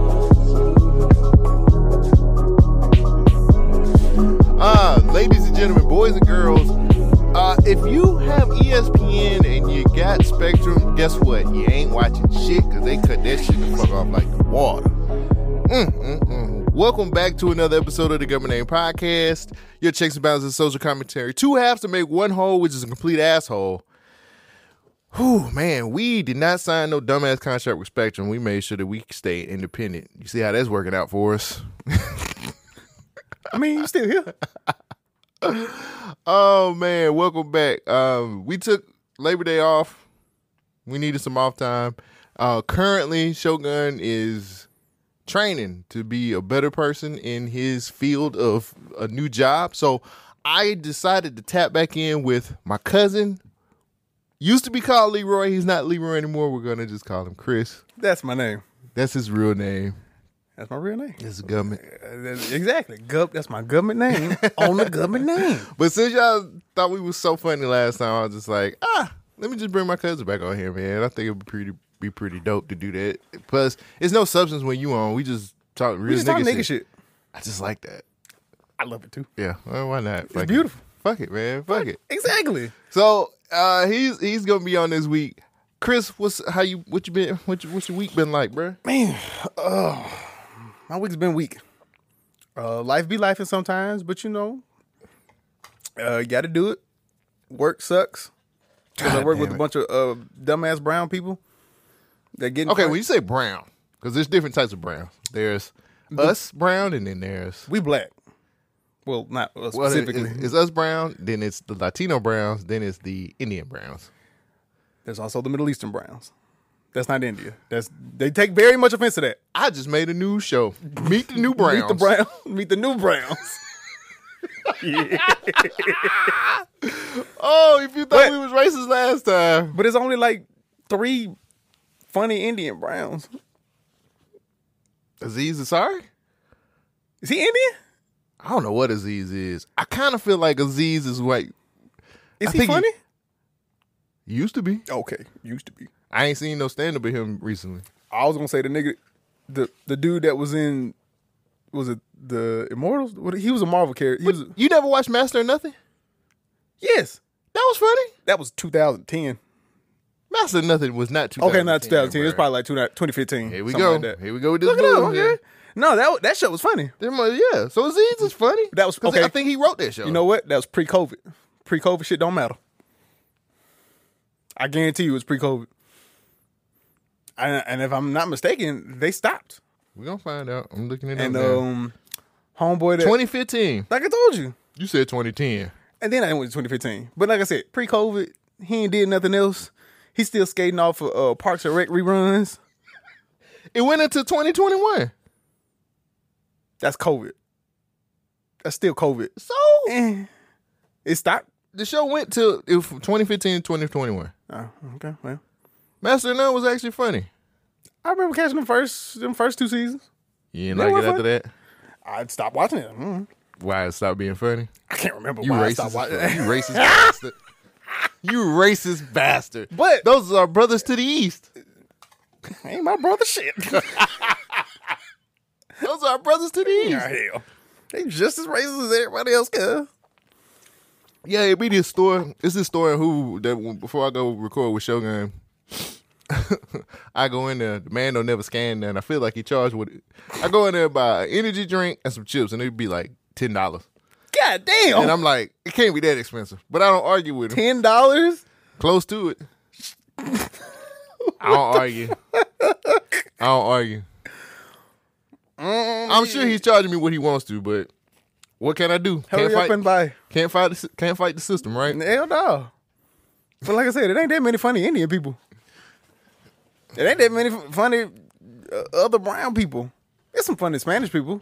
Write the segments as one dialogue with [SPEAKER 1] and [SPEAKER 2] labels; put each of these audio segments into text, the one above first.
[SPEAKER 1] Uh, E guess what? You ain't watching shit because they cut that shit the fuck off like the water. Mm, mm, mm. Welcome back to another episode of the Government Name Podcast. Your checks and balances, social commentary. Two halves to make one whole, which is a complete asshole. Whew, man, we did not sign no dumbass contract with Spectrum. We made sure that we stayed independent. You see how that's working out for us?
[SPEAKER 2] I mean, you still here.
[SPEAKER 1] Oh man, welcome back. Um, we took Labor Day off. We needed some off time. Uh, currently, Shogun is training to be a better person in his field of a new job. So I decided to tap back in with my cousin. Used to be called Leroy. He's not Leroy anymore. We're gonna just call him Chris.
[SPEAKER 2] That's my name.
[SPEAKER 1] That's his real name.
[SPEAKER 2] That's my real name.
[SPEAKER 1] It's government.
[SPEAKER 2] Uh, that's- Exactly. Gov- that's my government name on the government name.
[SPEAKER 1] But since y'all thought we was so funny last time, I was just like, ah, let me just bring my cousin back on here, man. I think it would be pretty be pretty dope to do that. Plus, it's no substance when you on. We just talk real
[SPEAKER 2] We just
[SPEAKER 1] nigga,
[SPEAKER 2] talk nigga
[SPEAKER 1] shit.
[SPEAKER 2] shit.
[SPEAKER 1] I just like that.
[SPEAKER 2] I love it too.
[SPEAKER 1] Yeah, well, why not? It's
[SPEAKER 2] beautiful.
[SPEAKER 1] Fuck it, man. Fuck it.
[SPEAKER 2] Exactly.
[SPEAKER 1] So uh, he's he's gonna be on this week. Chris, what's how you what you been what you, what's your week been like, bruh?
[SPEAKER 2] Man, oh, my week's been weak. Uh, life be life sometimes, but you know, uh, you got to do it. Work sucks because I
[SPEAKER 1] God
[SPEAKER 2] work with
[SPEAKER 1] damn
[SPEAKER 2] a
[SPEAKER 1] it.
[SPEAKER 2] bunch of uh, dumbass brown people that get
[SPEAKER 1] Okay, when you say brown, because there's different types of brown. There's us brown, and then there's
[SPEAKER 2] we black. Well, not us
[SPEAKER 1] Well, it-
[SPEAKER 2] specifically.
[SPEAKER 1] it's, it's us brown, then it's the Latino browns, then it's the Indian browns.
[SPEAKER 2] There's also the Middle Eastern Browns. That's not India. That's they take very much offense to that.
[SPEAKER 1] I just made a new show. Meet the new browns.
[SPEAKER 2] Meet the Brown. Meet the new Browns.
[SPEAKER 1] Oh, if you thought
[SPEAKER 2] But-
[SPEAKER 1] we was racist last time.
[SPEAKER 2] But it's only like three funny Indian Browns.
[SPEAKER 1] Aziz Ansari?
[SPEAKER 2] Is he Indian?
[SPEAKER 1] I don't know what Aziz is. I kind of feel like Aziz is white.
[SPEAKER 2] Is
[SPEAKER 1] I
[SPEAKER 2] he
[SPEAKER 1] think he-
[SPEAKER 2] funny?
[SPEAKER 1] Used to be.
[SPEAKER 2] okay, used to be.
[SPEAKER 1] I ain't seen no stand up of him recently.
[SPEAKER 2] I was gonna say the nigga, the the dude that was in, was it the Immortals? What- He was a Marvel character. He was,
[SPEAKER 1] You never watched Master of Nothing?
[SPEAKER 2] yes,
[SPEAKER 1] That was funny.
[SPEAKER 2] that was 2010.
[SPEAKER 1] Master of Nothing was not 2010.
[SPEAKER 2] Okay, not 2010. It's
[SPEAKER 1] bruh.
[SPEAKER 2] probably like 2015.
[SPEAKER 1] Here we
[SPEAKER 2] something
[SPEAKER 1] go.
[SPEAKER 2] like that.
[SPEAKER 1] Here we go with this
[SPEAKER 2] Look it
[SPEAKER 1] dude
[SPEAKER 2] up.
[SPEAKER 1] here.
[SPEAKER 2] Okay. No, that that shit was funny.
[SPEAKER 1] There mu- Yeah, so Aziz is funny.
[SPEAKER 2] That was-
[SPEAKER 1] 'Cause
[SPEAKER 2] okay.
[SPEAKER 1] I think he wrote that show.
[SPEAKER 2] You know what? That was pre-COVID. Pre-COVID shit don't matter. I guarantee you, it's pre-COVID. And, and if I'm not mistaken, they stopped.
[SPEAKER 1] we're gonna find out. I'm looking at
[SPEAKER 2] And
[SPEAKER 1] him now.
[SPEAKER 2] um, homeboy, that,
[SPEAKER 1] 2015.
[SPEAKER 2] like I told you,
[SPEAKER 1] You said 2010.
[SPEAKER 2] And then I went to 2015. But like I said, pre COVID, he ain't did nothing else. He's still skating off of uh, Parks and Rec reruns.
[SPEAKER 1] It went into 2021.
[SPEAKER 2] That's COVID. That's still COVID.
[SPEAKER 1] So
[SPEAKER 2] Eh. It stopped.
[SPEAKER 1] the show went to it was from 2015 to 2021.
[SPEAKER 2] Oh, okay. Well,
[SPEAKER 1] Master of None was actually funny.
[SPEAKER 2] I remember catching them first, them first two seasons.
[SPEAKER 1] You didn't
[SPEAKER 2] Yeah,
[SPEAKER 1] like
[SPEAKER 2] it
[SPEAKER 1] it
[SPEAKER 2] was
[SPEAKER 1] after that?
[SPEAKER 2] I stopped watching it. Mm.
[SPEAKER 1] Why it stopped being funny?
[SPEAKER 2] I can't remember
[SPEAKER 1] You
[SPEAKER 2] why I
[SPEAKER 1] racist.
[SPEAKER 2] stopped watching
[SPEAKER 1] as
[SPEAKER 2] it.
[SPEAKER 1] fuck. You racist bastard. You racist bastard.
[SPEAKER 2] But-
[SPEAKER 1] those are our brothers to the east.
[SPEAKER 2] ain't my brother shit.
[SPEAKER 1] Those are our brothers to the east.
[SPEAKER 2] hell. They just as racist as everybody else, cuz.
[SPEAKER 1] Yeah, it be this story. It's this story who that when- before I go record with Shogun, I go in there. The man don't never scan that. And I feel like he charged with it. I go in there and buy an energy drink and some chips, and it'd be like ten dollars.
[SPEAKER 2] God damn.
[SPEAKER 1] And I'm like, it can't be that expensive. But I don't argue with him.
[SPEAKER 2] ten dollars?
[SPEAKER 1] Close to it. I don't argue. I don't argue. I'm sure he's charging me what he wants to, but what can I do? Can't
[SPEAKER 2] Hurry up
[SPEAKER 1] fight,
[SPEAKER 2] and buy.
[SPEAKER 1] can't fight. The, sy- can't fight the system, right?
[SPEAKER 2] Hell no. But like I said, it ain't that many funny Indian people. It ain't that many f- funny uh, other brown people. There's some funny Spanish people.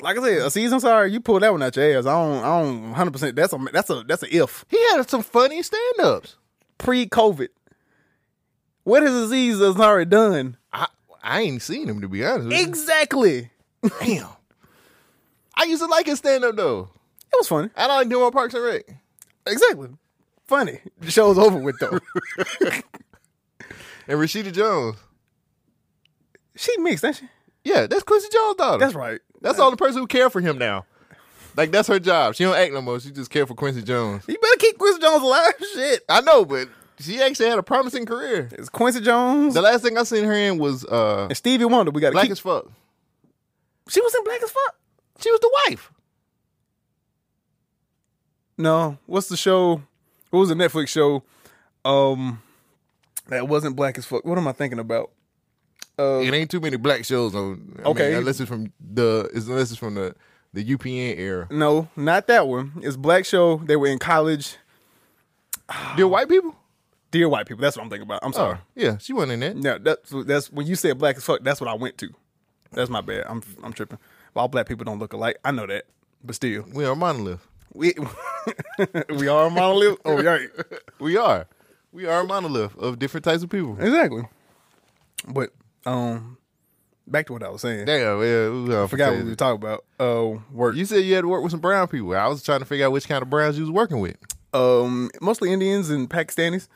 [SPEAKER 2] Like I said, a season sorry, you pulled that one out your ass. I don't, I don't, 100. percent That's a, that's a, that's a if.
[SPEAKER 1] He had some funny stand-ups.
[SPEAKER 2] Pre-COVID, what has Aziz Ansari done?
[SPEAKER 1] I I ain't seen him to be honest. With you.
[SPEAKER 2] Exactly.
[SPEAKER 1] Damn. I used to like his stand-up though.
[SPEAKER 2] It was funny.
[SPEAKER 1] I like doing my Parks and Rec.
[SPEAKER 2] Exactly. Funny. The show's over with though.
[SPEAKER 1] And Rashida Jones.
[SPEAKER 2] she mixed, ain't she?
[SPEAKER 1] Yeah, that's Quincy Jones' daughter.
[SPEAKER 2] That's right.
[SPEAKER 1] That's all the person who care for him now. Like that's her job. She don't act no more. She just care for Quincy Jones.
[SPEAKER 2] You better keep Chris Jones alive. Shit.
[SPEAKER 1] I know, but she actually had a promising career.
[SPEAKER 2] It's Quincy Jones
[SPEAKER 1] The last thing I seen her in was uh
[SPEAKER 2] and Stevie Wonder. We got to
[SPEAKER 1] Black
[SPEAKER 2] keep.
[SPEAKER 1] as fuck.
[SPEAKER 2] she was in Black as Fuck.
[SPEAKER 1] She was the wife.
[SPEAKER 2] No, what's the show? What was the Netflix show? Um, that wasn't Black as Fuck. What am I thinking about? Uh,
[SPEAKER 1] It ain't too many black shows on. I
[SPEAKER 2] Okay.
[SPEAKER 1] mean, unless it's from the is- unless it's from the the UPN era.
[SPEAKER 2] no, not that one. It's Black show. They were in college.
[SPEAKER 1] They're white people.
[SPEAKER 2] Dear white people. That's what I'm thinking about. I'm sorry.
[SPEAKER 1] Oh yeah, she wasn't in that.
[SPEAKER 2] No, that's that's when you said black as fuck. That's what I went to. That's my bad. I'm I'm tripping. All black people don't look alike. I know that, but still,
[SPEAKER 1] We are monolith.
[SPEAKER 2] we we are a monolith. Oh, we ain't.
[SPEAKER 1] We are. We are a monolith of different types of people.
[SPEAKER 2] exactly. But um, back to what I was saying.
[SPEAKER 1] Damn, yeah, we, uh,
[SPEAKER 2] Forgot what we were talking about. Uh, work.
[SPEAKER 1] You said you had to work with some brown people. I was trying to figure out which kind of browns you was working with.
[SPEAKER 2] Um, mostly Indians and Pakistanis.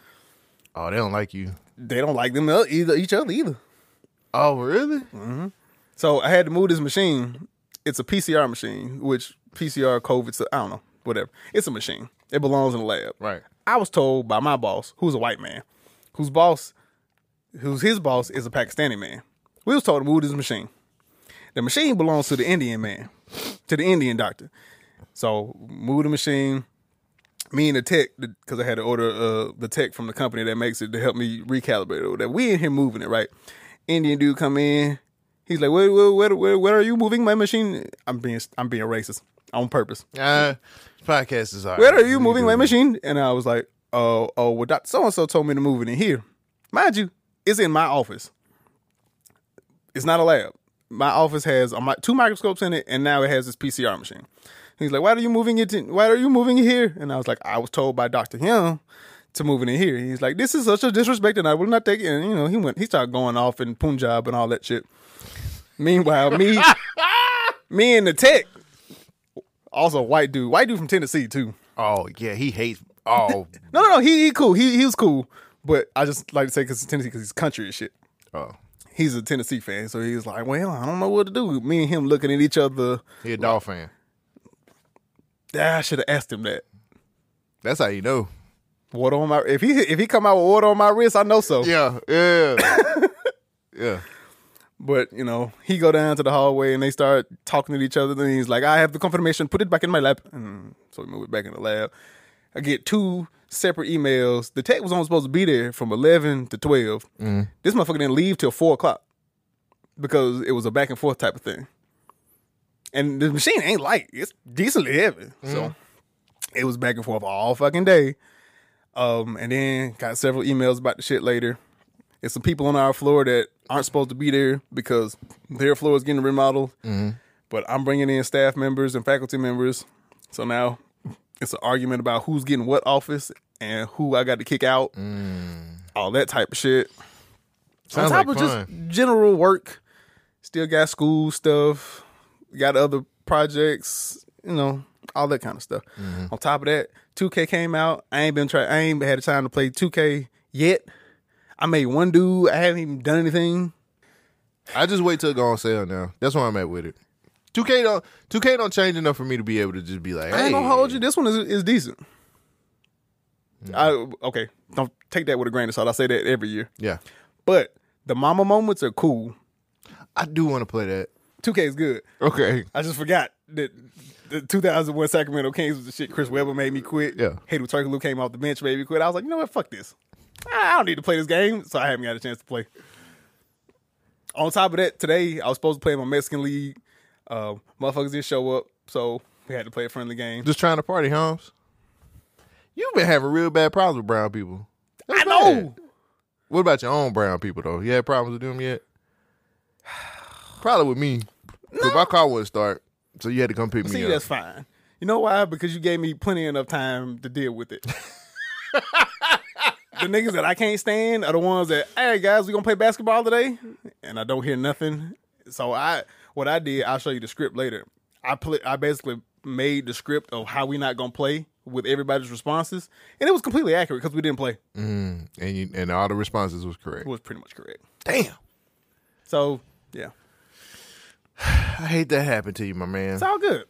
[SPEAKER 1] Oh, they don't like you.
[SPEAKER 2] They don't like them el- either each other either.
[SPEAKER 1] Oh, really?
[SPEAKER 2] Mm. So I had to move this machine. It's a PCR machine, which PCR COVID. So I don't know. Whatever. It's a machine. It belongs in the lab.
[SPEAKER 1] Right.
[SPEAKER 2] I was told by my boss, who's a white man, whose boss, who's his boss is a Pakistani man. We was told to move this machine. The machine belongs to the Indian man, to the Indian doctor. So move the machine. Me and the tech, because I had to order uh, the tech from the company that makes it to help me recalibrate it. or That we in here moving it right. Indian dude come in. He's like, where, where, where, where, where are you moving my machine? I'm being, I'm being racist on purpose
[SPEAKER 1] Uh, podcast is all
[SPEAKER 2] where
[SPEAKER 1] right.
[SPEAKER 2] are you moving my machine? And I was like, oh, oh, well, Dr. So and so told me to move it in here. Mind you, it's in my office. It's not a lab. My office has a, mi- two microscopes in it, and now it has this PCR machine. He's like, why are you moving it? in why are you moving it here? And I was like, I was told by Dr. Young to move it in here. He's like, this is such a disrespect, and I will not take it. And you know, he went, he started going off in Punjab and all that shit. Meanwhile, me, me and the tech, also white dude, white dude from Tennessee too.
[SPEAKER 1] Oh, yeah, he hates. Oh,
[SPEAKER 2] No, no, no. He, he cool. He he was cool. But I just like to say because Tennessee, because he's country and shit.
[SPEAKER 1] oh,
[SPEAKER 2] He's a Tennessee fan, so he was like, "Well, I don't know what to do." Me and him looking at each other.
[SPEAKER 1] he a dog fan.
[SPEAKER 2] Ah, I should have asked him that.
[SPEAKER 1] That's how you know.
[SPEAKER 2] Water on my if he if he come out with water on my wrist, I know so.
[SPEAKER 1] Yeah, yeah, yeah.
[SPEAKER 2] But you know, he go down to the hallway and they start talking to each other. Then he's like, "I have the confirmation. Put it back in my lab." And so we move it back in the lab. I get two separate emails. The tech was only supposed to be there from eleven to twelve. This motherfucker didn't leave till four o'clock because it was a back and forth type of thing. And the machine ain't light; it's decently heavy, so it was back and forth all fucking day. Um, and then got several emails about the shit later. It's some people on our floor that aren't supposed to be there because their floor is getting remodeled. But I'm bringing in staff members and faculty members. So now it's an argument about who's getting what office and who I got to kick out, all that type of shit.
[SPEAKER 1] Mm. Sounds
[SPEAKER 2] on top
[SPEAKER 1] like
[SPEAKER 2] of just general work, still got school stuff, got other projects, you know, all that kind of stuff.
[SPEAKER 1] Mm-hmm.
[SPEAKER 2] On top of that, 2K came out. I ain't been try. I ain't had time to play 2K yet. I made one dude. I haven't even done anything.
[SPEAKER 1] I just wait till it go on sale now. That's where I'm at with it. 2K don't 2K don't change enough for me to be able to just be like, hey, Mm.
[SPEAKER 2] I ain't gonna hold you. This one is is decent. I okay. Don't take that with a grain of salt. I say that every year,
[SPEAKER 1] Yeah,
[SPEAKER 2] but the mama moments are cool.
[SPEAKER 1] I do want to play that.
[SPEAKER 2] 2K is good.
[SPEAKER 1] Okay,
[SPEAKER 2] I just forgot that the 2001 Sacramento Kings was the shit Chris Webber made me quit.
[SPEAKER 1] Yeah.
[SPEAKER 2] Hated Turkoglu came off the bench, made me quit. I was like, you know what? Fuck this. I I don't need to play this game, so I haven't got a chance to play. On top of that, today I was supposed to play in my Mexican league. Uh, motherfuckers didn't show up, so we had to play a friendly game.
[SPEAKER 1] just trying to party, Holmes. You've been having real bad problems with brown people. That's
[SPEAKER 2] I know.
[SPEAKER 1] bad. What about your own brown people though? You had problems with them yet? Probably with me. 'Cause my car wouldn't start, so you had to come pick
[SPEAKER 2] See,
[SPEAKER 1] me up.
[SPEAKER 2] that's fine. You know why? Because you gave me plenty enough time to deal with it. the niggas that I can't stand are the ones that, hey guys, we gonna play basketball today, and I don't hear nothing. So I, what I did, I'll show you the script later. I play, I basically made the script of how we not gonna play with everybody's responses, and it was completely accurate because we didn't play.
[SPEAKER 1] Mm, and you, and all the responses was correct.
[SPEAKER 2] It was pretty much correct.
[SPEAKER 1] Damn,
[SPEAKER 2] So yeah,
[SPEAKER 1] I hate that happened to you, my man.
[SPEAKER 2] it's all good.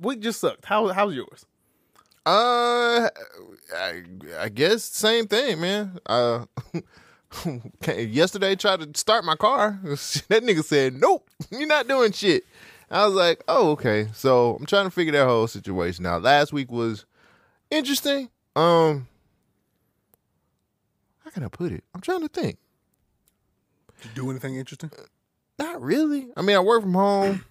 [SPEAKER 2] Week just sucked. How how's yours?
[SPEAKER 1] Uh, uh, I, I guess same thing, man. Uh, yesterday tried to start my car. that nigga said, "Nope, you're not doing shit." I was like, "Oh, okay." So I'm trying to figure that whole situation out. Last week was interesting. Um, how can I put it? I'm trying to think.
[SPEAKER 2] Did you do anything interesting?
[SPEAKER 1] Not really. I mean, I work from home.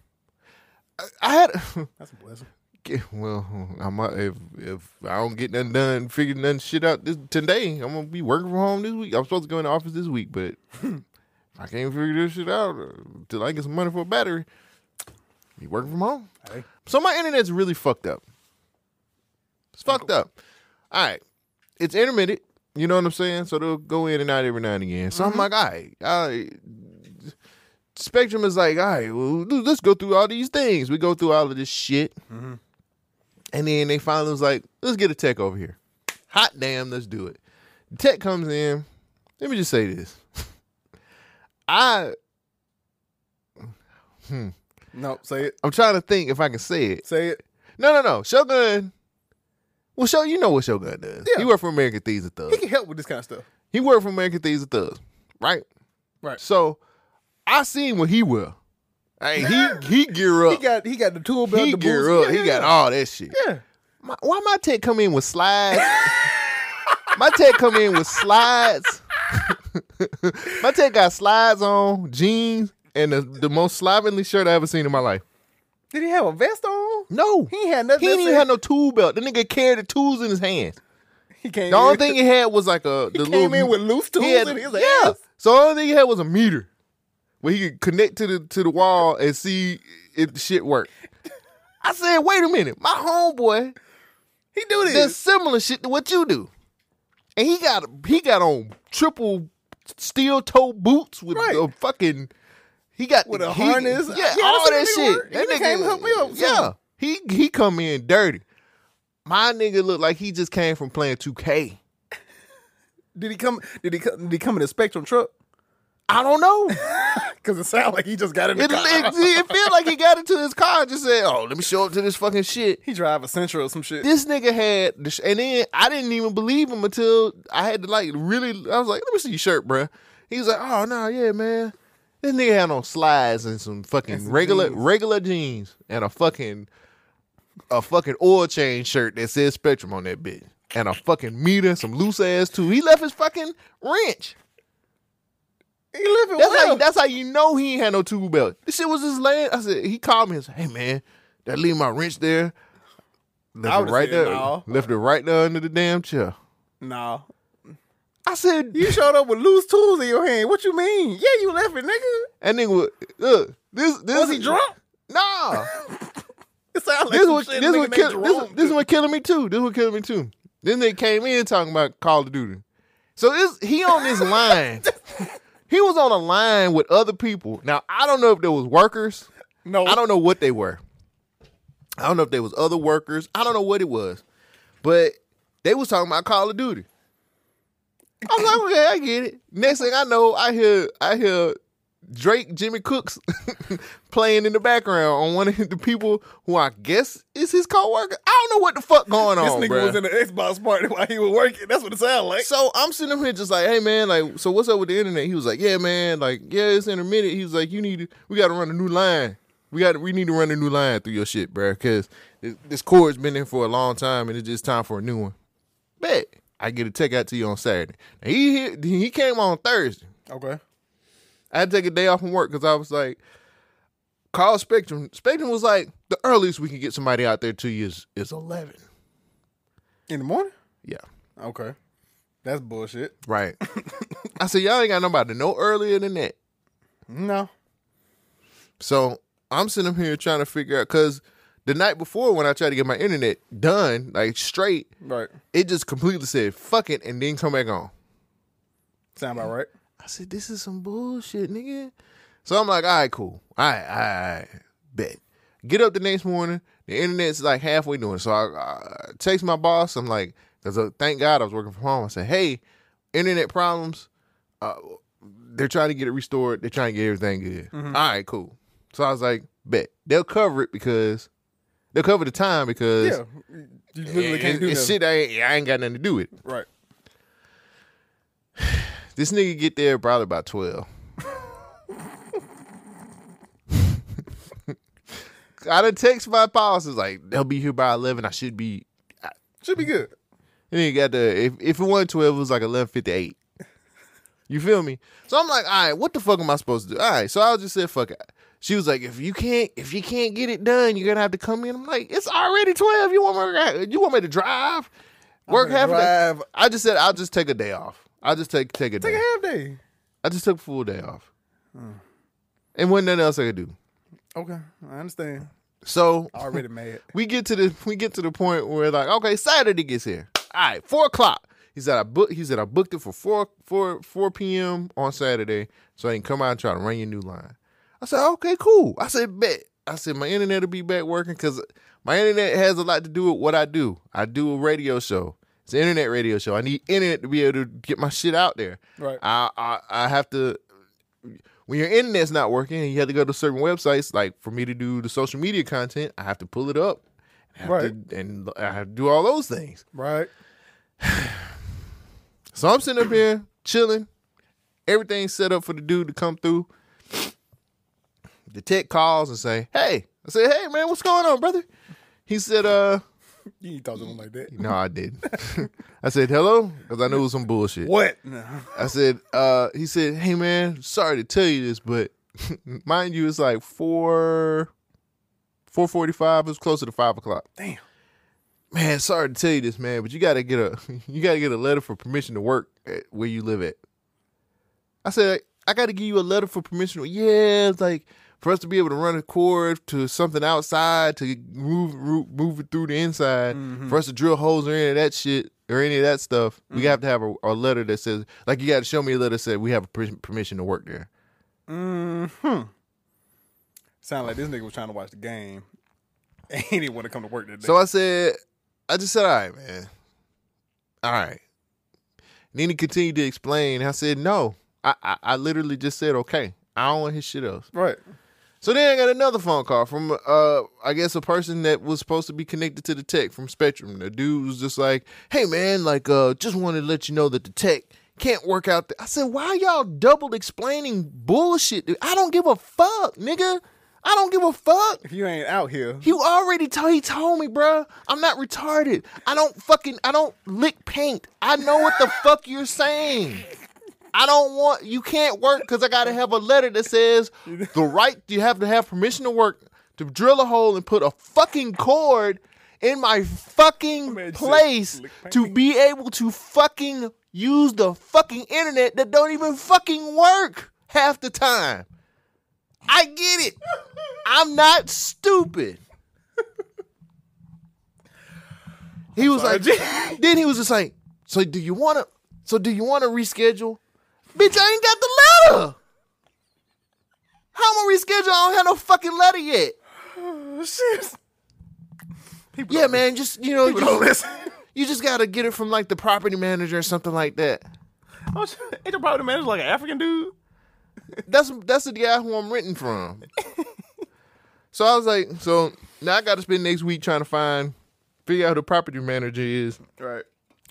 [SPEAKER 1] I, I had.
[SPEAKER 2] That's a blessing.
[SPEAKER 1] Get- well, I might if if I don't get nothing done, figure nothing shit out this today. I'm gonna be working from home this week. I'm supposed to go in the office this week, but if I can't figure this shit out uh, till I get some money for a battery. Be working from home.
[SPEAKER 2] Hey.
[SPEAKER 1] So my internet's really fucked up. It's fucked up. All right, it's intermittent. You know what I'm saying? So they'll go in and out every now and again. So I'm like, all right, all right, Spectrum is like, all right, well, let's go through all these things. We go through all of this shit. And then they finally was like, let's get a tech over here. Hot damn, let's do it. The tech comes in. Let me just say this. I
[SPEAKER 2] No, say it.
[SPEAKER 1] I'm trying to think if I can say it.
[SPEAKER 2] Say it.
[SPEAKER 1] No, no, no. Shogun. Well, show you know what Shogun does.
[SPEAKER 2] Yeah.
[SPEAKER 1] He worked for American Thieves and
[SPEAKER 2] He
[SPEAKER 1] Thugs.
[SPEAKER 2] can help with this kind of stuff.
[SPEAKER 1] He worked for American Thieves and Thugs, right?
[SPEAKER 2] Right.
[SPEAKER 1] So I seen what he will. Hey, he he gear
[SPEAKER 2] He
[SPEAKER 1] up.
[SPEAKER 2] got he got the tool belt.
[SPEAKER 1] Uh, He,
[SPEAKER 2] the
[SPEAKER 1] gear
[SPEAKER 2] boots.
[SPEAKER 1] up.
[SPEAKER 2] Yeah,
[SPEAKER 1] he
[SPEAKER 2] yeah,
[SPEAKER 1] got all that shit.
[SPEAKER 2] Yeah.
[SPEAKER 1] My, why my tech come in with slides? my tech come in with slides. my tech got slides on, jeans, and the, the most slovenly shirt I ever seen in my life.
[SPEAKER 2] Did he have a vest on?
[SPEAKER 1] No,
[SPEAKER 2] He ain't had nothing.
[SPEAKER 1] he
[SPEAKER 2] that
[SPEAKER 1] didn't even
[SPEAKER 2] said-
[SPEAKER 1] have no tool belt. The nigga carried the tools in his hands.
[SPEAKER 2] He came.
[SPEAKER 1] The only
[SPEAKER 2] in-
[SPEAKER 1] thing he had was like a the
[SPEAKER 2] came
[SPEAKER 1] little
[SPEAKER 2] in with loose tools
[SPEAKER 1] he had-
[SPEAKER 2] in his
[SPEAKER 1] yeah.
[SPEAKER 2] ass.
[SPEAKER 1] So the only thing he had was a meter where he could connect to the to the wall and see if the shit worked. I said, wait a minute, my homeboy
[SPEAKER 2] He do
[SPEAKER 1] does
[SPEAKER 2] this.
[SPEAKER 1] similar shit to what you do, and he got he got on triple steel toe boots with
[SPEAKER 2] Right.
[SPEAKER 1] a fucking he got
[SPEAKER 2] With a
[SPEAKER 1] he-
[SPEAKER 2] harness.
[SPEAKER 1] yeah,
[SPEAKER 2] Yeah,
[SPEAKER 1] all that
[SPEAKER 2] that's what he
[SPEAKER 1] shit.
[SPEAKER 2] wore.
[SPEAKER 1] That
[SPEAKER 2] He
[SPEAKER 1] nigga
[SPEAKER 2] came hook me up,
[SPEAKER 1] Yeah,
[SPEAKER 2] too.
[SPEAKER 1] he he come in dirty. My nigga looked like he just came from playing two K.
[SPEAKER 2] Did he come? Did he come? Did he come in a Spectrum truck?
[SPEAKER 1] I don't know.
[SPEAKER 2] Because it sounded like he just got in the
[SPEAKER 1] It,
[SPEAKER 2] car.
[SPEAKER 1] it, it felt like he got into his car and just said, "Oh, let me show up to this fucking shit."
[SPEAKER 2] he drive a Sentra or some shit.
[SPEAKER 1] This nigga had, the sh- and then I didn't even believe him until I had to like really. I was like, "Let me see your shirt, bruh. He was like, "Oh no, yeah, man." This nigga had on slides and some fucking
[SPEAKER 2] some
[SPEAKER 1] regular
[SPEAKER 2] jeans.
[SPEAKER 1] regular jeans and a fucking a fucking oil change shirt that says Spectrum on that bitch and a fucking meter, some loose ass too. He left his fucking wrench.
[SPEAKER 2] He living
[SPEAKER 1] That's
[SPEAKER 2] well.
[SPEAKER 1] how that's how you know he ain't had no tool belt. This shit was just laying. I said he called me and said, "Hey man, that leave my wrench there.
[SPEAKER 2] I
[SPEAKER 1] Left it
[SPEAKER 2] would've
[SPEAKER 1] right
[SPEAKER 2] said,
[SPEAKER 1] there.
[SPEAKER 2] "Nah."
[SPEAKER 1] Left it right there under the damn chair."
[SPEAKER 2] nah.
[SPEAKER 1] I said,
[SPEAKER 2] You showed up with loose tools in your hand. What you mean? Yeah, you left it, nigga.
[SPEAKER 1] "That nigga, was- look, this this
[SPEAKER 2] Was he drunk?
[SPEAKER 1] Nah,
[SPEAKER 2] It sounded like
[SPEAKER 1] this
[SPEAKER 2] some
[SPEAKER 1] was
[SPEAKER 2] shit
[SPEAKER 1] this
[SPEAKER 2] nigga
[SPEAKER 1] was
[SPEAKER 2] named
[SPEAKER 1] kill, this
[SPEAKER 2] Jerome
[SPEAKER 1] this
[SPEAKER 2] did.
[SPEAKER 1] was killing me too. This was killing me too. Then they came in talking about Call of Duty. So this he on this line. He was on a line with other people. Now I don't know if there was workers.
[SPEAKER 2] No,
[SPEAKER 1] I don't know what they were. I don't know if they was other workers. I don't know what it was, but they was talking about Call of Duty. I'm like, okay, I get it. Next thing I know, I hear I hear Drake Jimmy Cooks playing in the background on one of the people who I guess is his coworker. I don't know what the fuck going
[SPEAKER 2] This
[SPEAKER 1] on.
[SPEAKER 2] nigga
[SPEAKER 1] bruh.
[SPEAKER 2] was in the Xbox party while he was working. That's what it sounded like.
[SPEAKER 1] So I'm sitting up here just like, hey man, like, so what's up with the internet? He was like, yeah man, like, yeah, it's intermittent. He was like, you need, to, we got to run a new line. We got, to we need to run a new line through your shit, bruh, because this, this cord's been in for a long time and it's just time for a new one. Bet I get a tech out to you on Saturday. Now, he hit- he came on Thursday.
[SPEAKER 2] Okay.
[SPEAKER 1] I had to take a day off from work because I was like, call Spectrum. Spectrum was like, the earliest we can get somebody out there to you is is eleven.
[SPEAKER 2] In the morning?
[SPEAKER 1] Yeah.
[SPEAKER 2] Okay. That's bullshit.
[SPEAKER 1] Right. I said, y'all ain't got nobody no earlier than that.
[SPEAKER 2] No.
[SPEAKER 1] So I'm sitting up here trying to figure out because the night before when I tried to get my internet done, like straight,
[SPEAKER 2] Right.
[SPEAKER 1] it just completely said fuck it and then come back on.
[SPEAKER 2] Sound about right.
[SPEAKER 1] I said, this is some bullshit, nigga. So I'm like, all right, cool. All right, all right, all right. bet. Get up the next morning. The internet's like halfway doing. So I, I text my boss. I'm like, because uh, thank God I was working from home. I said, hey, internet problems. Uh, they're trying to get it restored. They're
[SPEAKER 2] Mm-hmm.
[SPEAKER 1] trying to get everything good. All right, cool. So I was like, bet. They'll cover it because They'll cover the time because
[SPEAKER 2] Yeah, you literally can't
[SPEAKER 1] it-
[SPEAKER 2] do
[SPEAKER 1] it's
[SPEAKER 2] nothing.
[SPEAKER 1] shit I ain't, I ain't got nothing to do with.
[SPEAKER 2] Right.
[SPEAKER 1] This nigga get there probably about twelve. I done text my boss. It's like they'll be here by eleven. I should be.
[SPEAKER 2] Should be good.
[SPEAKER 1] And then you got the if if it wasn't twelve, it was like eleven fifty eight. You feel me? So I'm like, all right, what the fuck am I supposed to do? All right, so I just said, fuck it. She was like, if you can't if you can't get it done, you're gonna have to come in. I'm like, it's already twelve. You want me? You want me to drive? Work
[SPEAKER 2] gonna
[SPEAKER 1] half a day?
[SPEAKER 2] drive.
[SPEAKER 1] I just said I'll just take a day off. I'll just take take a day.
[SPEAKER 2] Take a half day.
[SPEAKER 1] I just took a full day off. And wasn't nothing else I could do.
[SPEAKER 2] Okay, I understand.
[SPEAKER 1] So
[SPEAKER 2] Already mad.
[SPEAKER 1] we get to the we get to the point where like, okay, Saturday gets here. All right, four o'clock. He said I book he said I booked it for four four four PM on Saturday. So I can come out and try to run your new line. I said, okay, cool. I said, bet. I said my internet'll be back working because my internet has a lot to do with what I do. I do a radio show. It's an internet radio show. I need internet to be able to get my shit out there.
[SPEAKER 2] Right.
[SPEAKER 1] I I, I have to when your internet's not working and you have to go to certain websites, like for me to do the social media content, I have to pull it up. I have
[SPEAKER 2] Right.
[SPEAKER 1] to- and I have to do all those things.
[SPEAKER 2] Right.
[SPEAKER 1] So I'm sitting up here chilling. Everything's set up for the dude to come through. The tech calls and say, Hey. I said, Hey man, what's going on, brother? He said, uh,
[SPEAKER 2] You ain't talking to him like that.
[SPEAKER 1] no, I didn't. I said, hello? Because I knew it was some bullshit.
[SPEAKER 2] What? No.
[SPEAKER 1] I said, uh, he said, hey man, sorry to tell you this, but mind you, it's like four, four forty-five. It was closer to five o'clock.
[SPEAKER 2] Damn.
[SPEAKER 1] Man, sorry to tell you this, man, but you gotta get a, you gotta get a letter for permission to work at where you live at. I said, I gotta give you a letter for permission. to- Yeah, it's like for us to be able to run a cord to something outside to move ru- move it through the inside. For us to drill holes or any of that shit or any of that stuff, we have to have a, a letter that says, like, you gotta show me a letter that said we have per- permission to work there.
[SPEAKER 2] Mm-hmm. Sound like this nigga was trying to watch the game. And he didn't want to come to work that day.
[SPEAKER 1] So I said, I just said, all right, man. All right. And then he continued to explain. I said, no. I, I, I literally just said, okay. I don't want his shit else.
[SPEAKER 2] right.
[SPEAKER 1] So then I got another phone call from, uh, I guess, a person that was supposed to be connected to the tech from Spectrum. The dude was just like, "Hey, man, like, uh, just wanted to let you know that the tech can't work out." The-. I said, "Why y'all double explaining bullshit? Dude? I don't give a fuck, nigga. I don't give a fuck."
[SPEAKER 2] If you ain't out here,
[SPEAKER 1] You already told he told me, bruh. I'm not retarded. I don't fucking I don't lick paint. I know what the fuck you're saying. I don't want you can't work because I gotta have a letter that says the right you have to have permission to work to drill a hole and put a fucking cord in my fucking
[SPEAKER 2] Man, you said
[SPEAKER 1] place
[SPEAKER 2] lick paint.
[SPEAKER 1] to be able to fucking use the fucking internet that don't even fucking work half the time. I get it. I'm not stupid. He was like, then he was just like, so do you want to, so do you want to reschedule? Bitch, I ain't got the letter. How am I reschedule? I don't have no fucking letter yet.
[SPEAKER 2] shit. People
[SPEAKER 1] Yeah,
[SPEAKER 2] don't-
[SPEAKER 1] man, just you know,
[SPEAKER 2] People don't
[SPEAKER 1] you,
[SPEAKER 2] listen.
[SPEAKER 1] you just gotta get it from like the property manager or something like that.
[SPEAKER 2] Oh, shit. Ain't your property manager like an African dude?
[SPEAKER 1] That's that's the guy who I'm renting from. so I was like, so now I got to spend next week trying to find, figure out who the property manager is,
[SPEAKER 2] Right.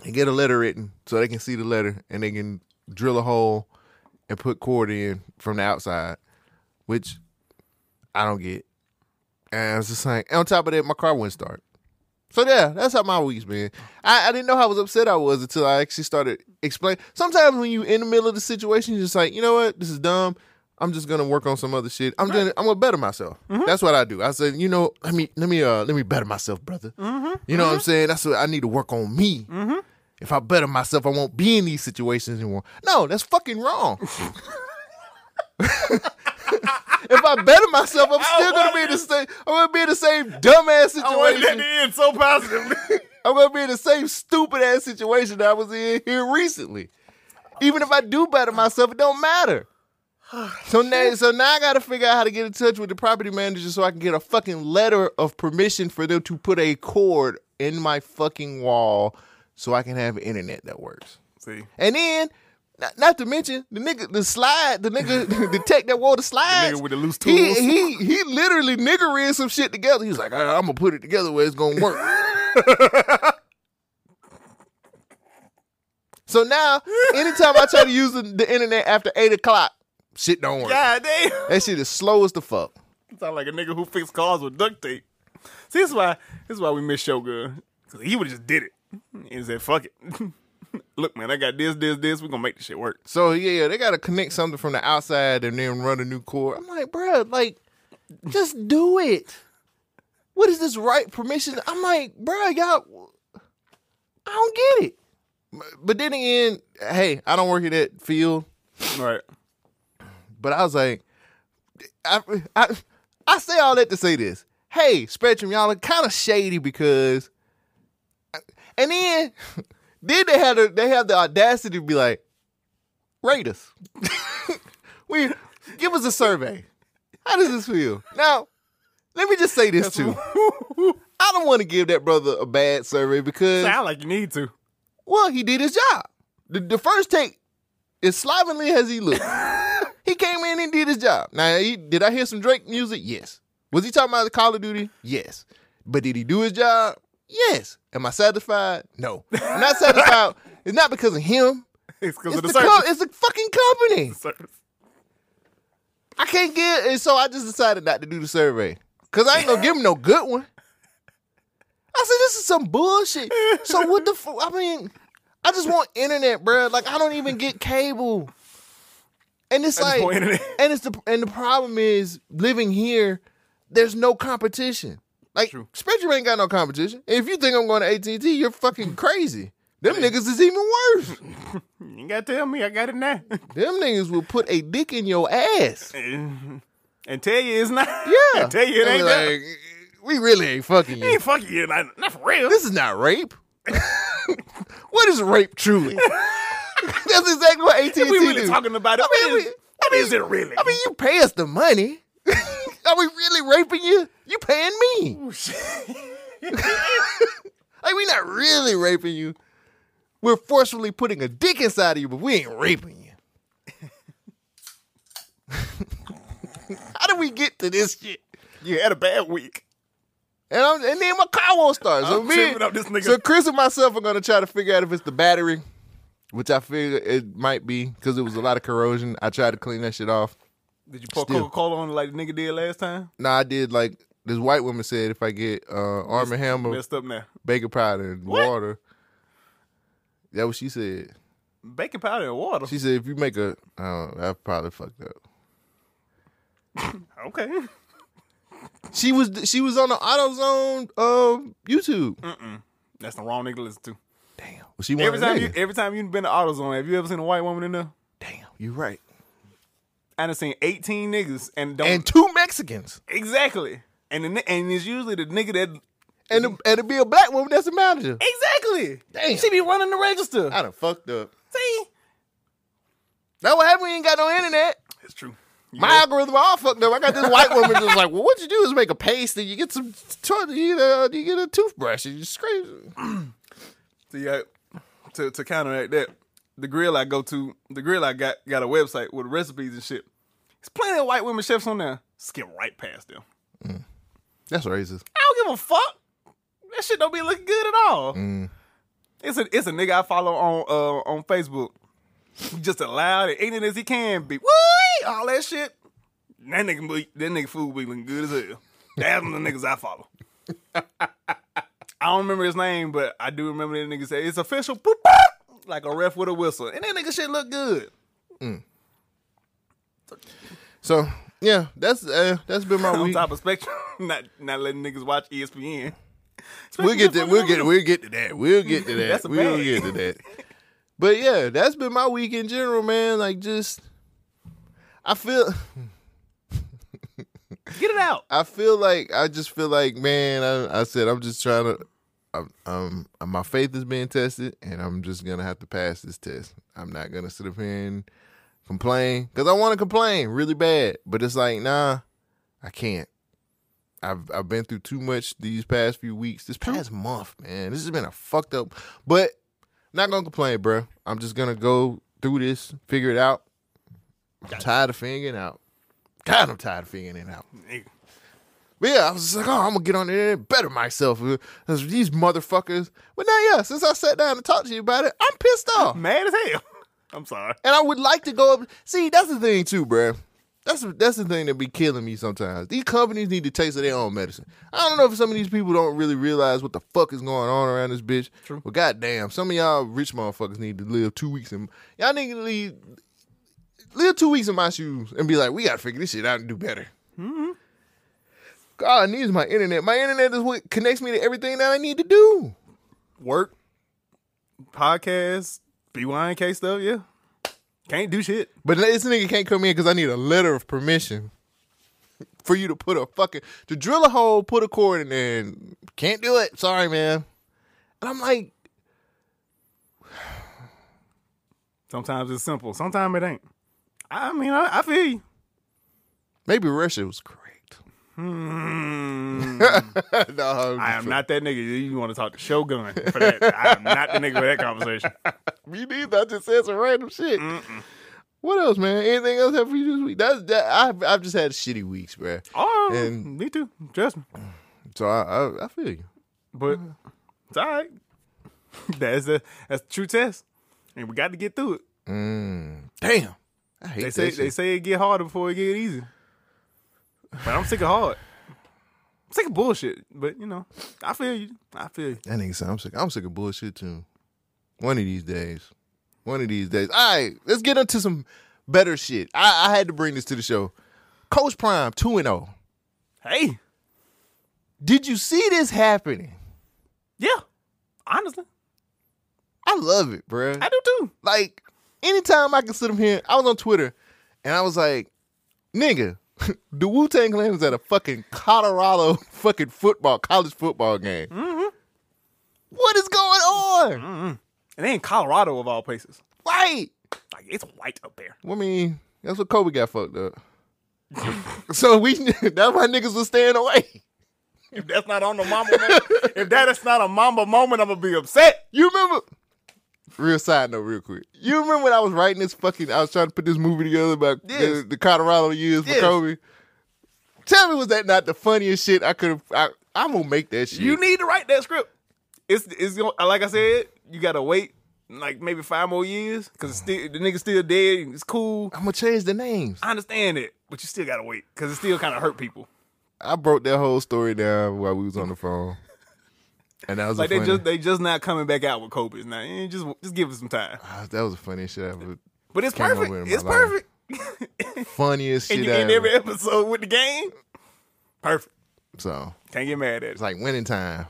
[SPEAKER 1] and get a letter written so they can see the letter and they can drill a hole and put cord in from the outside, which I don't get. And I was just like, and on top of that, my car wouldn't start. So yeah, that's how my week's been. I, I didn't know how upset I was until I actually started explain. Sometimes when you in the middle of the situation, you're just like, you know what, this is dumb. I'm just gonna work on some other shit. I'm gonna I'm gonna better myself. That's what I do. I said, you know, let me let me uh let me better myself, brother. You know what I'm saying? That's what I need to work on me. If I better myself, I won't be in these situations anymore. No, that's fucking wrong. if I better myself, I'm still gonna be in the same. I'm gonna be in the same dumbass
[SPEAKER 2] Oh,
[SPEAKER 1] situation.
[SPEAKER 2] end so positively.
[SPEAKER 1] I'm gonna be in the same stupid ass situation that I was in here recently. Even if I do better myself, it don't matter. So now, so now I gotta figure out how to get in touch with the property manager so I can get a fucking letter of permission for them to put a cord in my fucking wall so I can have internet that works.
[SPEAKER 2] See,
[SPEAKER 1] And then Not, not to mention the nigga, the slide, the nigga, the tech that wore the slides.
[SPEAKER 2] Nigga with the loose
[SPEAKER 1] he
[SPEAKER 2] tools.
[SPEAKER 1] he he literally nigger in some shit together. He's like, I, am gonna put it together where it's gonna work. so now, anytime I try to use the, the internet after eight o'clock, shit don't work.
[SPEAKER 2] God damn.
[SPEAKER 1] That shit is slow as the fuck.
[SPEAKER 2] Sound like a nigga who fixed cars with duct tape. See, this is why this is why we miss Shogun. Cause he would have just did it. He said, "Fuck it." Look, man, I got this, this, this. We're gonna make this shit work.
[SPEAKER 1] So yeah, they gotta connect something from the outside and then run a new core. I'm like, bruh, like, just do it. What is this right permission? I'm like, bruh, y'all, I don't get it. But then again, hey, I don't work in that field.
[SPEAKER 2] All right.
[SPEAKER 1] But I was like, I, I, I say all that to say this. Hey, Spectrum, y'all are kind of shady because, and then, then they had a, they have the audacity to be like, rate us. we give us a survey. How does this feel? Now, let me just say this too. I don't want to give that brother a bad survey because
[SPEAKER 2] Sound like you need to.
[SPEAKER 1] well, he did his job. The, the first take, as slovenly as he looked, he came in and did his job. Now, he, did I hear some Drake music? Yes. Was he talking about the Call of Duty? Yes. But did he do his job? Yes. Am I satisfied? No. I'm not satisfied. It's not because of him.
[SPEAKER 2] It's because
[SPEAKER 1] It's
[SPEAKER 2] of the,
[SPEAKER 1] the,
[SPEAKER 2] service.
[SPEAKER 1] co- it's the fucking company.
[SPEAKER 2] Service.
[SPEAKER 1] I can't get, and so I just decided not to do the survey because I ain't gonna give him no good one. I said this is some bullshit. So what the? Fu- I mean, I just want internet, bruh. Like I don't even get cable, and it's
[SPEAKER 2] I just
[SPEAKER 1] like,
[SPEAKER 2] want internet.
[SPEAKER 1] and it's the and the problem is living here. There's no competition. Like Spectrum ain't got no competition. If you think I'm going to AT and T, you're fucking crazy. Them niggas is even worse.
[SPEAKER 2] You ain't gotta tell me. I got it now.
[SPEAKER 1] Them niggas will put a dick in your ass.
[SPEAKER 2] and tell you it's not.
[SPEAKER 1] Yeah.
[SPEAKER 2] And tell you it
[SPEAKER 1] They
[SPEAKER 2] ain't
[SPEAKER 1] were
[SPEAKER 2] that.
[SPEAKER 1] like, we really ain't fucking you.
[SPEAKER 2] ain't fucking you. Not, not for real.
[SPEAKER 1] This is not rape. what is rape truly? That's exactly what AT&T
[SPEAKER 2] we really
[SPEAKER 1] do.
[SPEAKER 2] talking about it.
[SPEAKER 1] I mean,
[SPEAKER 2] what is,
[SPEAKER 1] we-
[SPEAKER 2] what is it really?
[SPEAKER 1] I mean, you pay us the money. Are we really raping you? You paying me. like, we not really raping you. We're forcefully putting a dick inside of you, but we ain't raping you. How do we get to this shit?
[SPEAKER 2] you had a bad week.
[SPEAKER 1] And, I'm, and then my car won't start. So
[SPEAKER 2] I'm
[SPEAKER 1] me,
[SPEAKER 2] tripping up this nigga.
[SPEAKER 1] so Chris and myself are gonna try to figure out if it's the battery, which I figure it might be because it was a lot of corrosion. I tried to clean that shit off.
[SPEAKER 2] Did you pour
[SPEAKER 1] Still.
[SPEAKER 2] Coca Cola on it like the nigga did last time?
[SPEAKER 1] Nah, I did like this white woman said if I get uh, Arm and Hammer
[SPEAKER 2] Messed up now.
[SPEAKER 1] baking powder and
[SPEAKER 2] What?
[SPEAKER 1] water. That what she said.
[SPEAKER 2] Baking powder and water.
[SPEAKER 1] She said if you make a, uh, I probably fucked up.
[SPEAKER 2] Okay.
[SPEAKER 1] She was she was on the AutoZone um YouTube.
[SPEAKER 2] That's the wrong nigga to listen to.
[SPEAKER 1] Damn, she
[SPEAKER 2] Mm. Every
[SPEAKER 1] wanted a
[SPEAKER 2] time you
[SPEAKER 1] nigga.
[SPEAKER 2] every time you've been to AutoZone, have you ever seen a white woman in there?
[SPEAKER 1] Damn, you're right.
[SPEAKER 2] I done seen 18 niggas and don't
[SPEAKER 1] And two Mexicans,
[SPEAKER 2] exactly. And the, ni- and it's usually the nigga that
[SPEAKER 1] and a, and to be a black woman that's a manager.
[SPEAKER 2] exactly.
[SPEAKER 1] Damn.
[SPEAKER 2] She be running the register.
[SPEAKER 1] I done fucked up.
[SPEAKER 2] See,
[SPEAKER 1] That what happened. We ain't got no internet.
[SPEAKER 2] it's true. You
[SPEAKER 1] My algorithm all fucked up. I got this white woman just like, well, what you do is make a paste and you get some, to- you, know, you get a toothbrush and you scrape. it.
[SPEAKER 2] So yeah, to to counteract that, the grill I go to, the grill I got got a website with recipes and shit. There's plenty of white women chefs on there. Skip right past them.
[SPEAKER 1] That's racist.
[SPEAKER 2] I don't give a fuck. That shit don't be looking good at all.
[SPEAKER 1] Mm.
[SPEAKER 2] It's a it's a nigga I follow on uh, on Facebook. He just as loud and ignorant as he can be. Woo! All that shit. That nigga be, that nigga food be looking good as hell. That's the niggas I follow. I don't remember his name, but I do remember that nigga say it's official. Boop, boop, like a ref with a whistle, and that nigga shit look good.
[SPEAKER 1] So yeah, that's uh, that's been my
[SPEAKER 2] On
[SPEAKER 1] week.
[SPEAKER 2] top of spectrum, not not letting niggas watch E ESPN.
[SPEAKER 1] We'll get to we'll get we'll get to that. We'll get to that.
[SPEAKER 2] That's a
[SPEAKER 1] We'll
[SPEAKER 2] bag.
[SPEAKER 1] get to that. But yeah, that's been my week in general, man. Like just, I feel.
[SPEAKER 2] get it out.
[SPEAKER 1] I feel like I just feel like man. I, I said I'm just trying to. I'm, um, my faith is being tested, and I'm just gonna have to pass this test. I'm not gonna sit up here and complain because I want to complain really bad, but it's like nah, I can't. I've I've been through too much these past few weeks. This past month, man, this has been a fucked up. But not gonna complain, bro. I'm just gonna go through this, figure it out. I'm tired of figuring out. God, I'm tired of figuring it out. But yeah, I was just like, oh, I'm gonna get on there and better myself. Uh, These motherfuckers. But now, yeah, since I sat down and talked to you about it, I'm pissed off.
[SPEAKER 2] Mad as hell. I'm sorry.
[SPEAKER 1] And I would like to go up. See, that's the thing too, bruh. That's that's the thing that be killing me sometimes. These companies need to taste of their own medicine. I don't know if some of these people don't really realize what the fuck is going on around this bitch. True. Well, goddamn, some of y'all rich motherfuckers need to live two weeks in. Y'all need to leave, live two weeks in my shoes and be like, we gotta figure this shit out and do better. God, I need is my internet. My internet is what connects me to everything that I need to do.
[SPEAKER 2] Work, podcast, BYNK stuff, yeah. Can't do shit.
[SPEAKER 1] But this nigga can't come in because I need a letter of permission for you to put a fucking to drill a hole, put a cord in there. And can't do it. Sorry, man. And I'm like,
[SPEAKER 2] Sometimes it's simple. Sometimes it ain't. I mean, I, I feel you.
[SPEAKER 1] maybe Russia was correct.
[SPEAKER 2] Hmm.
[SPEAKER 1] no, I'm
[SPEAKER 2] I
[SPEAKER 1] just-
[SPEAKER 2] am not that nigga. You want to talk to Shogun for that? I am not the nigga for that conversation.
[SPEAKER 1] Me neither. I just said some random shit. What else, man? Anything else have for you this week? That's that. I've I've just had shitty weeks, bruh.
[SPEAKER 2] Oh,
[SPEAKER 1] And-
[SPEAKER 2] me too. Trust me.
[SPEAKER 1] So I I, I feel you.
[SPEAKER 2] But it's all right. That's the that's the true test, and we got to get through it.
[SPEAKER 1] Damn. I hate
[SPEAKER 2] They
[SPEAKER 1] that
[SPEAKER 2] say
[SPEAKER 1] shit.
[SPEAKER 2] they say it get harder before it get easy. But I'm sick of hard. I'm sick of bullshit. But you know, I feel you. I feel you.
[SPEAKER 1] That nigga said, I'm sick. I'm sick of bullshit too. One of these days. One of these days. All right, let's get into some better shit. I, I had to bring this to the show. Coach Prime, 2 and 0.
[SPEAKER 2] Hey,
[SPEAKER 1] Did you see this happening?
[SPEAKER 2] yeah. Honestly,
[SPEAKER 1] I love it, bruh.
[SPEAKER 2] I do too.
[SPEAKER 1] like, anytime I can sit him here, I was on Twitter and I was like, nigga, the Wu Tang Clan was at a fucking Colorado fucking football, college football game. What is going on?
[SPEAKER 2] And they in Colorado of all places.
[SPEAKER 1] Right.
[SPEAKER 2] Like it's white up there.
[SPEAKER 1] Well, I mean, that's what Kobe got fucked up. so we that's why niggas was staying away.
[SPEAKER 2] If that's not on the mamba, moment, if that is not a mamba moment, I'm gonna be upset.
[SPEAKER 1] You remember? Real side note, real quick. You remember when I was writing this fucking? I was trying to put this movie together about
[SPEAKER 2] Yes.
[SPEAKER 1] the, the Colorado years
[SPEAKER 2] Yes.
[SPEAKER 1] for Kobe. Tell me, was that not the funniest shit I could have? I, I'm gonna make that shit.
[SPEAKER 2] You need to write that script. It's it's gonna like I said. You gotta wait like maybe five more years because still the nigga still dead. and It's cool.
[SPEAKER 1] I'm gonna change the names.
[SPEAKER 2] I understand it, but you still gotta wait because it still kind of hurt people.
[SPEAKER 1] I broke that whole story down while we was on the phone, and that was
[SPEAKER 2] Like
[SPEAKER 1] a
[SPEAKER 2] they
[SPEAKER 1] funny,
[SPEAKER 2] just they just not coming back out with Kobe's now. Eh, Just just give it some time.
[SPEAKER 1] that was the funniest shit I ever.
[SPEAKER 2] But it's
[SPEAKER 1] Came up
[SPEAKER 2] perfect.
[SPEAKER 1] with it in
[SPEAKER 2] It's
[SPEAKER 1] my life.
[SPEAKER 2] perfect.
[SPEAKER 1] Funniest
[SPEAKER 2] And
[SPEAKER 1] shit
[SPEAKER 2] you
[SPEAKER 1] I
[SPEAKER 2] end
[SPEAKER 1] ever.
[SPEAKER 2] every episode with the game. Perfect.
[SPEAKER 1] so
[SPEAKER 2] Can't get mad at it.
[SPEAKER 1] It's like winning time.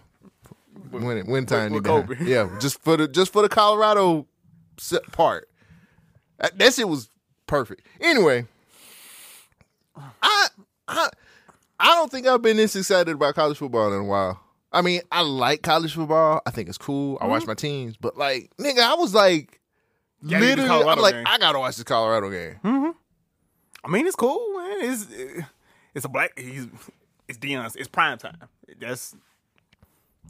[SPEAKER 1] Winning, win time. need
[SPEAKER 2] with
[SPEAKER 1] to
[SPEAKER 2] Kobe.
[SPEAKER 1] happen. Yeah, just for the just for the Colorado se- part. That, that shit was perfect. Anyway, I I I don't think I've been this excited about college football in a while. I mean, I like college football. I think it's cool. I watch my teams, but like, nigga, I was like,
[SPEAKER 2] Mm-hmm. Yeah, you did the
[SPEAKER 1] literally, I'm
[SPEAKER 2] Colorado
[SPEAKER 1] like,
[SPEAKER 2] game. Hmm?
[SPEAKER 1] I gotta watch this Colorado game.
[SPEAKER 2] I mean, it's cool, man. It's it's a black. He's it's Dion's. It's prime time. That's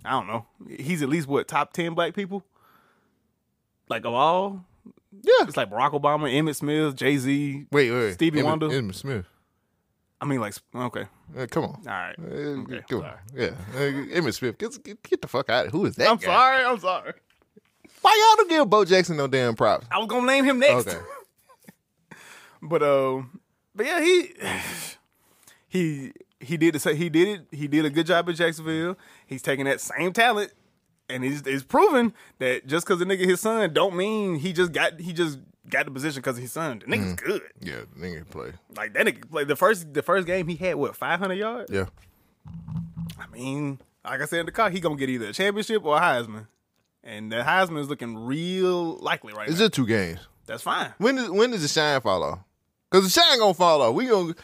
[SPEAKER 2] I don't know. He's at least what top ten black people, like of all.
[SPEAKER 1] Yeah.
[SPEAKER 2] It's like Barack Obama, Emmett Smith, Jay Z.
[SPEAKER 1] Wait, wait, wait.
[SPEAKER 2] Stevie
[SPEAKER 1] Emmitt-
[SPEAKER 2] Wonder?
[SPEAKER 1] Emmitt Smith.
[SPEAKER 2] I mean, like okay,
[SPEAKER 1] Uh, come on.
[SPEAKER 2] all right.
[SPEAKER 1] Uh,
[SPEAKER 2] sorry.
[SPEAKER 1] come on. Yeah, uh, Emmitt Smith. Get, get, get the fuck out of. Who is that?
[SPEAKER 2] I'm
[SPEAKER 1] guy?
[SPEAKER 2] sorry. I'm sorry.
[SPEAKER 1] Why y'all don't give Bo Jackson no damn props?
[SPEAKER 2] I was gonna name him next,
[SPEAKER 1] Okay.
[SPEAKER 2] but um, but yeah, he he he did the sa- he did it. He did a good job at Jacksonville. He's taking that same talent, and he's it's proven that just because the nigga his son don't mean he just got he just got the position because his son. The nigga's
[SPEAKER 1] Mm-hmm.
[SPEAKER 2] good.
[SPEAKER 1] Yeah, nigga play.
[SPEAKER 2] Like that nigga like the first the first game he had what 500 yards.
[SPEAKER 1] Yeah.
[SPEAKER 2] I mean, like I said in the car, he gonna get either a championship or a Heisman, and the Heisman is looking real likely right
[SPEAKER 1] It's
[SPEAKER 2] now.
[SPEAKER 1] just two games.
[SPEAKER 2] That's fine.
[SPEAKER 1] When does when does the shine fall off? Cause the shine gonna fall off. We gonna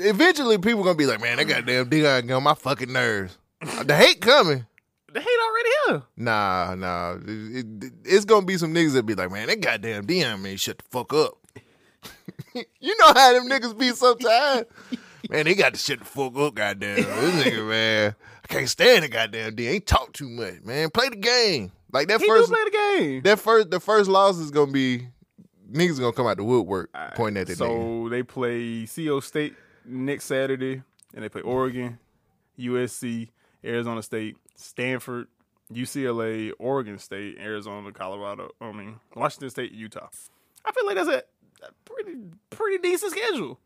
[SPEAKER 1] eventually people gonna be like, man, that goddamn Dion got on my fucking nerves. the hate coming.
[SPEAKER 2] The hate already here.
[SPEAKER 1] Nah, nah. It- it- it's gonna be some niggas that be like, man, that goddamn Dion man, shut the fuck up. you know how them niggas be sometimes. man, they got to shut the fuck up, goddamn. This nigga, man, I can't stand the goddamn Dion. He talk too much, man. Play the game. Like that
[SPEAKER 2] He
[SPEAKER 1] first
[SPEAKER 2] do play the game.
[SPEAKER 1] that first the first loss is gonna be niggas gonna come out the woodwork pointing at that nigga.
[SPEAKER 2] So they play CO State next Saturday, and they play Oregon, USC, Arizona State, Stanford, UCLA, Oregon State, Arizona, Colorado. I mean Washington State, Utah. I feel like that's a a pretty pretty decent schedule.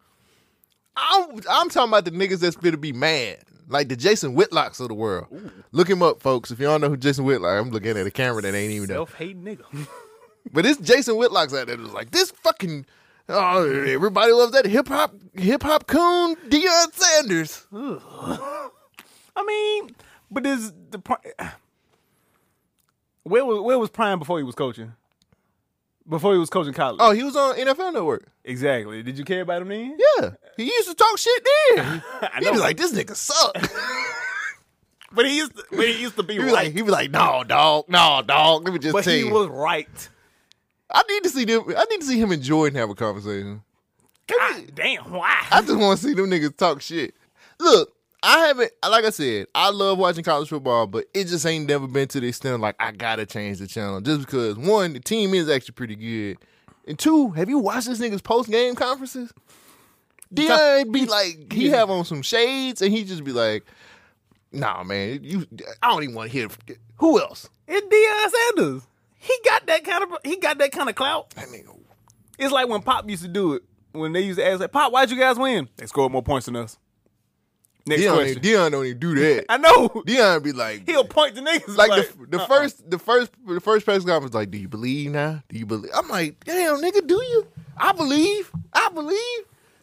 [SPEAKER 1] I'm, I'm talking about the niggas that's gonna be mad, like the Jason Whitlocks of the world. Look him up, folks. If you don't know who Jason Whitlock, I'm looking at a camera that ain't even there.
[SPEAKER 2] Self hate nigga.
[SPEAKER 1] But it's Jason Whitlock's out there that was like this fucking. Oh, everybody loves that hip hop hip hop coon Deion Sanders.
[SPEAKER 2] I mean, but is the pri- where was where was Prime before he was coaching? Before he was coaching college,
[SPEAKER 1] Oh, he was on NFL Network.
[SPEAKER 2] exactly. Did you care about him then?
[SPEAKER 1] Yeah, he used to talk shit then.
[SPEAKER 2] I
[SPEAKER 1] He
[SPEAKER 2] know,
[SPEAKER 1] was like, "This nigga suck."
[SPEAKER 2] but he used to, but he used to be
[SPEAKER 1] He was like,
[SPEAKER 2] right.
[SPEAKER 1] "He was like, no, dog, no, dog." Let me just
[SPEAKER 2] But
[SPEAKER 1] tell
[SPEAKER 2] he
[SPEAKER 1] you,
[SPEAKER 2] was right.
[SPEAKER 1] I need to see them. I need to see him and Jordan have a conversation.
[SPEAKER 2] God damn, why?
[SPEAKER 1] I just want to see them niggas talk shit. Look, I haven't, like I said, I love watching college football, but it just ain't never been to the extent of like, I gotta change the channel. Just because, one, the team is actually pretty good. And two, have you watched this nigga's post game conferences? Dion be like, he have on some shades and he just be like, nah, man, you, I don't even want to hear from, who else?
[SPEAKER 2] It's Deion Sanders. He got that kind of he got that kind of clout.
[SPEAKER 1] That nigga.
[SPEAKER 2] It's like when Pop used to do it. When they used to ask, like, Pop, why'd you guys win? They scored more points than us. Next
[SPEAKER 1] Dion,
[SPEAKER 2] question.
[SPEAKER 1] ain't- Dion don't even do that.
[SPEAKER 2] I know.
[SPEAKER 1] Dion be like,
[SPEAKER 2] He'll point to niggas. uh-uh.
[SPEAKER 1] like, the the first the first the first press conference like, do you believe now? Do you believe? I'm like, damn nigga, do you? I believe. I believe.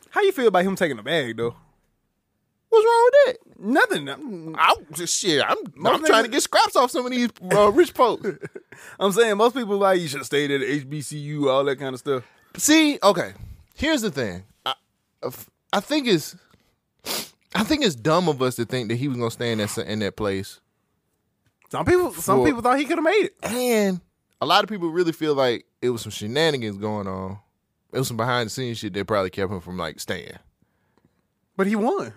[SPEAKER 2] How you feel about him taking the bag though?
[SPEAKER 1] What's wrong with that?
[SPEAKER 2] Nothing. I'm,
[SPEAKER 1] I'm just shit. I'm I'm
[SPEAKER 2] niggas-
[SPEAKER 1] trying to get scraps off some of these uh, rich folks.
[SPEAKER 2] I'm saying most people like you should have stayed at HBCU, all that kind of stuff.
[SPEAKER 1] See, okay. Here's the thing. I, if- I think it's I think it's dumb of us to think that he was gonna stay in that in that place.
[SPEAKER 2] Some people, some
[SPEAKER 1] Well-
[SPEAKER 2] people thought he could have made it.
[SPEAKER 1] And a lot of people really feel like it was some shenanigans going on. It was some behind the scenes shit that probably kept him from like staying.
[SPEAKER 2] But he won.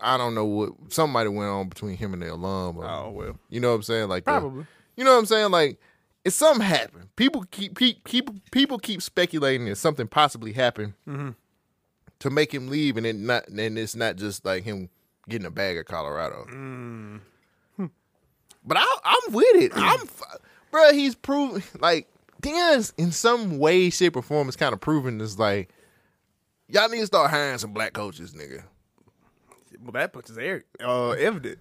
[SPEAKER 1] I don't know what somebody went on between him and the alum. Or,
[SPEAKER 2] Oh well.
[SPEAKER 1] You know what I'm saying? Like the-
[SPEAKER 2] Probably.
[SPEAKER 1] you know what I'm saying? Like if something happened, people keep keep keep people keep speculating that something possibly happened
[SPEAKER 2] Mm-hmm.
[SPEAKER 1] to make him leave, and it not and it's not just like him getting a bag of Colorado.
[SPEAKER 2] Mm.
[SPEAKER 1] But I, I'm with it. I'm, f- bruh, He's proven like Dion's in some way, shape, or form is kind of proving this. Like y'all need to start hiring some black coaches, nigga.
[SPEAKER 2] Well, that puts his air uh, evident.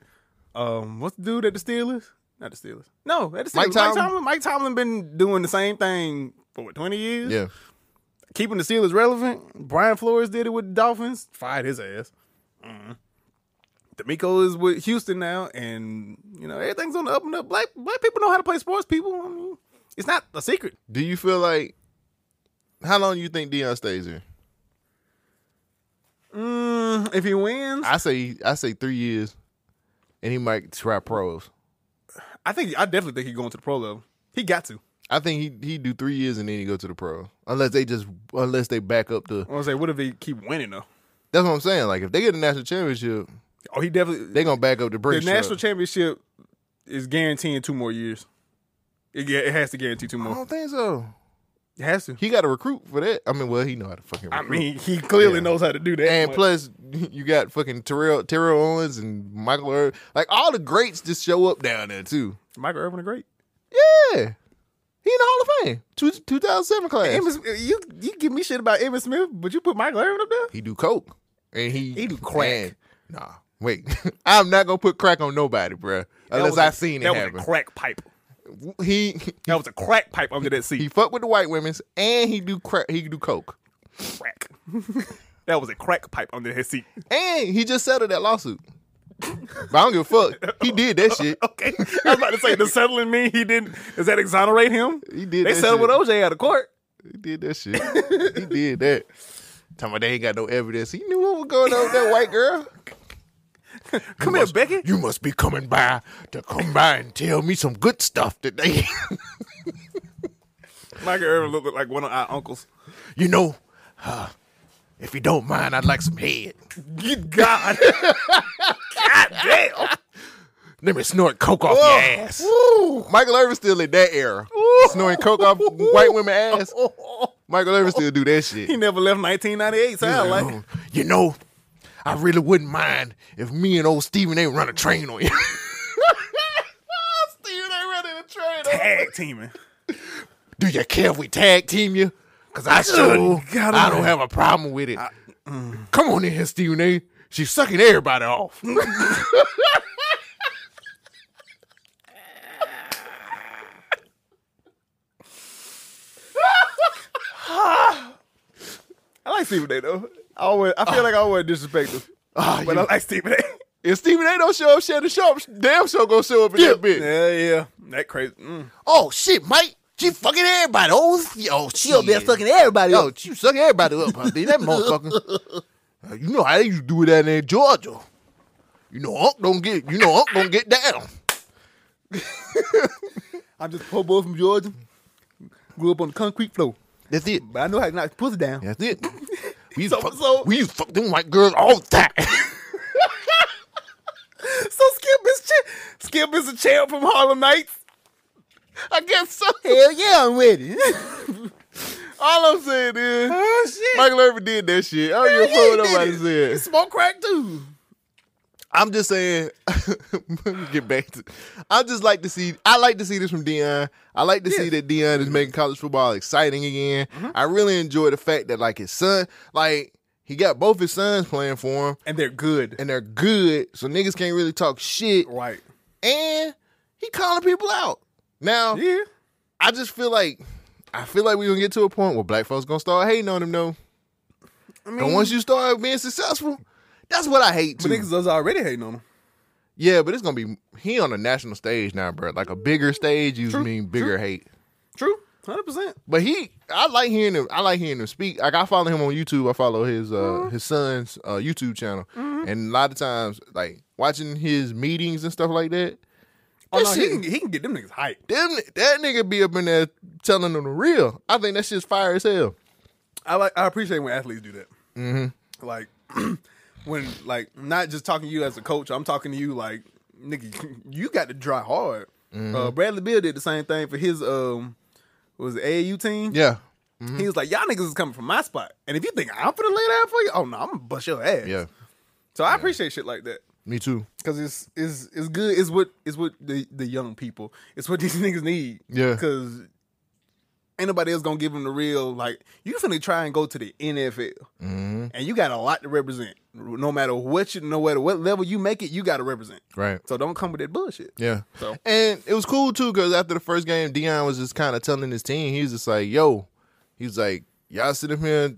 [SPEAKER 2] Um, what's the dude at the Steelers? Not the Steelers. No, at the
[SPEAKER 1] Mike
[SPEAKER 2] Steelers. Mike
[SPEAKER 1] Tomlin?
[SPEAKER 2] Tomlin. Mike Tomlin been doing the same thing for what twenty years.
[SPEAKER 1] Yeah.
[SPEAKER 2] keeping the Steelers relevant. Brian Flores did it with the Dolphins, fired his ass. Mm. D'Amico is with Houston now, and you know everything's on the up and up. Black black people know how to play sports. People, I mean, it's not a secret.
[SPEAKER 1] Do you feel like how long you think Dion stays here?
[SPEAKER 2] Mm, if he wins, I,
[SPEAKER 1] I say I say three years, and he might try pros.
[SPEAKER 2] think I definitely think he's going to the pro level. He got to.
[SPEAKER 1] I think he he do three years and then he go to the pros unless they just unless they back up to.
[SPEAKER 2] I want to say, what if they keep winning though?
[SPEAKER 1] That's what I'm saying. Like if they get a national championship,
[SPEAKER 2] Oh, he definitely
[SPEAKER 1] they gonna back up the
[SPEAKER 2] the
[SPEAKER 1] British.
[SPEAKER 2] national championship is guaranteeing two more years. It, gu- it has to guarantee two
[SPEAKER 1] I
[SPEAKER 2] more.
[SPEAKER 1] don't think so.
[SPEAKER 2] It has to.
[SPEAKER 1] He got to recruit for that. I mean, well, he know how to fucking.
[SPEAKER 2] I
[SPEAKER 1] Recruit.
[SPEAKER 2] mean, he clearly
[SPEAKER 1] Yeah.
[SPEAKER 2] knows how to do that.
[SPEAKER 1] and
[SPEAKER 2] but-
[SPEAKER 1] plus, you got fucking Terrell Terrell Owens and Michael Irvin. Like all the greats just show up down there too.
[SPEAKER 2] Michael Irvin, the great.
[SPEAKER 1] Yeah, he in the Hall of Fame. Two two thousand seven class.
[SPEAKER 2] Emmitt Smith- you you give me shit about Emmitt Smith, but you put Michael Irvin up there.
[SPEAKER 1] He do coke and he
[SPEAKER 2] He do crack.
[SPEAKER 1] and- nah, wait. I'm not gonna put crack on nobody, bruh. Unless I
[SPEAKER 2] I
[SPEAKER 1] seen it
[SPEAKER 2] that
[SPEAKER 1] happen.
[SPEAKER 2] was a crack pipe.
[SPEAKER 1] he
[SPEAKER 2] That was a crack pipe under that
[SPEAKER 1] he
[SPEAKER 2] seat.
[SPEAKER 1] fuck with the white women's and he do crack. He do coke
[SPEAKER 2] Crack. that was a crack pipe under his seat.
[SPEAKER 1] and he just settled that lawsuit. but I don't give a fuck. He did that shit.
[SPEAKER 2] Okay, I was about to say the settling me. He didn't. Does that exonerate him?
[SPEAKER 1] He did
[SPEAKER 2] They
[SPEAKER 1] that
[SPEAKER 2] settled
[SPEAKER 1] shit.
[SPEAKER 2] with OJ out of court.
[SPEAKER 1] He did that shit. he did that. Talking about they ain't got no evidence. He knew what was going on with that white girl.
[SPEAKER 2] Come here, Becky.
[SPEAKER 1] You must be coming by to come by and tell me some good stuff today.
[SPEAKER 2] Michael Irvin looked like one of our uncles.
[SPEAKER 1] you know, uh, if you don't mind, I'd like some head.
[SPEAKER 2] Good God. God damn.
[SPEAKER 1] Let me snort coke off your ass. Michael Irvin still in that era. Snorting coke off white women ass. Michael Irvin still do that shit.
[SPEAKER 2] He never left 1998. Sound
[SPEAKER 1] Like,
[SPEAKER 2] like "Oh."
[SPEAKER 1] "Mm, you know, I really wouldn't mind if me and old Steven ain't run a train on you. Steven ain't running a train. on-
[SPEAKER 2] tag teaming.
[SPEAKER 1] Do you care if we tag team you? Cause I sure
[SPEAKER 2] God,
[SPEAKER 1] I don't
[SPEAKER 2] man.
[SPEAKER 1] have a problem with it. Come on in here, Steven A. She's sucking everybody off.
[SPEAKER 2] I like Stephen A. though. I always, I feel like I always disrespect him,
[SPEAKER 1] Ah,
[SPEAKER 2] but
[SPEAKER 1] you-
[SPEAKER 2] I like Stephen A.
[SPEAKER 1] if Steven A don't show up, Shannon Sharp damn sure gonna show up in that bitch.
[SPEAKER 2] yeah, yeah, that crazy. Mm.
[SPEAKER 1] Oh shit, Mike. She fucking everybody. Oh, oh she up there sucking everybody up. She sucking everybody up, huh? bitch. That motherfucker. Uh, You know how they used to do it down there in Georgia. You know, Unc don't get. You know, Unc don't get down.
[SPEAKER 2] I'm just a poor boy from Georgia. Grew up on the concrete floor,
[SPEAKER 1] That's it.
[SPEAKER 2] but I know how to knock pussy down.
[SPEAKER 1] That's it. We used, to
[SPEAKER 2] So-
[SPEAKER 1] fuck,
[SPEAKER 2] so-
[SPEAKER 1] we used to fuck them white girls all the time.
[SPEAKER 2] So Skip is ch- Skip is a champ from Harlem Nights.
[SPEAKER 1] I guess so.
[SPEAKER 2] Hell yeah, I'm with it.
[SPEAKER 1] All I'm saying is,
[SPEAKER 2] oh shit!
[SPEAKER 1] Michael Irvin did that shit. I don't give a
[SPEAKER 2] Yeah,
[SPEAKER 1] fuck
[SPEAKER 2] he
[SPEAKER 1] what nobody
[SPEAKER 2] did
[SPEAKER 1] said.
[SPEAKER 2] He smoked crack too.
[SPEAKER 1] I'm just saying. let me get back to. I just like to see. I like to see this from Dion. I like to see
[SPEAKER 2] Yes. Mm-hmm.
[SPEAKER 1] that Dion is making college football exciting again. I really enjoy the fact that like his son, like he got both his sons playing for him,
[SPEAKER 2] And they're good.
[SPEAKER 1] and they're good, so niggas can't really talk shit.
[SPEAKER 2] right.
[SPEAKER 1] And he calling people out. Now
[SPEAKER 2] Yeah.
[SPEAKER 1] I just feel like. I feel like we're gonna get to a point where black folks gonna start hating on him though.
[SPEAKER 2] I mean,
[SPEAKER 1] And once you start being successful, that's what I hate too.
[SPEAKER 2] but niggas was already hating on him.
[SPEAKER 1] Yeah, but it's gonna be he on a national stage now, bro. Like a bigger stage, you
[SPEAKER 2] True,
[SPEAKER 1] mean bigger hate.
[SPEAKER 2] True. Hundred percent.
[SPEAKER 1] But he, I like hearing him. I like hearing him speak. Like I follow him on YouTube. I follow his uh
[SPEAKER 2] Mm-hmm.
[SPEAKER 1] his son's uh YouTube channel, and a lot of times, like watching his meetings and stuff like that.
[SPEAKER 2] Oh
[SPEAKER 1] That
[SPEAKER 2] no, he
[SPEAKER 1] shit-
[SPEAKER 2] can, he can get them niggas hyped.
[SPEAKER 1] Them, that nigga be up in there telling them the real. I think that shit's fire as hell.
[SPEAKER 2] I like I appreciate when athletes do that. Mm-hmm. Like when like not just talking to you as a coach, I'm talking to you like nigga, you got to try hard. Uh, Bradley Bill did the same thing for his um what was it, AAU team.
[SPEAKER 1] Yeah,
[SPEAKER 2] He was like, y'all niggas is coming from my spot, and if you think I'm finna lay down for you, oh no, I'm gonna bust your ass.
[SPEAKER 1] yeah,
[SPEAKER 2] So I appreciate shit like that.
[SPEAKER 1] me too.
[SPEAKER 2] Cause it's it's it's good. It's what it's what the the young people. It's what these niggas need.
[SPEAKER 1] Yeah.
[SPEAKER 2] Cause ain't nobody else gonna give them the real like you finna try and go to the NFL, mm-hmm. and you got a lot to represent. No matter what you, no matter what level you make it, you got to represent.
[SPEAKER 1] Right.
[SPEAKER 2] So don't come with that bullshit.
[SPEAKER 1] Yeah.
[SPEAKER 2] So-
[SPEAKER 1] And it was cool too because after the first game, Dion was just kind of telling his team, he was just like, "Yo," he was like, "Y'all sit up here,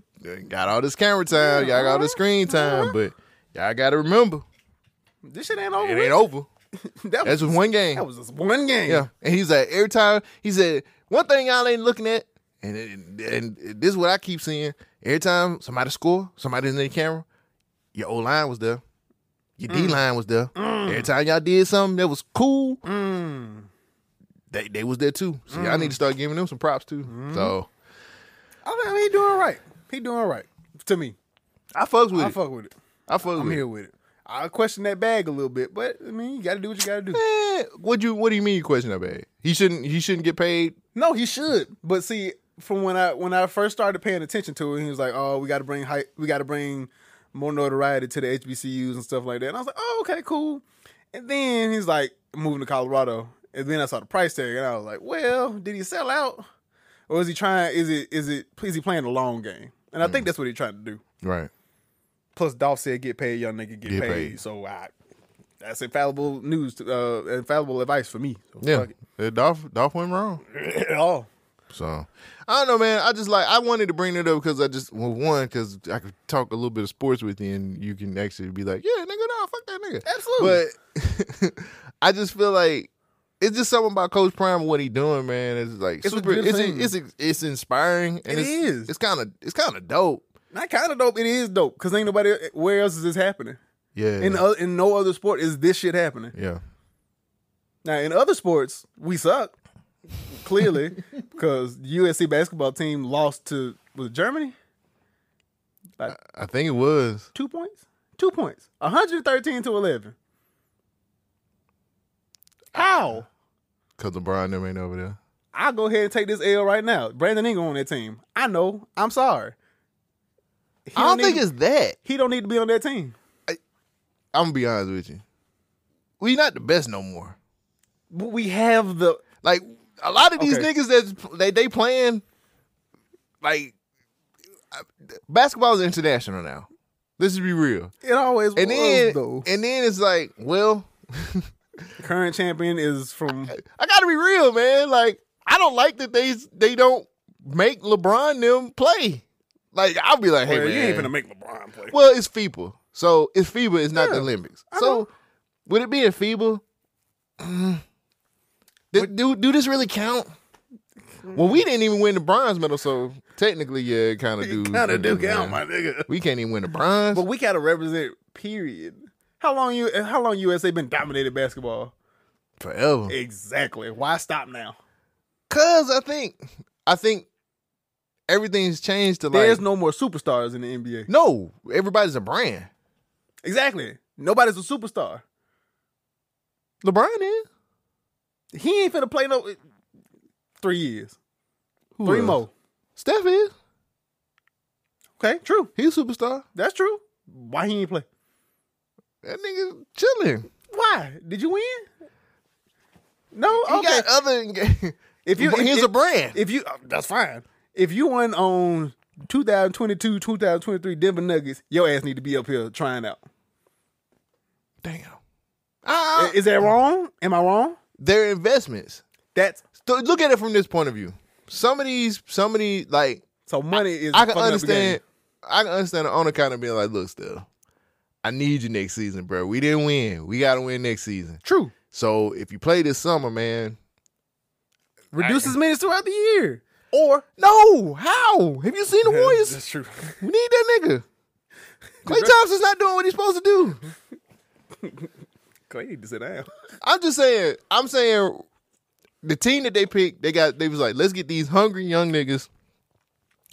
[SPEAKER 1] got all this camera time, y'all got all this screen time, but y'all got to remember,
[SPEAKER 2] This shit ain't over.
[SPEAKER 1] it
[SPEAKER 2] with.
[SPEAKER 1] ain't over.
[SPEAKER 2] that,
[SPEAKER 1] That's
[SPEAKER 2] was,
[SPEAKER 1] just one
[SPEAKER 2] that
[SPEAKER 1] game."
[SPEAKER 2] was just one game.
[SPEAKER 1] Yeah. And he's like, every time he said, "One thing y'all ain't looking at," and and, and this is what I keep seeing every time somebody score, somebody's in the camera, your O line was there. Your D line was there. Every time y'all did something that was cool,
[SPEAKER 2] Mm.
[SPEAKER 1] they they was there too. So y'all need to start giving them some props too.
[SPEAKER 2] Mm-hmm.
[SPEAKER 1] So
[SPEAKER 2] I mean, he doing right. He doing right to me.
[SPEAKER 1] I fucks with
[SPEAKER 2] I
[SPEAKER 1] it.
[SPEAKER 2] fuck with it.
[SPEAKER 1] I fucks
[SPEAKER 2] I'm
[SPEAKER 1] with
[SPEAKER 2] here with it. I question that bag a little bit, but I mean, you got to do what you got to do.
[SPEAKER 1] it. Eh, what you what do you mean you question that bad? He shouldn't he shouldn't get paid.
[SPEAKER 2] No, he should. But see, from when I when I first started paying attention to it, he was like, "Oh, we got to bring hype. We got to bring more notoriety to the HBCUs and stuff like that." And I was like, "Oh, okay, cool." And then he's like, "Moving to Colorado." And then I saw the price tag, and I was like, "Well, did he sell out, or is he trying? Is it is it is he playing the long game?" And I
[SPEAKER 1] Mm.
[SPEAKER 2] think that's what he's trying to do.
[SPEAKER 1] Right.
[SPEAKER 2] Plus, Dolph said, "Get paid, young nigga, get,
[SPEAKER 1] Get
[SPEAKER 2] paid.
[SPEAKER 1] paid.
[SPEAKER 2] So I, that's infallible news, to, uh, infallible advice for me. So
[SPEAKER 1] Yeah.
[SPEAKER 2] fuck it.
[SPEAKER 1] Uh, Dolph Dolph went wrong.
[SPEAKER 2] at all.
[SPEAKER 1] So I don't know, man. I just like I wanted to bring it up because I just well one because I could talk a little bit of sports with you and you can actually be like, yeah, nigga, no, fuck that nigga.
[SPEAKER 2] Absolutely.
[SPEAKER 1] But I just feel like it's just something about Coach Prime and what he doing, man. It's like
[SPEAKER 2] It's a
[SPEAKER 1] super.
[SPEAKER 2] good
[SPEAKER 1] It's,
[SPEAKER 2] thing.
[SPEAKER 1] it's it's inspiring. And
[SPEAKER 2] It
[SPEAKER 1] it's,
[SPEAKER 2] is.
[SPEAKER 1] It's kind of it's kind of dope.
[SPEAKER 2] Not kind of dope. It is dope because ain't nobody. Where else is this happening?
[SPEAKER 1] Yeah.
[SPEAKER 2] In o- in no other sport is this shit happening.
[SPEAKER 1] yeah.
[SPEAKER 2] Now in other sports we suck, clearly, because USC basketball team lost to was it Germany
[SPEAKER 1] I think it was.
[SPEAKER 2] two points, two points, one hundred thirteen to eleven. How?
[SPEAKER 1] Cause LeBron them ain't over there.
[SPEAKER 2] I'll go ahead and take this L right now. Brandon Ingram on that team. I know. I'm sorry. He
[SPEAKER 3] I don't
[SPEAKER 2] need-
[SPEAKER 3] think it's that.
[SPEAKER 2] he don't need to be on that team.
[SPEAKER 1] I'm gonna be honest with you. We not the best no more.
[SPEAKER 2] But we have the
[SPEAKER 1] Like a lot of these
[SPEAKER 2] Okay.
[SPEAKER 1] niggas that's they they playing like I- basketball is international now. Let's just be real.
[SPEAKER 2] it always
[SPEAKER 1] And
[SPEAKER 2] was
[SPEAKER 1] then
[SPEAKER 2] though.
[SPEAKER 1] and then it's like, well,
[SPEAKER 2] The current champion is from
[SPEAKER 1] I gotta be real, man. Like I don't like that they they don't make LeBron them play. Like I'll be like, hey
[SPEAKER 2] Well,
[SPEAKER 1] man,
[SPEAKER 2] you ain't gonna make LeBron play.
[SPEAKER 1] well it's FIBA, so it's FIBA. It's not the
[SPEAKER 2] Yeah,
[SPEAKER 1] Olympics.
[SPEAKER 2] I
[SPEAKER 1] So
[SPEAKER 2] know.
[SPEAKER 1] would it be a FIBA? Mm. Th- do do this really count? Well, we didn't even win the bronze medal, so technically, yeah, it kind of do.
[SPEAKER 2] Kinda do
[SPEAKER 1] yeah.
[SPEAKER 2] count, my nigga.
[SPEAKER 1] We can't even win the bronze.
[SPEAKER 2] But we gotta represent. Period. How long you? How long USA been dominated basketball?
[SPEAKER 1] forever.
[SPEAKER 2] Exactly. Why stop now?
[SPEAKER 1] Cause I think, I think everything's changed to like
[SPEAKER 2] There's no more superstars in the NBA.
[SPEAKER 1] no, everybody's a brand.
[SPEAKER 2] Exactly. Nobody's a superstar.
[SPEAKER 1] LeBron is
[SPEAKER 2] He ain't finna play no eh, three years.
[SPEAKER 1] Who
[SPEAKER 2] three
[SPEAKER 1] else?
[SPEAKER 2] more.
[SPEAKER 1] Steph is
[SPEAKER 2] Okay, true.
[SPEAKER 1] he's a superstar.
[SPEAKER 2] That's true. Why he ain't play?
[SPEAKER 1] That nigga chilling.
[SPEAKER 2] Why? Did you win? No.
[SPEAKER 1] He
[SPEAKER 2] Okay.
[SPEAKER 1] got other.
[SPEAKER 2] If
[SPEAKER 1] if
[SPEAKER 2] you-
[SPEAKER 1] you, he's
[SPEAKER 2] if-
[SPEAKER 1] a brand.
[SPEAKER 2] if you, uh, that's fine. If you won on 2022, 2023 Denver Nuggets, your ass need to be up here trying out.
[SPEAKER 1] Damn. Ah,
[SPEAKER 2] I- Is that wrong? Am I wrong?
[SPEAKER 1] their investments.
[SPEAKER 2] That's
[SPEAKER 1] So look at it from this point of view. Some of these, some of these, like
[SPEAKER 2] so money is.
[SPEAKER 1] I can
[SPEAKER 2] fucking up the
[SPEAKER 1] understand.
[SPEAKER 2] game.
[SPEAKER 1] I can understand the owner kind of being like, "Look, still, I need you next season, bro. We didn't win. We gotta win next season.
[SPEAKER 2] True.
[SPEAKER 1] So if you play this summer, man,
[SPEAKER 2] Reduces minutes throughout the year.
[SPEAKER 1] or no, how have you seen the Warriors?
[SPEAKER 2] That's true.
[SPEAKER 1] We need that nigga. Clay Thompson's not doing what he's supposed to do.
[SPEAKER 2] Clay need to sit down.
[SPEAKER 1] I'm just saying. I'm saying the team that they picked, they got. They was like, let's get these hungry young niggas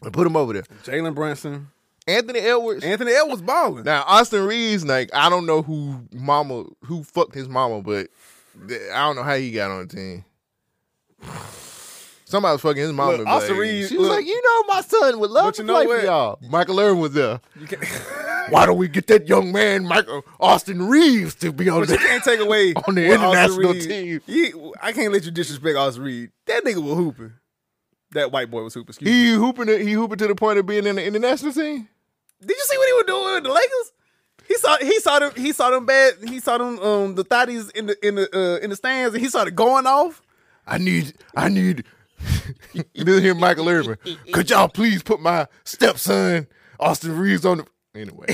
[SPEAKER 1] and put them over there.
[SPEAKER 2] Jalen Brunson,
[SPEAKER 1] Anthony Edwards.
[SPEAKER 2] Anthony Edwards balling.
[SPEAKER 1] now Austin Reeves, like I don't know who mama who fucked his mama, but th- I don't know how he got on the team. Somebody was fucking his mama.
[SPEAKER 2] Look,
[SPEAKER 1] but
[SPEAKER 2] Austin Reeves-
[SPEAKER 1] She was
[SPEAKER 2] look.
[SPEAKER 1] like, you know, my son would love
[SPEAKER 2] But
[SPEAKER 1] to
[SPEAKER 2] you know
[SPEAKER 1] play
[SPEAKER 2] what?
[SPEAKER 1] for y'all. Michael Irvin was there.
[SPEAKER 2] You can't,
[SPEAKER 1] Why don't we get that young man, Michael Austin Reeves, to be on
[SPEAKER 2] but you
[SPEAKER 1] the
[SPEAKER 2] can't take away
[SPEAKER 1] On the
[SPEAKER 2] what Austin
[SPEAKER 1] international
[SPEAKER 2] Reed-
[SPEAKER 1] team.
[SPEAKER 2] He, I can't let you disrespect Austin Reed. That nigga was hooping. That white boy was hooping. Excuse me.
[SPEAKER 1] He hooping. it- He hooping to the point of being in the international team.
[SPEAKER 2] Did you see what he was doing with the Lakers? He saw he saw them he saw them bad he saw them um the thotties in the in the uh, in the stands and he started going off.
[SPEAKER 1] I need, I need. you didn't hear Michael Irvin. Could y'all please put my stepson Austin Reeves on the? Anyway,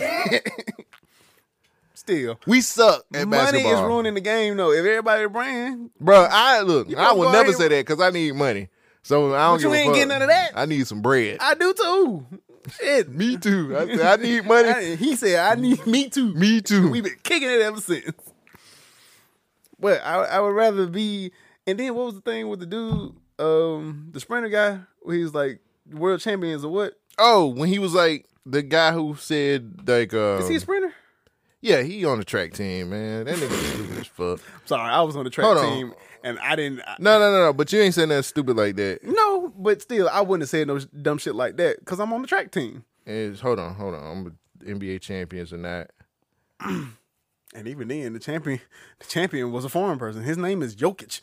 [SPEAKER 2] Still,
[SPEAKER 1] we suck at
[SPEAKER 2] money
[SPEAKER 1] basketball.
[SPEAKER 2] is ruining the game though. If everybody brand,
[SPEAKER 1] bro. I look. I
[SPEAKER 2] gonna
[SPEAKER 1] will
[SPEAKER 2] go
[SPEAKER 1] never
[SPEAKER 2] ahead-
[SPEAKER 1] say that because I need money. So I don't
[SPEAKER 2] But you
[SPEAKER 1] give a
[SPEAKER 2] ain't
[SPEAKER 1] fuck.
[SPEAKER 2] getting none of that.
[SPEAKER 1] I need some bread.
[SPEAKER 2] I do too. Shit,
[SPEAKER 1] me too. I, said, I need money.
[SPEAKER 2] I- he said I need me too.
[SPEAKER 1] me too.
[SPEAKER 2] We've been kicking it ever since. But I I would rather be. And then what was the thing with the dude, um, the sprinter guy? Where he was like world champions or what?
[SPEAKER 1] oh, when he was like the guy who said like, uh,
[SPEAKER 2] Is he a sprinter?
[SPEAKER 1] yeah, he on the track team, man. That nigga stupid as fuck.
[SPEAKER 2] Sorry, I was on the track
[SPEAKER 1] Hold on.
[SPEAKER 2] team and I didn't. I-
[SPEAKER 1] No, no, no, no. But you ain't saying that stupid like that.
[SPEAKER 2] No, but still, I wouldn't have said no sh- dumb shit like that because I'm on the track team.
[SPEAKER 1] Is hold on, hold on. I'm NBA champions or not?
[SPEAKER 2] And even then, the champion, the champion was a foreign person. His name is Jokic.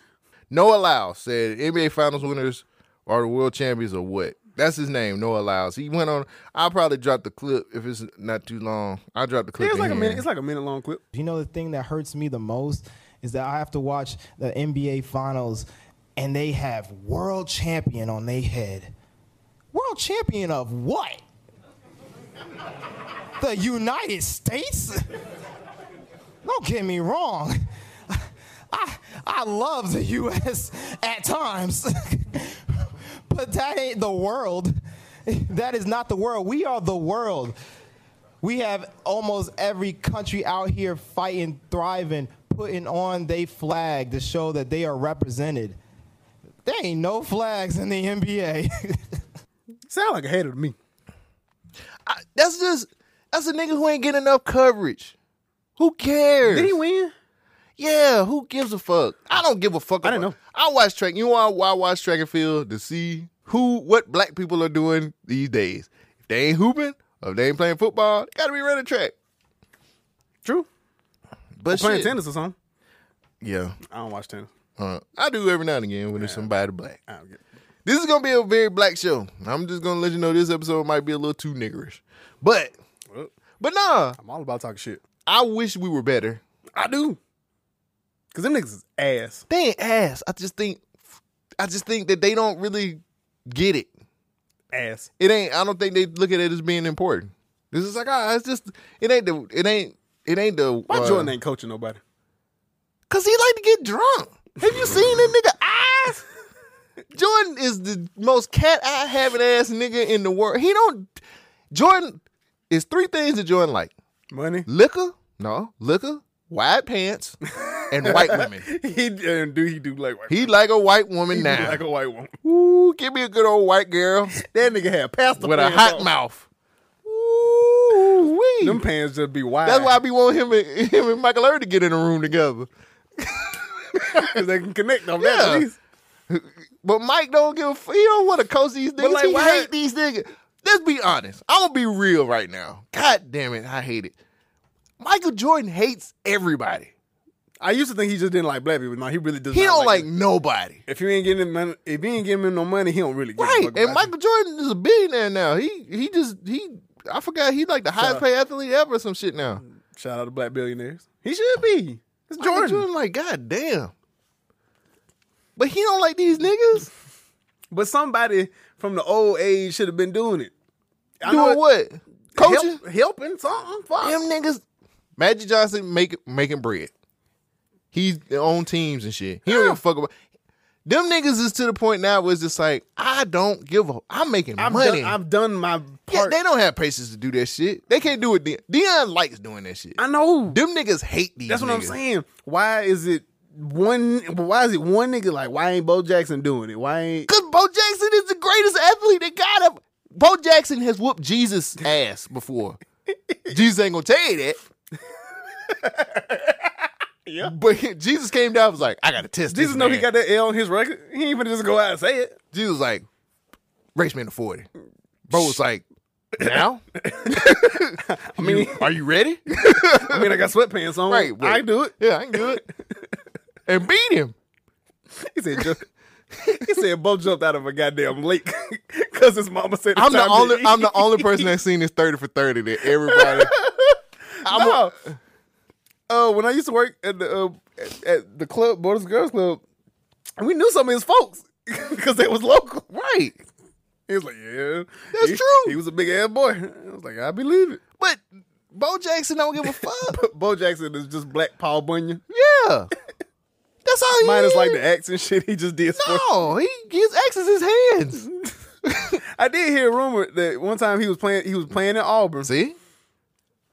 [SPEAKER 1] Noah Lyles said NBA Finals winners are the world champions or what? That's his name, Noah Lyles. He went on. I'll probably drop the clip if it's not too long. I'll drop the clip.
[SPEAKER 2] It's
[SPEAKER 1] in
[SPEAKER 2] like a
[SPEAKER 1] here.
[SPEAKER 2] minute. It's like a minute long clip.
[SPEAKER 4] You know, the thing that hurts me the most is that I have to watch the NBA Finals and they have world champion on their head. World champion of what? the United States? Don't get me wrong. I, I love the U.S. at times, but that ain't the world. That is not the world. We are the world. We have almost every country out here fighting, thriving, putting on they flag to show that they are represented. There ain't no flags in the NBA.
[SPEAKER 2] Sound like a hater to me.
[SPEAKER 1] I- that's just that's a nigga who ain't getting enough coverage. Who cares?
[SPEAKER 2] Did he win?
[SPEAKER 1] Yeah, who gives a fuck? I don't give a fuck.
[SPEAKER 2] I didn't
[SPEAKER 1] about-
[SPEAKER 2] know.
[SPEAKER 1] I watch track. You know why, why I watch track and field to see who what black people are doing these days. If they ain't hooping, or if they ain't playing football, they gotta be running track.
[SPEAKER 2] True.
[SPEAKER 1] But
[SPEAKER 2] Playing
[SPEAKER 1] shit,
[SPEAKER 2] tennis or something.
[SPEAKER 1] yeah,
[SPEAKER 2] I don't watch tennis.
[SPEAKER 1] uh, I do every now and again when there's somebody black.
[SPEAKER 2] I don't get it.
[SPEAKER 1] This is gonna be a very black show. I'm just gonna let you know this episode might be a little too niggerish, but
[SPEAKER 2] Well,
[SPEAKER 1] but nah,
[SPEAKER 2] I'm all about talking shit.
[SPEAKER 1] I wish we were better.
[SPEAKER 2] I do. Cause them niggas is ass.
[SPEAKER 1] They ain't ass. I just think, I just think that they don't really get it.
[SPEAKER 2] Ass.
[SPEAKER 1] It ain't. I don't think they look at it as being important. This is like, ah, it's just. It ain't the. It ain't. It ain't the.
[SPEAKER 2] Why
[SPEAKER 1] uh,
[SPEAKER 2] Jordan ain't coaching nobody?
[SPEAKER 1] Cause he like to get drunk. Have you seen that nigga eyes? Jordan is the most cat eye having ass nigga in the world. He don't. Jordan is three things that Jordan like:
[SPEAKER 2] Money.
[SPEAKER 1] liquor, no liquor, wide pants, and white women.
[SPEAKER 2] he uh, do he do like white
[SPEAKER 1] He like a white woman
[SPEAKER 2] he do
[SPEAKER 1] now.
[SPEAKER 2] like a white woman.
[SPEAKER 1] Ooh, give me a good old white girl
[SPEAKER 2] That nigga had pasta
[SPEAKER 1] with a
[SPEAKER 2] pants
[SPEAKER 1] hot
[SPEAKER 2] on.
[SPEAKER 1] mouth. Ooh, wee.
[SPEAKER 2] Them pants just be wide.
[SPEAKER 1] That's why I be wanting him and him and Michael Irvin to get in a room together.
[SPEAKER 2] because they can connect on
[SPEAKER 1] Yeah.
[SPEAKER 2] that. at least.
[SPEAKER 1] But Mike don't give a f- he don't want to coach these niggas.
[SPEAKER 2] like,
[SPEAKER 1] he
[SPEAKER 2] why-
[SPEAKER 1] hate these niggas. Let's be honest. I'm gonna be real right now. God damn it, I hate it. Michael Jordan hates everybody.
[SPEAKER 2] I used to think he just didn't like black people. No, he really does.
[SPEAKER 1] He
[SPEAKER 2] not
[SPEAKER 1] don't like
[SPEAKER 2] it.
[SPEAKER 1] nobody.
[SPEAKER 2] If you ain't getting him, mon- if he ain't giving him no money, he don't really give
[SPEAKER 1] Right.
[SPEAKER 2] A fuck
[SPEAKER 1] And
[SPEAKER 2] about
[SPEAKER 1] Michael Jordan is a billionaire now. He he just he I forgot he like the highest paid athlete ever or some shit now.
[SPEAKER 2] you. Shout out to black billionaires. He should be. It's Jordan.
[SPEAKER 1] Jordan. Jordan like, God damn. But he don't like these niggas.
[SPEAKER 2] But somebody from the old age should have been doing it. I know
[SPEAKER 1] Doing
[SPEAKER 2] it-
[SPEAKER 1] what?
[SPEAKER 2] Help-
[SPEAKER 1] Coaching?
[SPEAKER 2] helping something. Fuck.
[SPEAKER 1] Them niggas. Magic Johnson make making bread. He's on teams and shit. He don't give a fuck about. Them niggas is to the point now where it's just like I don't give a. I'm making
[SPEAKER 2] I've
[SPEAKER 1] money.
[SPEAKER 2] done. I've done my
[SPEAKER 1] yeah,
[SPEAKER 2] part.
[SPEAKER 1] they don't have patience to do that shit. They can't do it. De- Dion likes doing that shit.
[SPEAKER 2] I know.
[SPEAKER 1] Them niggas hate these.
[SPEAKER 2] That's what I'm
[SPEAKER 1] niggas.
[SPEAKER 2] saying. Why is it one? Why is it one nigga like? Why ain't Bo Jackson doing it? Why ain't?
[SPEAKER 1] Cause Bo Jackson is the greatest athlete that got up. Bo Jackson has whooped Jesus' ass before. Jesus ain't gonna tell you that. yeah. But he- Jesus came down and was like, I gotta test
[SPEAKER 2] Jesus
[SPEAKER 1] this
[SPEAKER 2] know he
[SPEAKER 1] man."
[SPEAKER 2] got that L on his record. He ain't even just go out and say it.
[SPEAKER 1] Jesus was like, race me to 40. Bro was like, now?
[SPEAKER 2] I mean,
[SPEAKER 1] Are you ready?
[SPEAKER 2] I mean, I got sweatpants on.
[SPEAKER 1] Right, but-
[SPEAKER 2] I can do it.
[SPEAKER 1] yeah, I can do it. And beat him.
[SPEAKER 2] He said, just, he said, Bo jumped out of a goddamn lake because his mama said.
[SPEAKER 1] I'm the
[SPEAKER 2] time to
[SPEAKER 1] only
[SPEAKER 2] eat.
[SPEAKER 1] I'm the only person that's seen this 30 for 30 that everybody I'm
[SPEAKER 2] No. Uh, when I used to work at the uh, at, at the club, Boys and Girls Club, we knew some of his folks because they was local.
[SPEAKER 1] right.
[SPEAKER 2] He was like, "Yeah,
[SPEAKER 1] That's
[SPEAKER 2] He-
[SPEAKER 1] true.
[SPEAKER 2] He was a big ass boy." I was like, "I believe it."
[SPEAKER 1] But Bo Jackson don't give a fuck.
[SPEAKER 2] But Bo Jackson is just Black Paul Bunyan.
[SPEAKER 1] Yeah. That's all he
[SPEAKER 2] Mine is
[SPEAKER 1] is.
[SPEAKER 2] like the accent shit he just did. sports.
[SPEAKER 1] No, Oh, he his ex is his hands.
[SPEAKER 2] I did hear a rumor that one time he was playing he was playing in Auburn
[SPEAKER 1] See?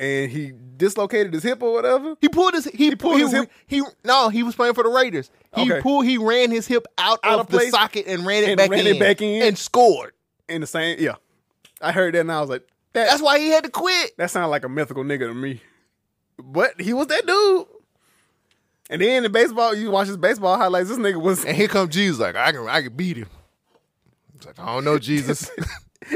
[SPEAKER 2] and he dislocated his hip or whatever.
[SPEAKER 1] He pulled his he, pulled
[SPEAKER 2] his
[SPEAKER 1] he,
[SPEAKER 2] hip?
[SPEAKER 1] he no, he was playing for the Raiders. He
[SPEAKER 2] Okay.
[SPEAKER 1] pulled he ran his hip out,
[SPEAKER 2] Out
[SPEAKER 1] of
[SPEAKER 2] of
[SPEAKER 1] the
[SPEAKER 2] place
[SPEAKER 1] socket and ran it
[SPEAKER 2] and
[SPEAKER 1] back
[SPEAKER 2] ran
[SPEAKER 1] in
[SPEAKER 2] it back in.
[SPEAKER 1] and scored.
[SPEAKER 2] In the same, yeah, I heard that and I was like, "That
[SPEAKER 1] That's why he had to quit.
[SPEAKER 2] that sounds like a mythical nigga to me." But he was that dude. And then the baseball, you watch his baseball highlights. This nigga was
[SPEAKER 1] And here comes Jesus like I can I can beat him. It's like, I don't know, Jesus.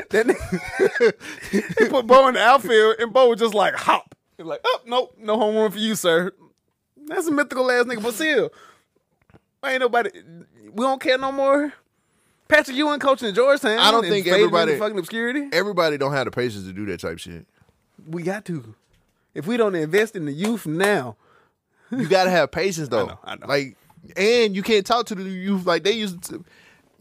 [SPEAKER 2] That nigga, he put Bo in the outfield, and Bo was just like hop. He's like, oh nope, no home run for you, sir. That's a mythical ass nigga, but still, ain't nobody. We don't care no more. Patrick Ewing coaching at Georgetown.
[SPEAKER 1] I don't
[SPEAKER 2] and
[SPEAKER 1] think
[SPEAKER 2] fading
[SPEAKER 1] everybody-
[SPEAKER 2] into fucking obscurity.
[SPEAKER 1] Everybody don't have the patience to do that type shit.
[SPEAKER 2] We got to. If we don't invest in the youth now,
[SPEAKER 1] You gotta have patience though.
[SPEAKER 2] know, I know.
[SPEAKER 1] Like, and you can't talk to the youth like they used to.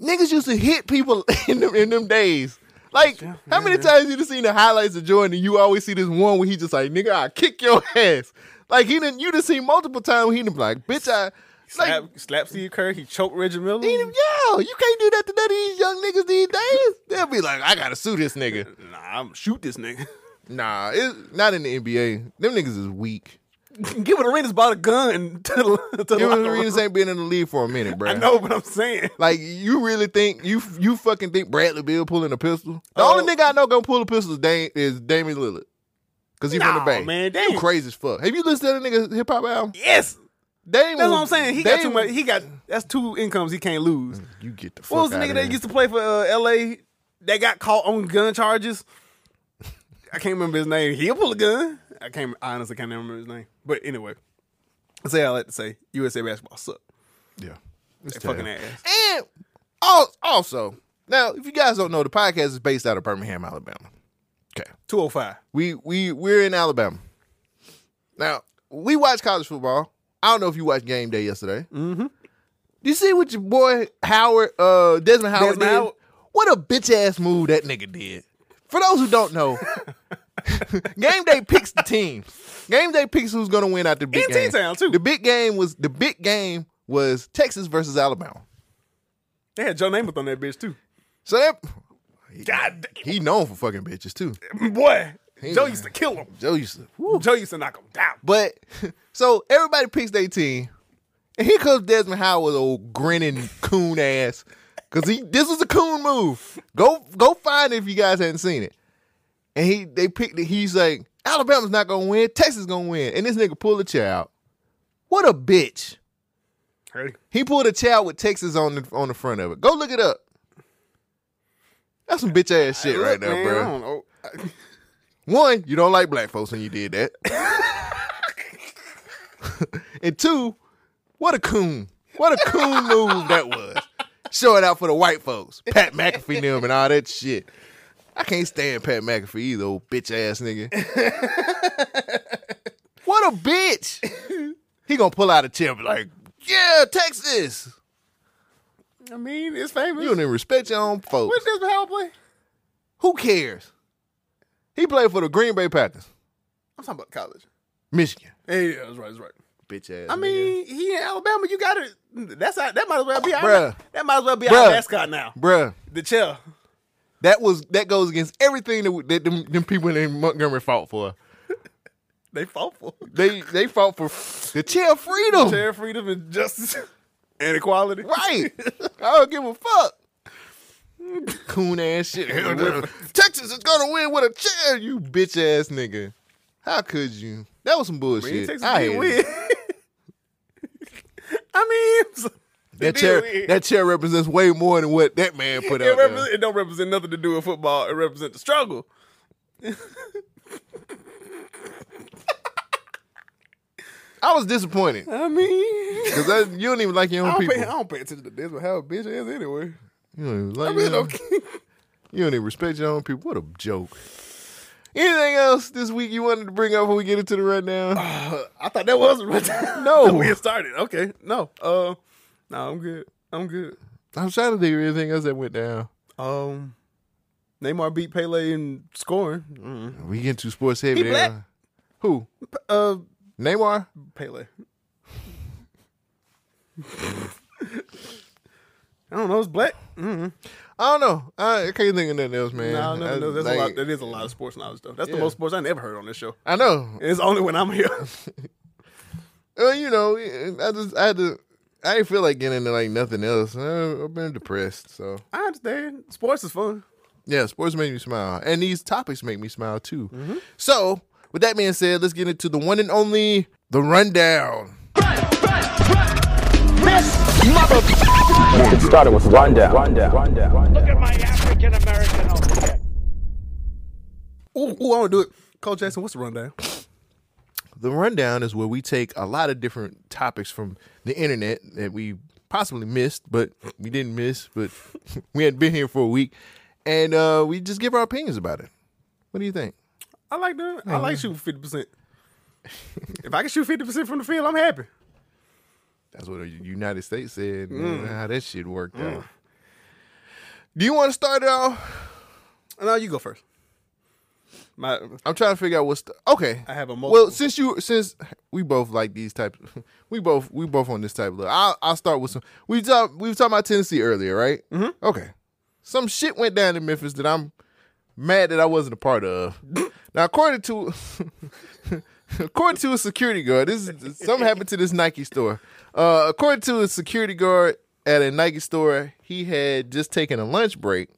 [SPEAKER 1] Niggas used to hit people in them in them days. Like, how many times you done seen the highlights of Jordan? And you always see this one where he just like, nigga, I kick your ass. Like he didn't. You done seen multiple times where he done be like, bitch, I like.
[SPEAKER 2] slap, slap Steve Kerr, he choked Reggie Miller.
[SPEAKER 1] he done- Yo, you can't do that to none of these young niggas these days. They'll be like, I gotta sue this nigga.
[SPEAKER 2] Nah, I'm shoot this nigga.
[SPEAKER 1] Nah, it's not in the NBA. Them niggas is weak.
[SPEAKER 2] Give it Arenas bought a gun to the, to the
[SPEAKER 1] Them
[SPEAKER 2] locker room.
[SPEAKER 1] Arenas ain't been in the league for a minute, bro.
[SPEAKER 2] I know, but I'm saying.
[SPEAKER 1] Like you really think you you fucking think Bradley Bill pulling a pistol? The
[SPEAKER 2] Oh.
[SPEAKER 1] only nigga I know gonna pull a pistol is, Dame, is Damian Lillard, cause he from the
[SPEAKER 2] Nah,
[SPEAKER 1] Bay.
[SPEAKER 2] man,
[SPEAKER 1] you
[SPEAKER 2] Dame-
[SPEAKER 1] crazy as fuck. Have you listened to that nigga hip hop album?
[SPEAKER 2] Yes.
[SPEAKER 1] They ain't
[SPEAKER 2] That's
[SPEAKER 1] gonna-
[SPEAKER 2] what I'm saying. He
[SPEAKER 1] they
[SPEAKER 2] got too
[SPEAKER 1] ain't-
[SPEAKER 2] much. He got that's two incomes he can't lose.
[SPEAKER 1] You get the fuck
[SPEAKER 2] What was the
[SPEAKER 1] out
[SPEAKER 2] nigga
[SPEAKER 1] of
[SPEAKER 2] that
[SPEAKER 1] here.
[SPEAKER 2] used to play for uh, L.A. that got caught on gun charges? I can't remember his name. He'll pull a gun. I can't. I honestly can't remember his name. But anyway, I say I like to say USA basketball suck.
[SPEAKER 1] Yeah. It's
[SPEAKER 2] They
[SPEAKER 1] terrible.
[SPEAKER 2] fucking ass.
[SPEAKER 1] And al- also, now if you guys don't know, the podcast is based out of Birmingham, Alabama. Okay.
[SPEAKER 2] Two hundred five.
[SPEAKER 1] We we we're in Alabama. Now, we watch college football. I don't know if you watched game day yesterday. Mm-hmm. Do you see what your boy Howard, uh Desmond Howard
[SPEAKER 2] Desmond
[SPEAKER 1] did?
[SPEAKER 2] Howard.
[SPEAKER 1] What a bitch ass move that nigga did. For those who don't know, game day picks the team. Game day picks who's gonna win out the big
[SPEAKER 2] In
[SPEAKER 1] game.
[SPEAKER 2] T-Town, too.
[SPEAKER 1] The big game was the big game was Texas versus Alabama.
[SPEAKER 2] They had Joe Namath on that bitch too.
[SPEAKER 1] So that
[SPEAKER 2] God,
[SPEAKER 1] he known for fucking bitches too.
[SPEAKER 2] damn, boy, Joe
[SPEAKER 1] was-
[SPEAKER 2] used to kill him.
[SPEAKER 1] Joe used to.
[SPEAKER 2] Joe used to knock him down.
[SPEAKER 1] But so everybody picks their team, and here comes Desmond Howard, old grinning coon ass, because he this was a coon move. Go go find it if you guys hadn't seen it. And he they picked it. He's like Alabama's not gonna win, Texas gonna win, and this nigga pulled a chair out. What a bitch!
[SPEAKER 2] Ready?
[SPEAKER 1] He pulled a chair with Texas on the on the front of it. Go look it up. That's some bitch ass shit right
[SPEAKER 2] Look,
[SPEAKER 1] there,
[SPEAKER 2] man,
[SPEAKER 1] bro.
[SPEAKER 2] I don't know.
[SPEAKER 1] One, you don't like black folks when you did that. and two, what a coon. What a coon move that was. Showing out for the white folks. Pat McAfee and them and all that shit. I can't stand Pat McAfee either, old bitch ass nigga. what a bitch. He gonna pull out a chair and be like, yeah, Texas.
[SPEAKER 2] I mean, it's famous.
[SPEAKER 1] You don't even respect your own folks.
[SPEAKER 2] What's Desmond Howard play?
[SPEAKER 1] Who cares? He played for the Green Bay Packers,
[SPEAKER 2] I'm talking about college.
[SPEAKER 1] Michigan.
[SPEAKER 2] Yeah, yeah, that's right, that's right.
[SPEAKER 1] Bitch ass.
[SPEAKER 2] I
[SPEAKER 1] nigga.
[SPEAKER 2] mean, he in Alabama. You got to That's our, that might as well be our
[SPEAKER 1] Bruh.
[SPEAKER 2] that might as well be
[SPEAKER 1] Bruh.
[SPEAKER 2] our mascot now.
[SPEAKER 1] bruh.
[SPEAKER 2] The chair.
[SPEAKER 1] That was that goes against everything that, that them, them people in Montgomery fought for.
[SPEAKER 2] They fought for
[SPEAKER 1] They they fought for the chair of freedom,
[SPEAKER 2] chair freedom and justice and equality.
[SPEAKER 1] right? I don't give a fuck. Coon ass shit. Hell no. Texas is gonna win with a chair, you bitch ass nigga. How could you? That was some
[SPEAKER 2] I mean,
[SPEAKER 1] bullshit.
[SPEAKER 2] Texas
[SPEAKER 1] I
[SPEAKER 2] did
[SPEAKER 1] hate
[SPEAKER 2] win.
[SPEAKER 1] it.
[SPEAKER 2] I mean, they
[SPEAKER 1] that
[SPEAKER 2] did
[SPEAKER 1] chair.
[SPEAKER 2] win.
[SPEAKER 1] That chair represents way more than what that man put
[SPEAKER 2] it,
[SPEAKER 1] out
[SPEAKER 2] represent,
[SPEAKER 1] there.
[SPEAKER 2] it don't represent nothing to do with football. It represents the struggle.
[SPEAKER 1] I was disappointed
[SPEAKER 2] I mean,
[SPEAKER 1] because you don't even like your
[SPEAKER 2] I
[SPEAKER 1] own
[SPEAKER 2] don't, pay, I
[SPEAKER 1] people.
[SPEAKER 2] don't pay attention to this, but how a bitch is anyway.
[SPEAKER 1] You don't even like.
[SPEAKER 2] I mean,
[SPEAKER 1] your own-
[SPEAKER 2] okay.
[SPEAKER 1] You don't even respect your own people. What a joke. Anything else this week you wanted to bring up before we get into the rundown?
[SPEAKER 2] I thought that was no. we had started. Okay, no. Uh, no, I'm good. I'm good.
[SPEAKER 1] I'm trying to think of anything else that went down.
[SPEAKER 2] Um, Neymar beat Pele in scoring. Mm.
[SPEAKER 1] We get too sports heavy.
[SPEAKER 2] He
[SPEAKER 1] there.
[SPEAKER 2] black?
[SPEAKER 1] Who?
[SPEAKER 2] Uh,
[SPEAKER 1] Neymar?
[SPEAKER 2] Pele. I don't know. It's black. Mm.
[SPEAKER 1] I don't know. I, I can't think of nothing else, man.
[SPEAKER 2] No, no,
[SPEAKER 1] I,
[SPEAKER 2] no. That's
[SPEAKER 1] like-
[SPEAKER 2] a lot. That is a lot of sports knowledge, though. That's
[SPEAKER 1] Yeah.
[SPEAKER 2] the most sports I never heard on this show.
[SPEAKER 1] I know.
[SPEAKER 2] It's only when I'm here.
[SPEAKER 1] Well, you know, I just I had to. I didn't feel like getting into like nothing else. I- I've been depressed, so
[SPEAKER 2] I understand. Sports is fun.
[SPEAKER 1] yeah, sports make me smile, and these topics make me smile too.
[SPEAKER 2] Mm-hmm.
[SPEAKER 1] So, with that being said, let's get into the one and only the rundown.
[SPEAKER 3] Get started with rundown. Rundown. Rundown. Rundown.
[SPEAKER 5] Look at my African American object.
[SPEAKER 2] Ooh, ooh, I want to do it. Cole Jackson, what's the rundown?
[SPEAKER 1] The rundown is where we take a lot of different topics from the internet that we possibly missed, but we didn't miss, but we hadn't been here for a week, and uh, we just give our opinions about it. What do you think?
[SPEAKER 2] I like that. I like shooting fifty percent. if I can shoot fifty percent from the field, I'm happy.
[SPEAKER 1] That's what the United States said. and How that shit worked out. Do you want to start it off?
[SPEAKER 2] No, you go first. My
[SPEAKER 1] I'm trying to figure out what's the, okay.
[SPEAKER 2] I have a
[SPEAKER 1] Well,
[SPEAKER 2] multiple.
[SPEAKER 1] since you since we both like these types, we both we both on this type of. Look. I'll I'll start with some. We talk we were talking about Tennessee earlier, right? Mm-hmm. Okay, some shit went down in Memphis that I'm mad that I wasn't a part of. now, according to according to a security guard, this is something happened to this Nike store. Uh, according to a security guard at a Nike store, he had just taken
[SPEAKER 2] Mm-hmm.
[SPEAKER 1] a lunch break.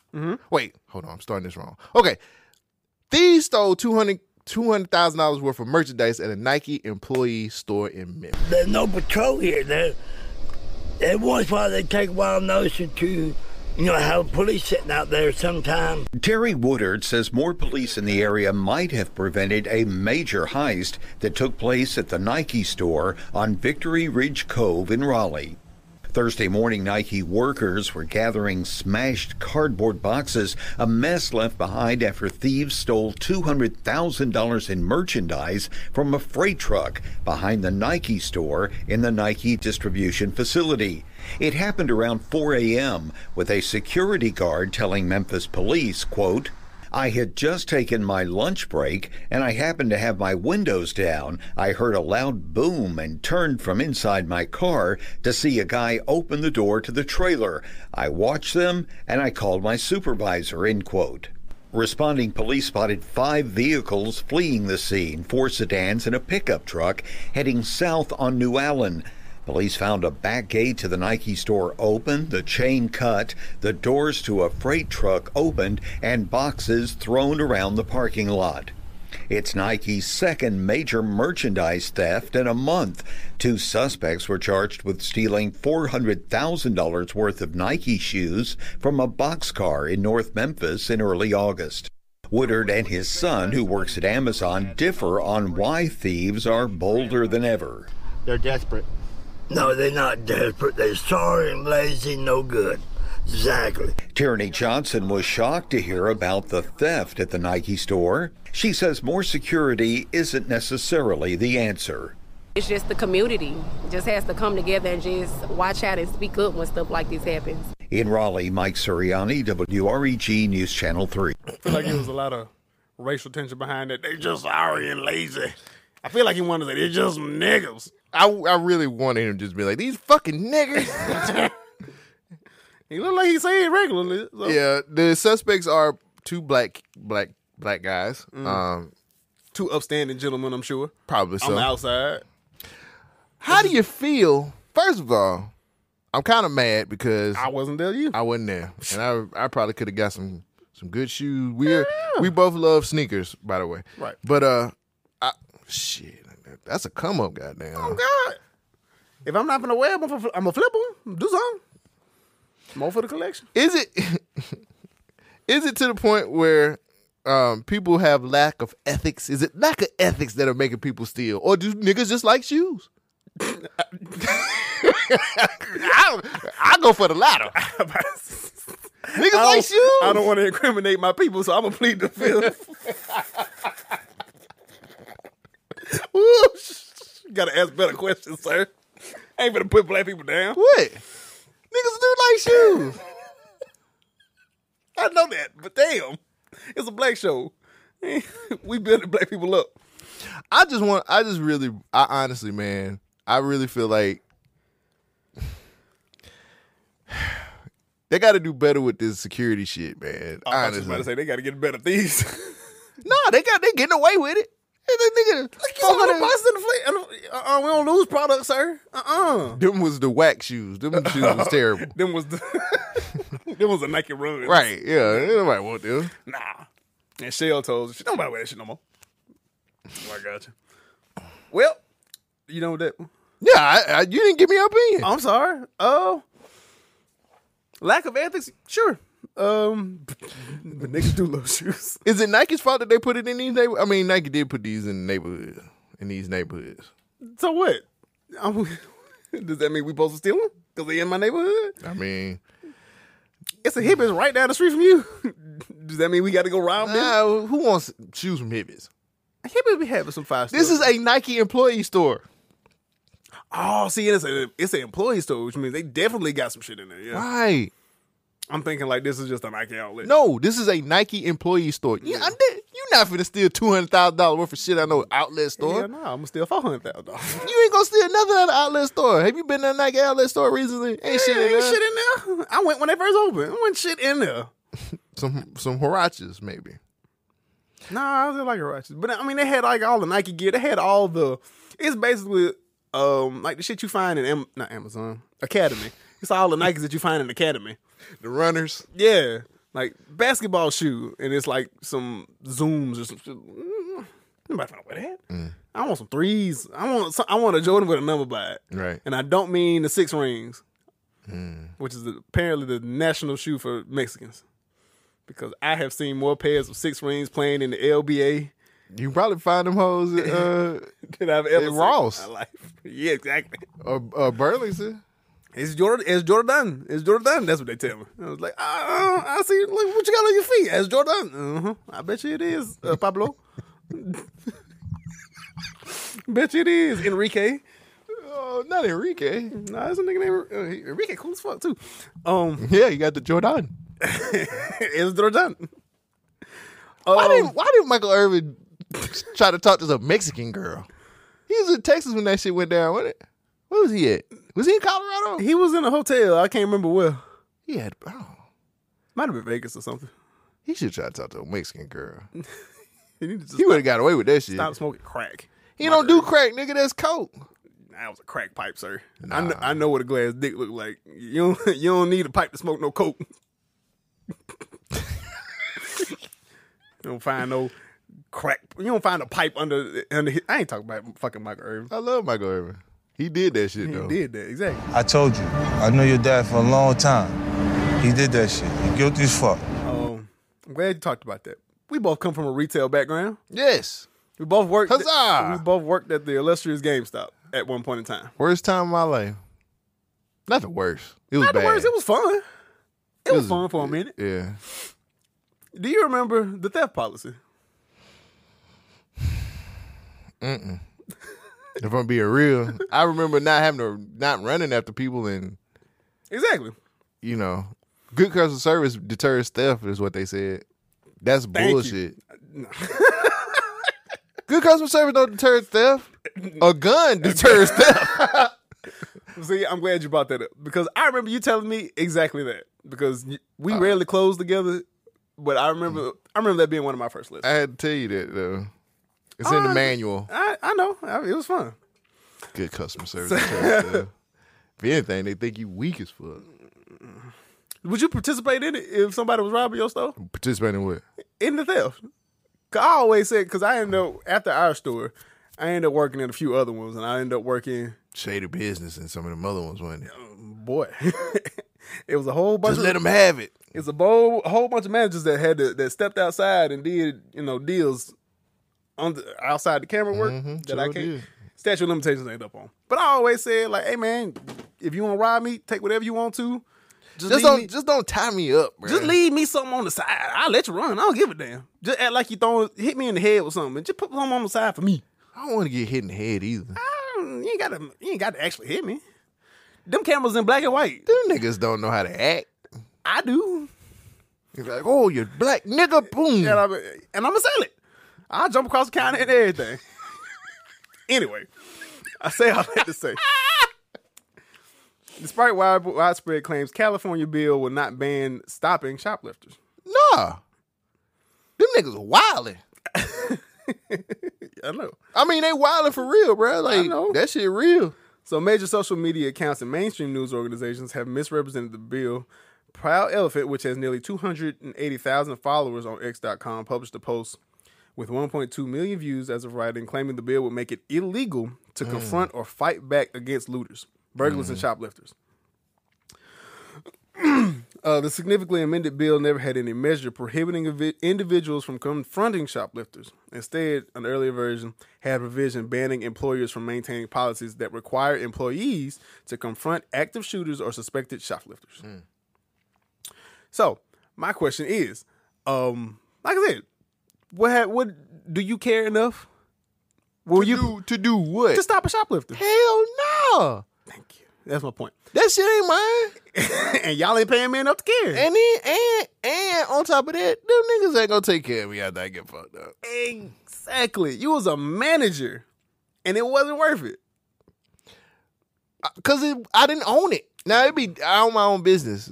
[SPEAKER 1] Wait, hold on, I'm starting this wrong. Okay, thieves stole 200 two hundred thousand dollars worth of merchandise at a Nike employee store in Memphis.
[SPEAKER 6] There's no patrol here. There, it was why they take wild notion to, you know, have police sitting out there sometime.
[SPEAKER 7] Terry Woodard says more police in the area might have prevented a major heist that took place at the Nike store on Victory Ridge Cove in Raleigh. Thursday morning, Nike workers were gathering smashed cardboard boxes, a mess left behind after thieves stole $200,000 in merchandise from a freight truck behind the Nike store in the Nike distribution facility. It happened around 4 a.m. with a security guard telling Memphis police, quote, I had just taken my lunch break and I happened to have my windows down. I heard a loud boom and turned from inside my car to see a guy open the door to the trailer. I watched them and I called my supervisor, end quote. Responding police spotted five vehicles fleeing the scene, four sedans and a pickup truck heading south on New Allen. Police found a back gate to the Nike store open, the chain cut, the doors to a freight truck opened, and boxes thrown around the parking lot. It's Nike's second major merchandise theft in a month. Two suspects were charged with stealing $400,000 worth of Nike shoes from a boxcar in North Memphis in early August. Woodard and his son, who works at Amazon, differ on why thieves are bolder than ever.
[SPEAKER 8] They're desperate.
[SPEAKER 6] No, they're not desperate. They're sorry and lazy, no good. Exactly.
[SPEAKER 7] Tierney Johnson was shocked to hear about the theft at the Nike store. She says more security isn't necessarily the answer.
[SPEAKER 9] It's just the community just has to come together and just watch out and speak up when stuff like this happens.
[SPEAKER 7] In Raleigh, Mike Suriani, WREG E News Channel 3.
[SPEAKER 2] feel like it was a lot of racial tension behind it. They just sorry and lazy. I feel like he wanted to say, they just niggas.
[SPEAKER 1] I, I really wanted him to just be like these fucking niggas.
[SPEAKER 2] He looked like he say it regularly. So.
[SPEAKER 1] yeah, the suspects are two black black black guys.
[SPEAKER 2] Mm.
[SPEAKER 1] Um,
[SPEAKER 2] Two upstanding gentlemen, I'm sure.
[SPEAKER 1] probably
[SPEAKER 2] On
[SPEAKER 1] so.
[SPEAKER 2] the outside.
[SPEAKER 1] How do you feel? First of all, I'm kind of mad because
[SPEAKER 2] I wasn't there you.
[SPEAKER 1] I wasn't there, and I I probably could have got some some good shoes. We are, we both love sneakers, by the way.
[SPEAKER 2] Right.
[SPEAKER 1] But uh, I, shit, that's a come up, goddamn.
[SPEAKER 2] oh, God. If I'm not gonna wear them, I'm gonna flip them. Do something. More for the collection.
[SPEAKER 1] Is it is it to the point where um, people have lack of ethics? Is it lack of ethics that are making people steal, or do niggas just like shoes? I I go for the latter. Niggas like shoes.
[SPEAKER 2] I don't want to incriminate my people, so I'm gonna plead the fifth. Ooh, sh- you gotta ask better questions, sir. ain't gonna put black people down.
[SPEAKER 1] What? Niggas do like shoes.
[SPEAKER 2] I know that, but damn, it's a black show. we building black people up.
[SPEAKER 1] I just want. I just really. I honestly, man. I really feel like they got to do better with this security shit, man.
[SPEAKER 2] I was just about to
[SPEAKER 1] honestly,
[SPEAKER 2] say they gotta get better thieves.
[SPEAKER 1] no, they got they getting away with it. Hey, that nigga,
[SPEAKER 2] Four hundred
[SPEAKER 1] 400
[SPEAKER 2] bucks in the fleet. and, Uh, uh, we don't lose product, sir. Uh uh
[SPEAKER 1] Them was the whack shoes. Them shoes was terrible.
[SPEAKER 2] Them was the. them was a Nike run.
[SPEAKER 1] Right? Yeah. ain't Nobody want them.
[SPEAKER 2] Nah. And shell toes. She don't buy wear that shit no more. Oh, I got you. Well, you know that.
[SPEAKER 1] Yeah. I, I, you didn't give me your opinion.
[SPEAKER 2] I'm sorry. Oh, lack of ethics. Sure. Um, but niggas do love shoes.
[SPEAKER 1] Is it Nike's fault that they put it in these neighborhoods? I mean, Nike did put these in the neighborhood. In these neighborhoods.
[SPEAKER 2] So what? I'm, does that mean we supposed to steal them? Cause they in my neighborhood.
[SPEAKER 1] I mean,
[SPEAKER 2] It's a hippie right down the street from you. does that mean we got to go rob them?
[SPEAKER 1] nah, Uh, who wants shoes from hippies?
[SPEAKER 2] Hippie be having some five.
[SPEAKER 1] This
[SPEAKER 2] stores.
[SPEAKER 1] is a Nike employee store.
[SPEAKER 2] oh, see, it's a it's an employee store, which means they definitely got some shit in there. Yeah.
[SPEAKER 1] Right.
[SPEAKER 2] I'm thinking like this is just an Nike outlet.
[SPEAKER 1] No, this is a Nike employee store. Yeah, I did- you not finna steal two hundred thousand dollars worth of shit out of no outlet store.
[SPEAKER 2] Yeah, no, I'm still four hundred thousand dollars.
[SPEAKER 1] You ain't gonna steal another out of outlet store. Have you been to a Nike outlet store recently? Ain't shit in
[SPEAKER 2] ain't
[SPEAKER 1] there.
[SPEAKER 2] shit in there. I went when they first opened. I went shit in there.
[SPEAKER 1] Some some Hirachas maybe.
[SPEAKER 2] Nah, I was like Hirachis. But I mean, they had like all the Nike gear. They had all the. It's basically um like the shit you find in Am- not Amazon Academy. It's all the Nikes that you find in Academy.
[SPEAKER 1] The runners.
[SPEAKER 2] Yeah, like basketball shoe, and it's like some zooms or some. shit. Mm. Nobody finna wear that.
[SPEAKER 1] Mm.
[SPEAKER 2] I want some threes. I want some, I want a Jordan with a number by it.
[SPEAKER 1] Right. Mm.
[SPEAKER 2] And I don't mean the six rings, which is apparently the national shoe for Mexicans. Because I have seen more pairs of six rings playing in the LBA
[SPEAKER 1] You can probably find them hoes at, uh,
[SPEAKER 2] than I've ever
[SPEAKER 1] At
[SPEAKER 2] seen
[SPEAKER 1] Ross.
[SPEAKER 2] In my life. Yeah, exactly.
[SPEAKER 1] uh, uh, Burlington.
[SPEAKER 2] It's Jordan. It's Jordan. It's Jordan. That's what they tell me. I was like, oh, I see. Look what you got on your feet. It's Jordan. Uh-huh. I bet you it is, uh, Pablo. bet you it is, Enrique.
[SPEAKER 1] Oh, not Enrique.
[SPEAKER 2] Nah, that's a nigga named uh, he- Enrique. Cool as fuck too. Um,
[SPEAKER 1] Yeah, you got the Jordan.
[SPEAKER 2] it's Jordan.
[SPEAKER 1] Why
[SPEAKER 2] Um,
[SPEAKER 1] didn't Why did Michael Irvin try to talk to some Mexican girl? He was in Texas when that shit went down, wasn't it? Where was he at? Was he in Colorado?
[SPEAKER 2] he was in a hotel. I can't remember where.
[SPEAKER 1] He had. Oh,
[SPEAKER 2] Might have been Vegas or something.
[SPEAKER 1] he should try to talk to a Mexican girl.
[SPEAKER 2] He need to just
[SPEAKER 1] He would have got away with that shit.
[SPEAKER 2] stop smoking crack.
[SPEAKER 1] He don't do crack, nigga. That's coke.
[SPEAKER 2] That was a crack pipe, sir. I, know, I know what a glass dick look like. You don't, you don't need a pipe to smoke no coke. you don't find no crack. You don't find a pipe under under. His, I ain't talking about fucking Michael Irvin.
[SPEAKER 1] I love Michael Irvin. He did that shit
[SPEAKER 2] He
[SPEAKER 1] though.
[SPEAKER 2] did that exactly.
[SPEAKER 8] I told you, I knew your dad for a long time. He did that shit. He guilty as fuck.
[SPEAKER 2] Um, I'm glad you talked about that. We both come from a retail background.
[SPEAKER 1] Yes.
[SPEAKER 2] We both worked.
[SPEAKER 1] Huzzah!
[SPEAKER 2] we both worked at the illustrious GameStop at one point in time.
[SPEAKER 1] Worst time of my life. Not the worst. It was
[SPEAKER 2] Not
[SPEAKER 1] bad.
[SPEAKER 2] the worst. It was fun. It, was,
[SPEAKER 1] was-
[SPEAKER 2] fun for a minute.
[SPEAKER 1] Yeah.
[SPEAKER 2] Do you remember the theft policy?
[SPEAKER 1] If I'm being real, I remember not having to not running after people and
[SPEAKER 2] Exactly.
[SPEAKER 1] you know, good customer service deters theft is what they said. That's
[SPEAKER 2] Thank you.
[SPEAKER 1] bullshit. good customer service don't deter theft. A gun deters theft.
[SPEAKER 2] See, I'm glad you brought that up because I remember you telling me exactly that because y- we
[SPEAKER 1] Uh,
[SPEAKER 2] rarely closed together, but I remember I remember that being one of my first lists.
[SPEAKER 1] I had to tell you that though. It's in the
[SPEAKER 2] Oh,
[SPEAKER 1] manual.
[SPEAKER 2] I, I know I, it was fun.
[SPEAKER 1] Good customer service deters theft. If anything, they think you weak as fuck.
[SPEAKER 2] Would you participate in it if somebody was robbing your store
[SPEAKER 1] Participating with.
[SPEAKER 2] in the theft? 'Cause I always said because I ended up after our store, I ended up working in a few other ones, and I ended up working.
[SPEAKER 1] shady business and some of them other ones wasn't it?
[SPEAKER 2] Boy, it was a whole bunch.
[SPEAKER 1] Just
[SPEAKER 2] Of,
[SPEAKER 1] let them have it.
[SPEAKER 2] it's a whole, a whole bunch of managers that had to, that stepped outside and did you know deals on the, outside the camera work that I
[SPEAKER 1] sure
[SPEAKER 2] can't.
[SPEAKER 1] did.
[SPEAKER 2] Statue of limitations ain't up on. But I always said like, hey man, if you want to ride me, take whatever you want to. Just,
[SPEAKER 1] Just
[SPEAKER 2] leave
[SPEAKER 1] don't
[SPEAKER 2] me,
[SPEAKER 1] just don't tie me up, bro.
[SPEAKER 2] just leave me something on the side. I'll let you run. I don't give a damn. Just act like you throwing hit me in the head with something. Just put something on the side for me.
[SPEAKER 1] I don't want to get hit in the head either.
[SPEAKER 2] I don't- Hmm, you ain't gotta you ain't gotta actually hit me. Them cameras in black and white.
[SPEAKER 1] Them niggas don't know how to act.
[SPEAKER 2] I do.
[SPEAKER 1] It's like, oh, you black nigga, boom.
[SPEAKER 2] and I'm and I'm gonna sell it. I'll jump across the counter and everything. anyway, I say all that to say. Despite wide, widespread claims, California bill will not ban stopping shoplifters.
[SPEAKER 1] Nah, them niggas wilding.
[SPEAKER 2] I know.
[SPEAKER 1] I mean, they wilding for real, bro. Like
[SPEAKER 2] know.
[SPEAKER 1] that shit real.
[SPEAKER 2] So major social media accounts and mainstream news organizations have misrepresented the bill. Proud Elephant, which has nearly 280,000 followers on X.com, published a post with 1.2 million views as of writing, claiming the bill would make it illegal to
[SPEAKER 1] Mm.
[SPEAKER 2] confront or fight back against looters, burglars, and shoplifters. Uh, the significantly amended bill never had any measure prohibiting invi- individuals from confronting shoplifters. Instead, an earlier version had a provision banning employers from maintaining policies that require employees to confront active shooters or suspected shoplifters. So, my question is, um, like I said, what ha- what do you care enough? Will
[SPEAKER 1] To
[SPEAKER 2] you
[SPEAKER 1] do, to do what?
[SPEAKER 2] to stop a shoplifter?
[SPEAKER 1] Hell nah.
[SPEAKER 2] Thank you. That's my point.
[SPEAKER 1] That shit ain't mine.
[SPEAKER 2] and y'all ain't paying me enough to care.
[SPEAKER 1] And then and and on top of that, them niggas ain't gonna take care of me after I get fucked up.
[SPEAKER 2] Exactly. You was a manager, and it wasn't worth it.
[SPEAKER 1] Cause it, I didn't own it. Now it be I own my own business.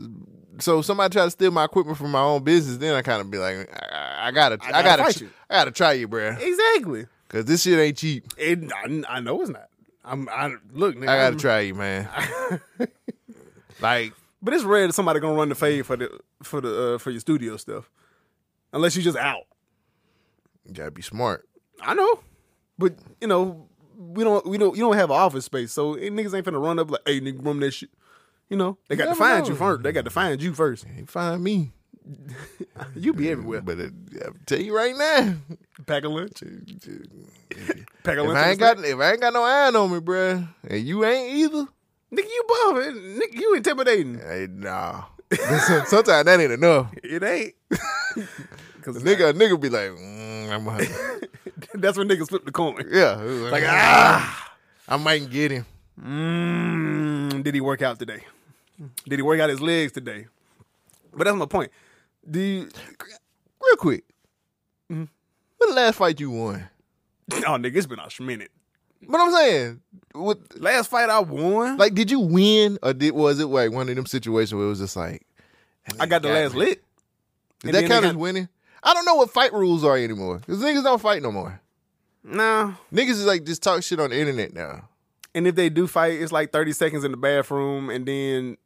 [SPEAKER 1] So if somebody try to steal my equipment from my own business, then I kind of be like, I, I gotta, I,
[SPEAKER 2] gotta
[SPEAKER 1] gotta,
[SPEAKER 2] fight
[SPEAKER 1] tr-
[SPEAKER 2] you.
[SPEAKER 1] I gotta try you, bruh.
[SPEAKER 2] Exactly.
[SPEAKER 1] Cause this shit ain't cheap.
[SPEAKER 2] It, I, I know it's not. I'm. I look. Nigga,
[SPEAKER 1] I gotta
[SPEAKER 2] I'm-
[SPEAKER 1] try you, man. like
[SPEAKER 2] But it's rare that somebody gonna run the fade for the for the uh, for your studio stuff, unless you just out.
[SPEAKER 1] you gotta be smart.
[SPEAKER 2] I know, but you know, we don't, we don't, you don't have an office space, so eh, niggas ain't finna run up like, hey, nigga, run that shit. You know, they got to
[SPEAKER 1] never
[SPEAKER 2] find
[SPEAKER 1] know.
[SPEAKER 2] you first. They got to find you first.
[SPEAKER 1] They find me.
[SPEAKER 2] You be everywhere.
[SPEAKER 1] But it, I tell you right now,
[SPEAKER 2] Pack a lunch. Pack a
[SPEAKER 1] if
[SPEAKER 2] lunch.
[SPEAKER 1] I
[SPEAKER 2] and
[SPEAKER 1] ain't
[SPEAKER 2] a
[SPEAKER 1] got
[SPEAKER 2] snack.
[SPEAKER 1] if I ain't got no iron on me, bruh, and you ain't either.
[SPEAKER 2] nigga, you buff. eh, Nigga, you intimidating.
[SPEAKER 1] Hey, nah. Sometimes that ain't enough.
[SPEAKER 2] It ain't. Cause
[SPEAKER 1] Nigga, a nigga be like, mm, I'm hungry.
[SPEAKER 2] that's when niggas flip the coin.
[SPEAKER 1] yeah, like ah, I might get him.
[SPEAKER 2] Mm, did he work out today? Did he work out his legs today? But that's my point. Do you,
[SPEAKER 1] Real quick, Mm-hmm. what the last fight you won?
[SPEAKER 2] oh nigga, it's been a minute.
[SPEAKER 1] But I'm saying, what,
[SPEAKER 2] Last fight I won,
[SPEAKER 1] like, did you win or did was it like one of them situations where it was just like,
[SPEAKER 2] I got the
[SPEAKER 1] got
[SPEAKER 2] last
[SPEAKER 1] me.
[SPEAKER 2] lit.
[SPEAKER 1] Does
[SPEAKER 2] And
[SPEAKER 1] that
[SPEAKER 2] then
[SPEAKER 1] count
[SPEAKER 2] they
[SPEAKER 1] as
[SPEAKER 2] got-
[SPEAKER 1] winning? I don't know what fight rules are anymore. Because niggas don't fight no more.
[SPEAKER 2] No.
[SPEAKER 1] Niggas is like just talk shit on the internet now.
[SPEAKER 2] And if they do fight, it's like thirty seconds in the bathroom, and then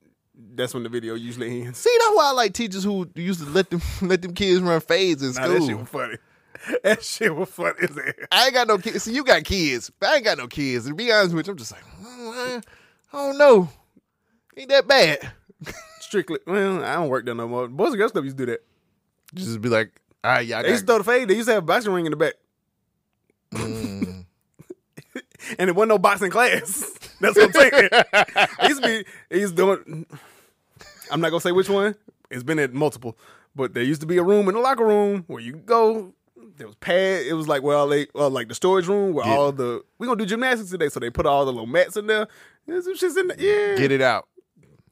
[SPEAKER 2] that's when the video usually ends.
[SPEAKER 1] See, that's why I like teachers who used to let them let them kids run fades in
[SPEAKER 2] Nah,
[SPEAKER 1] school.
[SPEAKER 2] that shit was funny. That shit was funny as hell.
[SPEAKER 1] I ain't got no kids. See, you got kids. But I ain't got no kids. To be honest with you, I'm just like, mm, I I don't know. Ain't that bad.
[SPEAKER 2] Strictly, well, I don't work there no more. Boys and Girls Club used to do that.
[SPEAKER 1] Just be like, all right, y'all
[SPEAKER 2] They used to
[SPEAKER 1] got
[SPEAKER 2] throw the fade. They used to have a boxing ring in the back.
[SPEAKER 1] Mm.
[SPEAKER 2] and it wasn't no boxing class. That's what I'm saying. it used to be, it used to doing, I'm not going to say which one. It's been at multiple. But there used to be a room in the locker room where you could go. There was pad. It was like where all they, well, like the storage room where all the, we going to do gymnastics today. So they put all the little mats in there. There's some shit's in there. Yeah.
[SPEAKER 1] get it out.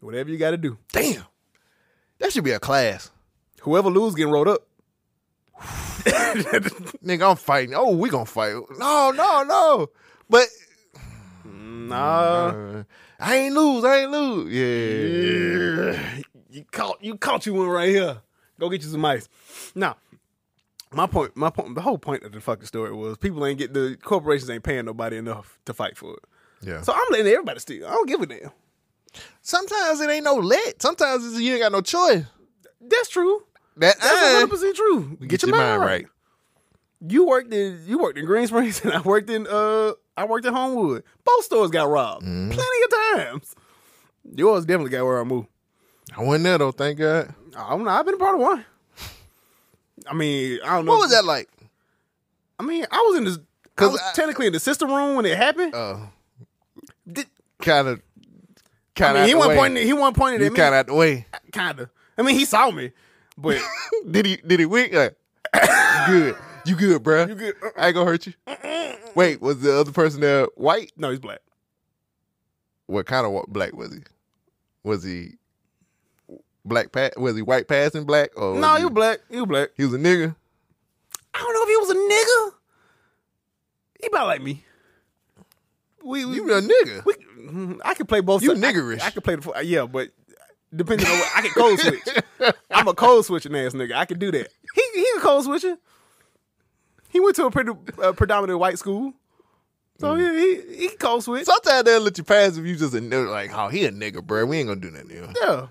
[SPEAKER 2] Whatever you got to do.
[SPEAKER 1] Damn. That should be a class.
[SPEAKER 2] Whoever lose getting rolled up.
[SPEAKER 1] Nigga, I'm fighting. Oh, we gonna fight. No, no, no. But
[SPEAKER 2] Nah.
[SPEAKER 1] uh, I ain't lose. I ain't lose. Yeah.
[SPEAKER 2] you caught you caught you one right here. Go get you some ice. Now, my point, my point, the whole point of the fucking story was people ain't get the corporations ain't paying nobody enough to fight for it.
[SPEAKER 1] Yeah.
[SPEAKER 2] So I'm letting everybody steal. I don't give a damn.
[SPEAKER 1] Sometimes it ain't no lit. Sometimes it's, you ain't got no choice.
[SPEAKER 2] That's true.
[SPEAKER 1] That
[SPEAKER 2] That's
[SPEAKER 1] iron-
[SPEAKER 2] 100 percent true. Get, your, mind, right. You worked in you worked in Green Springs and I worked in uh I worked in Homewood. Both stores got robbed plenty of times. Yours definitely got where I moved.
[SPEAKER 1] I wasn't there though. Thank God.
[SPEAKER 2] I don't know. I've been a part of one. I mean, I don't know.
[SPEAKER 1] What was that like?
[SPEAKER 2] I mean, I was in this
[SPEAKER 1] Cause
[SPEAKER 2] because was
[SPEAKER 1] I- Oh.
[SPEAKER 2] technically in the system room when it happened. Did-
[SPEAKER 1] Kind of.
[SPEAKER 2] I
[SPEAKER 1] Kind of.
[SPEAKER 2] mean, he wasn't pointing. He wasn't pointing
[SPEAKER 1] You
[SPEAKER 2] at me.
[SPEAKER 1] kind of out the way.
[SPEAKER 2] Kind of. I mean, he saw me, but
[SPEAKER 1] Did he? Did he wink? Like, you good. You good, bruh. You
[SPEAKER 2] good.
[SPEAKER 1] I ain't gonna hurt you. Wait, was the other person there white?
[SPEAKER 2] no, he's black.
[SPEAKER 1] What kind of wa- black was he? Was he black? Pa- was he white passing black? Or was
[SPEAKER 2] No,
[SPEAKER 1] he,
[SPEAKER 2] you black. You black.
[SPEAKER 1] He was a nigga.
[SPEAKER 2] I don't know if he was a nigga. He about like me. We, we,
[SPEAKER 1] You a nigga.
[SPEAKER 2] we mm, I could play both.
[SPEAKER 1] You
[SPEAKER 2] si- I-
[SPEAKER 1] niggerish.
[SPEAKER 2] I, could play the four- yeah, but depending on what, I could code switch. I'm a code switching ass nigga. I could do that. He he a code switching. He went to a pretty uh, predominantly white school, so
[SPEAKER 1] Mm.
[SPEAKER 2] he he, he can code switch.
[SPEAKER 1] Sometimes they'll let you pass if you just a nigga. Like, oh, he a nigga, bruh. We ain't gonna do nothing. to him.
[SPEAKER 2] yeah,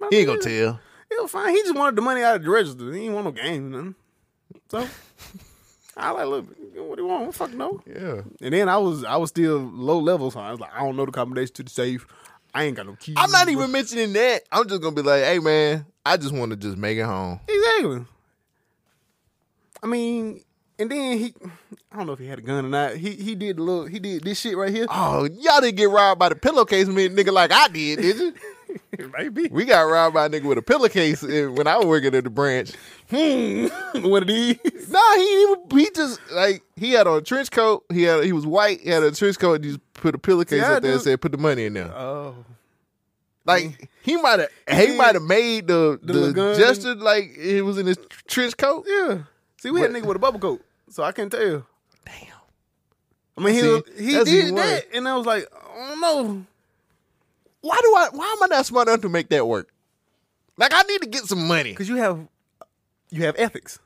[SPEAKER 2] I
[SPEAKER 1] He ain't
[SPEAKER 2] mean,
[SPEAKER 1] gonna tell.
[SPEAKER 2] It was fine. He just wanted the money out of the register. He didn't want no game, nothing. So I like look. What do you want? Fuck no.
[SPEAKER 1] Yeah.
[SPEAKER 2] And then I was I was still low level, so I was like, I don't know the combination to the safe. I ain't got no keys.
[SPEAKER 1] I'm not even mentioning that. I'm just gonna be like, hey man, I just want to just make it home.
[SPEAKER 2] Exactly. I mean, and then he, I don't know if he had a gun or not. He he did a little, he did this shit right here.
[SPEAKER 1] Oh, y'all didn't get robbed by the pillowcase man, nigga like I did, did you?
[SPEAKER 2] Maybe
[SPEAKER 1] We got robbed by a nigga with a pillowcase eh, when I was working at the branch.
[SPEAKER 2] Hmm. what it is.
[SPEAKER 1] Nah, he even, he just like he had on a trench coat. He had he was white. He had a trench coat. and He just put a pillowcase
[SPEAKER 2] Yeah,
[SPEAKER 1] up there and
[SPEAKER 2] dude.
[SPEAKER 1] said, "Put the money in there."
[SPEAKER 2] Oh,
[SPEAKER 1] like he might have he
[SPEAKER 2] did.
[SPEAKER 1] might have made the the,
[SPEAKER 2] The little gun.
[SPEAKER 1] gesture like it was in his trench coat.
[SPEAKER 2] yeah. See, we had a nigga with a bubble coat, so I can't tell.
[SPEAKER 1] Damn.
[SPEAKER 2] I mean, he
[SPEAKER 1] See,
[SPEAKER 2] he
[SPEAKER 1] that's
[SPEAKER 2] did
[SPEAKER 1] even worse.
[SPEAKER 2] that, and I was like, I don't know.
[SPEAKER 1] Why do I? Why am I not smart enough to make that work? Like I need to get some money.
[SPEAKER 2] Cause you have, you have ethics.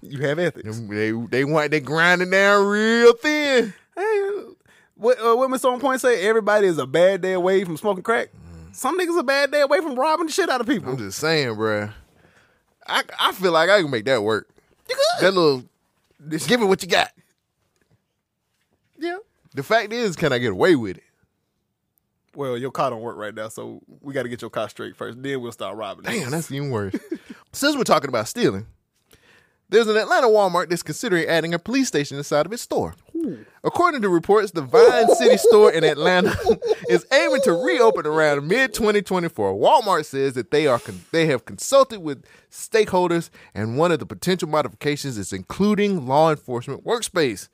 [SPEAKER 2] You have ethics.
[SPEAKER 1] They they want they grinding down real thin.
[SPEAKER 2] Hey, what uh, what Miss On Point say? Everybody is a bad day away from smoking crack. Some niggas a bad day away from robbing the shit out of people.
[SPEAKER 1] I'm just saying, bruh. I I feel like I can make that work.
[SPEAKER 2] you good?
[SPEAKER 1] That little Just give it what you got.
[SPEAKER 2] Yeah.
[SPEAKER 1] The fact is, can I get away with it?
[SPEAKER 2] Well, your car don't work right now, so we got to get your car straight first. Then we'll start robbing. it.
[SPEAKER 1] Damn, that's even worse. Since we're talking about stealing, there's an Atlanta Walmart that's considering adding a police station inside of its store. According to reports, the Vine City store in Atlanta is aiming to reopen around mid 2024. Walmart says that they are con- they have consulted with stakeholders, and one of the potential modifications is including law enforcement workspace.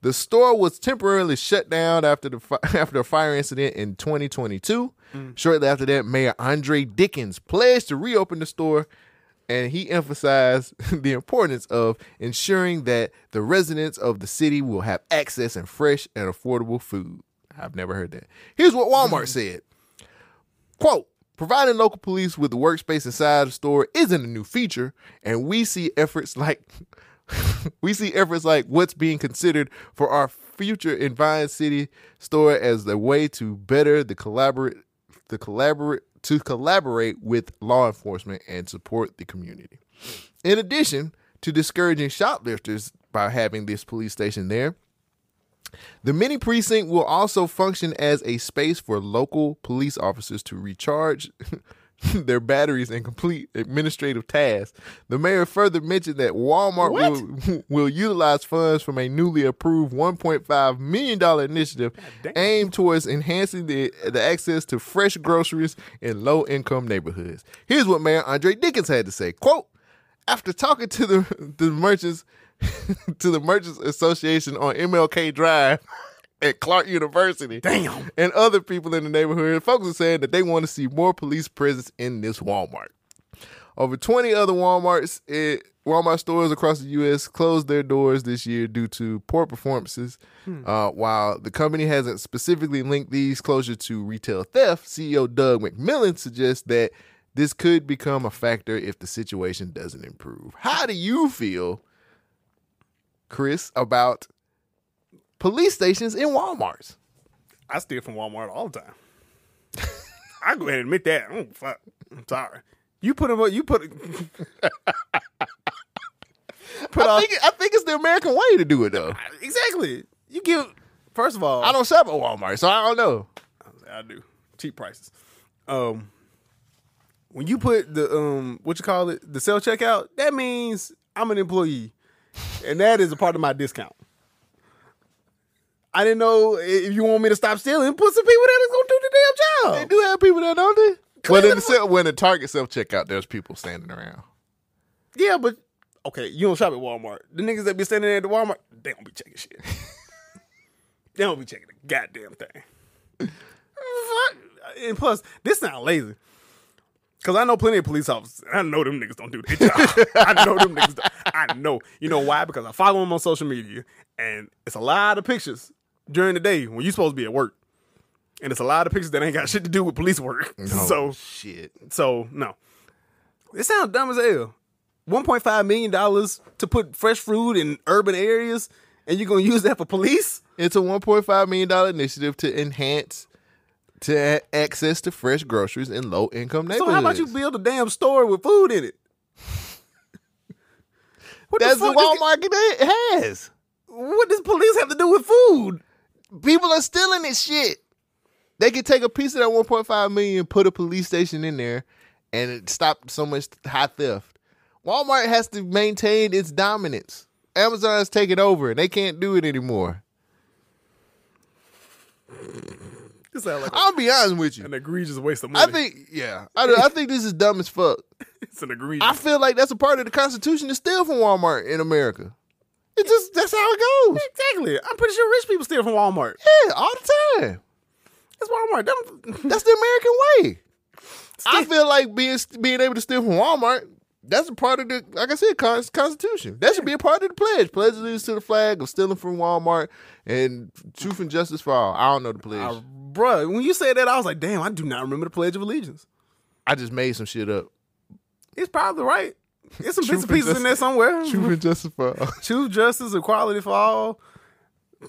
[SPEAKER 1] The store was temporarily shut down after the fi- after a fire incident in 2022. Shortly after that, Mayor Andre Dickens pledged to reopen the store and he emphasized the importance of ensuring that the residents of the city will have access and fresh and affordable food. I've never heard that. Here's what Walmart said. Quote, providing local police with the workspace inside the store isn't a new feature, and we see efforts like we see efforts like what's being considered for our future in Vine City store as a way to better the collaborate the collaborate to collaborate with law enforcement and support the community. In addition to discouraging shoplifters by having this police station there, the mini precinct will also function as a space for local police officers to recharge their batteries and complete administrative tasks. The mayor further mentioned that Walmart will, will utilize funds from a newly approved $1.5 million initiative aimed towards enhancing the, the access to fresh groceries in low income neighborhoods. Here's what Mayor Andre Dickens had to say quote, after talking to the the merchants to the merchants association on MLK Drive at Clark University, damn, and other people in the neighborhood, folks are saying that they want to see more police presence in this Walmart. Over 20 other WalMarts, it, Walmart stores across the U.S. closed their doors this year due to poor performances. Uh, while the company hasn't specifically linked these closures to retail theft, CEO Doug McMillan suggests that this could become a factor if the situation doesn't improve. How do you feel, Chris, about police stations in WalMarts?
[SPEAKER 2] I steal from Walmart all the time. I go ahead and admit that. I don't fuck. I'm sorry. You put them. You put. put
[SPEAKER 1] I
[SPEAKER 2] off
[SPEAKER 1] think, I think it's the American way to do it, though.
[SPEAKER 2] exactly. You give. First of all,
[SPEAKER 1] I don't shop at Walmart, so I don't know.
[SPEAKER 2] I do cheap prices. Um, when you put the um, what you call it, the self checkout, that means I'm an employee, and that is a part of my discount. I didn't know i- if you want me to stop stealing, put some people that is gonna do the damn job.
[SPEAKER 1] They do have people there, don't they? Well, in the
[SPEAKER 2] Cleveland-
[SPEAKER 1] self, when the Target self checkout, there's people standing around.
[SPEAKER 2] Yeah, but okay, you don't shop at Walmart. The niggas that be standing there at the Walmart, they don't be checking shit. they don't be checking the goddamn thing. Fuck. And plus, this sound lazy. Cause I know plenty of police officers. I know them niggas don't do their job. I know them niggas. Don't. I know. You know why? Because I follow them on social media, and it's a lot of pictures during the day when you supposed to be at work, and it's a lot of pictures that ain't got shit to do with police work. so
[SPEAKER 1] shit.
[SPEAKER 2] so no, it sounds dumb as hell. One point five million dollars to put fresh food in urban areas, and you're gonna use that for police?
[SPEAKER 1] It's a 1.5 million dollar initiative to enhance to a- access to fresh groceries in low income
[SPEAKER 2] So
[SPEAKER 1] neighborhoods.
[SPEAKER 2] how about you build a damn store with food in it? What
[SPEAKER 1] That's the
[SPEAKER 2] fuck does-
[SPEAKER 1] Walmart it has.
[SPEAKER 2] what does police have to do with food?
[SPEAKER 1] People are stealing this shit. They could take a piece of that 1.5 million, put a police station in there, and it stopped so much high theft. Walmart has to maintain its dominance. Amazon's taking over, and they can't do it anymore.
[SPEAKER 2] This sounds like
[SPEAKER 1] I'll be honest with you.
[SPEAKER 2] an egregious waste of money.
[SPEAKER 1] I think, yeah, I, do- I think this is dumb as fuck.
[SPEAKER 2] it's an egregious.
[SPEAKER 1] I feel like that's a part of the Constitution to steal from Walmart in America. It just that's how it goes.
[SPEAKER 2] exactly. I'm pretty sure rich people steal from Walmart.
[SPEAKER 1] Yeah, all the time.
[SPEAKER 2] That's Walmart. Them-
[SPEAKER 1] That's the American way. I feel like being being able to steal from Walmart. That's a part of the, like I said, con- Constitution. That should be a part of the pledge. Pledge allegiance to the flag of stealing from Walmart and truth and justice for all. I don't know the pledge.
[SPEAKER 2] Bruh, when you said that, I was like, damn, I do not remember the Pledge of Allegiance.
[SPEAKER 1] I just made some shit up.
[SPEAKER 2] It's probably right. There's some
[SPEAKER 1] Truth
[SPEAKER 2] bits and
[SPEAKER 1] and
[SPEAKER 2] pieces in there
[SPEAKER 1] justice.
[SPEAKER 2] somewhere.
[SPEAKER 1] Truth and justice for all.
[SPEAKER 2] Choose justice, equality for all.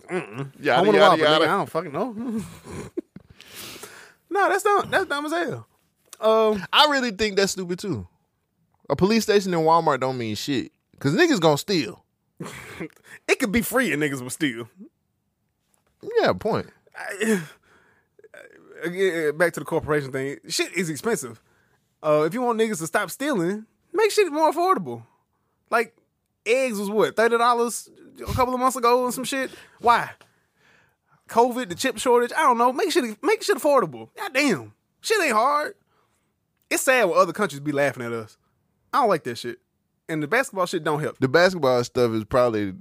[SPEAKER 1] Yada,
[SPEAKER 2] I
[SPEAKER 1] yada,
[SPEAKER 2] wonder why, but
[SPEAKER 1] yada.
[SPEAKER 2] nigga, I don't fucking know. no, that's dumb. That's dumb as hell. Um,
[SPEAKER 1] I really think that's stupid too. A police station in Walmart don't mean shit. Cause niggas gonna steal.
[SPEAKER 2] It could be free and niggas would steal.
[SPEAKER 1] Yeah, point.
[SPEAKER 2] Again, uh, back to the corporation thing. Shit is expensive. Uh, if you want niggas to stop stealing, make shit more affordable. Like eggs was what thirty dollars a couple of months ago and some shit. Why? COVID, the chip shortage. I don't know. Make shit make shit affordable. God damn, shit ain't hard. It's sad when other countries be laughing at us. I don't like that shit. And the basketball shit don't help.
[SPEAKER 1] The basketball stuff is probably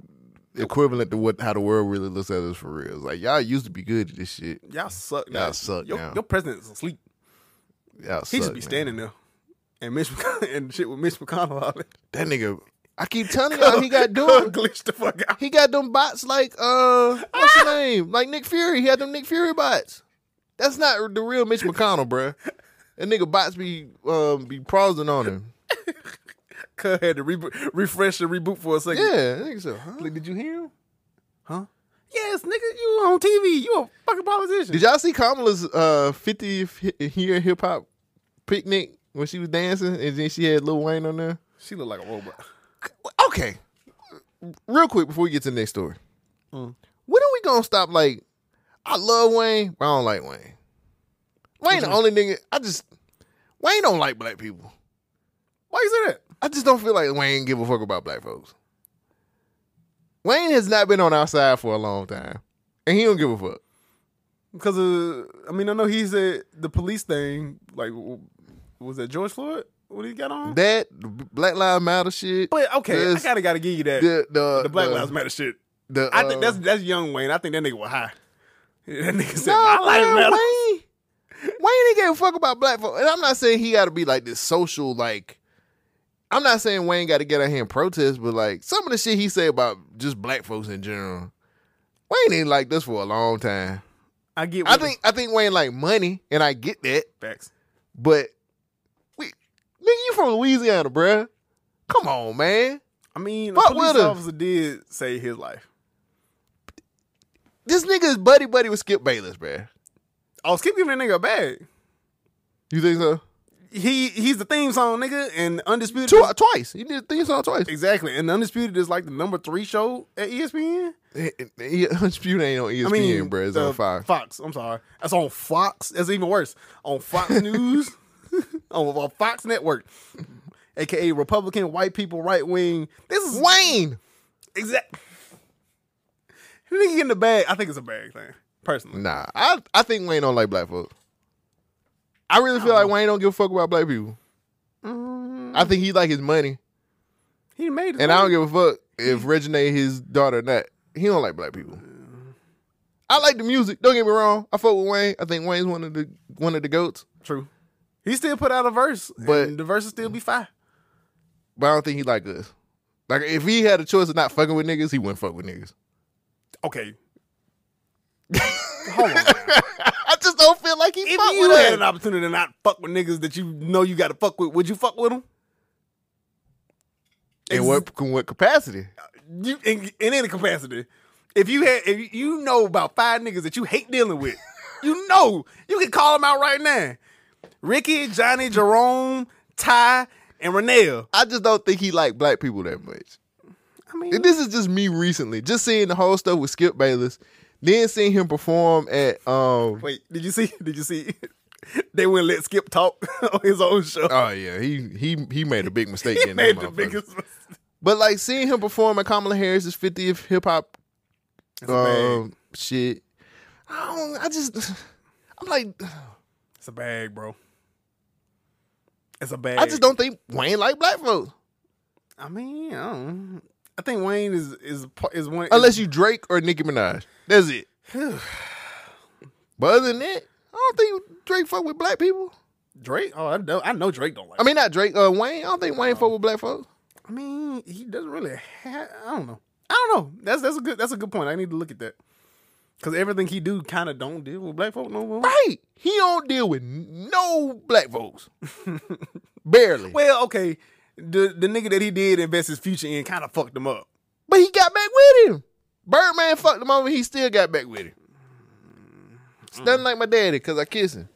[SPEAKER 1] equivalent to what how the world really looks at us for real. It's like y'all used to be good at this shit.
[SPEAKER 2] Y'all suck.
[SPEAKER 1] Y'all
[SPEAKER 2] now.
[SPEAKER 1] suck
[SPEAKER 2] Your,
[SPEAKER 1] now.
[SPEAKER 2] your president's asleep.
[SPEAKER 1] Y'all
[SPEAKER 2] He
[SPEAKER 1] suck,
[SPEAKER 2] should be
[SPEAKER 1] man.
[SPEAKER 2] standing there. And Mitch McConnell, and shit with Mitch McConnell. all that.
[SPEAKER 1] That nigga, I keep telling y'all, he got doing.
[SPEAKER 2] glitched the fuck out.
[SPEAKER 1] He got them bots like uh, what's his name? Like Nick Fury. He had them Nick Fury bots. That's not the real Mitch McConnell, bruh. That nigga bots be um be prosing on him.
[SPEAKER 2] Cuz had to re- refresh and reboot for a second.
[SPEAKER 1] Yeah, that nigga said, huh?
[SPEAKER 2] Like, did you hear him? Huh? Yes, nigga, you on TV. You a fucking politician.
[SPEAKER 1] Did y'all see Kamala's uh 50th year hip hop picnic when she was dancing and then she had Lil Wayne on there?
[SPEAKER 2] she look like a robot.
[SPEAKER 1] Okay, real quick before we get to the next story, when are we gonna stop? Like, I love Wayne, but I don't like Wayne. Wayne the
[SPEAKER 2] Mm-hmm.
[SPEAKER 1] only nigga I just Wayne don't like black people.
[SPEAKER 2] Why you say that?
[SPEAKER 1] I just don't feel like Wayne give a fuck about black folks. Wayne has not been on our side for a long time, and he don't give a fuck.
[SPEAKER 2] Because, uh, I mean, I know he said the police thing, like, w- was that George Floyd? What he got on?
[SPEAKER 1] That the Black Lives Matter shit.
[SPEAKER 2] but, okay, I
[SPEAKER 1] this,
[SPEAKER 2] gotta, gotta give you that.
[SPEAKER 1] the, the
[SPEAKER 2] the Black
[SPEAKER 1] the-
[SPEAKER 2] Lives Matter shit.
[SPEAKER 1] The,
[SPEAKER 2] I think
[SPEAKER 1] uh,
[SPEAKER 2] that's that's young Wayne. I think that nigga was high. That nigga said,
[SPEAKER 1] No,
[SPEAKER 2] my life
[SPEAKER 1] man,
[SPEAKER 2] matter.
[SPEAKER 1] Wayne. Wayne ain't gave a fuck about black folks. And I'm not saying he got to be like this social, like, I'm not saying Wayne got to get out here and protest, but like some of the shit he said about just black folks in general, Wayne ain't like this for a long time.
[SPEAKER 2] I get
[SPEAKER 1] I
[SPEAKER 2] what
[SPEAKER 1] think I think Wayne like money, and I get that,
[SPEAKER 2] the facts.
[SPEAKER 1] but we, nigga, you from Louisiana, bruh. Come on, man.
[SPEAKER 2] I mean,
[SPEAKER 1] Fuck
[SPEAKER 2] the police
[SPEAKER 1] with her.
[SPEAKER 2] officer did save his life.
[SPEAKER 1] This nigga is buddy buddy with Skip Bayless, bruh.
[SPEAKER 2] Oh, keep giving that nigga a bag.
[SPEAKER 1] You think so?
[SPEAKER 2] He he's the theme song nigga, and undisputed
[SPEAKER 1] Two, twice. He did things on twice.
[SPEAKER 2] exactly, and undisputed is like the number three show at E
[SPEAKER 1] E
[SPEAKER 2] ESPN.
[SPEAKER 1] Undisputed ain't on E ESPN,
[SPEAKER 2] I mean,
[SPEAKER 1] bruh. It's
[SPEAKER 2] uh,
[SPEAKER 1] on fire.
[SPEAKER 2] Fox. I'm sorry, that's on Fox. That's even worse on Fox News, on, on Fox Network, aka Republican white people right wing. This is
[SPEAKER 1] Wayne.
[SPEAKER 2] Exact. Nigga in the bag. I think it's a bag thing, personally.
[SPEAKER 1] Nah, I, I think Wayne don't like black folks. I really feel
[SPEAKER 2] Oh.
[SPEAKER 1] like Wayne don't give a fuck about black people. I think he like his money,
[SPEAKER 2] He made it.
[SPEAKER 1] and I don't give a fuck
[SPEAKER 2] Mm.
[SPEAKER 1] if Reginae his daughter or not. He don't like black people. I like the music. Don't get me wrong. I fuck with Wayne. I think Wayne's one of the one of the goats,
[SPEAKER 2] true. He still put out a verse,
[SPEAKER 1] But-
[SPEAKER 2] and the verse will still be fine.
[SPEAKER 1] but I don't think he like us. Like if he had a choice of not fucking with niggas, he wouldn't fuck with niggas.
[SPEAKER 2] Okay. Hold on. now.
[SPEAKER 1] I just don't feel like he fuck
[SPEAKER 2] If you
[SPEAKER 1] with
[SPEAKER 2] had
[SPEAKER 1] us.
[SPEAKER 2] an opportunity to not fuck with niggas that you know you got to fuck with, would you fuck with them?
[SPEAKER 1] In what in what capacity?
[SPEAKER 2] You in, in any capacity. If you had, if you- you know about five niggas that you hate dealing with, you know you can call them out right now. Ricky, Johnny, Jerome, Ty, and Renee.
[SPEAKER 1] I just don't think he like black people that much.
[SPEAKER 2] I mean,
[SPEAKER 1] And this is just me recently, just seeing the whole stuff with Skip Bayless, then seeing him perform at um.
[SPEAKER 2] Wait, did you see? Did you see? they wouldn't let Skip talk on his own show.
[SPEAKER 1] Oh yeah, he he he made a big mistake.
[SPEAKER 2] he
[SPEAKER 1] in
[SPEAKER 2] made
[SPEAKER 1] that
[SPEAKER 2] the
[SPEAKER 1] motherfucker.
[SPEAKER 2] biggest mistake.
[SPEAKER 1] But like seeing him perform at Kamala Harris's 50th hip hop um, shit, I don't. I just I'm like
[SPEAKER 2] It's a bag, bro. It's a bag.
[SPEAKER 1] I just don't think Wayne like black folks
[SPEAKER 2] I mean, I don't. know. I think Wayne is is pa- is one.
[SPEAKER 1] unless you Drake or Nicki Minaj. That's it. but other than that, I don't think Drake fuck with black people.
[SPEAKER 2] Drake. Oh, I know. I know Drake don't like.
[SPEAKER 1] I mean, not Drake. Uh, Wayne. I don't think Wayne fuck with black folks.
[SPEAKER 2] I mean, he doesn't really. Have, I don't know. I don't know. That's that's a good that's a good point. I need to look at that because everything he do kind of don't deal with black folk no more.
[SPEAKER 1] Right. He don't deal with no black folks. Barely.
[SPEAKER 2] Well, okay. The the nigga that he did invest his future in kind of fucked him up.
[SPEAKER 1] But he got back with him. Birdman fucked him over. He still got back with him. It's nothing like my daddy because I kiss him.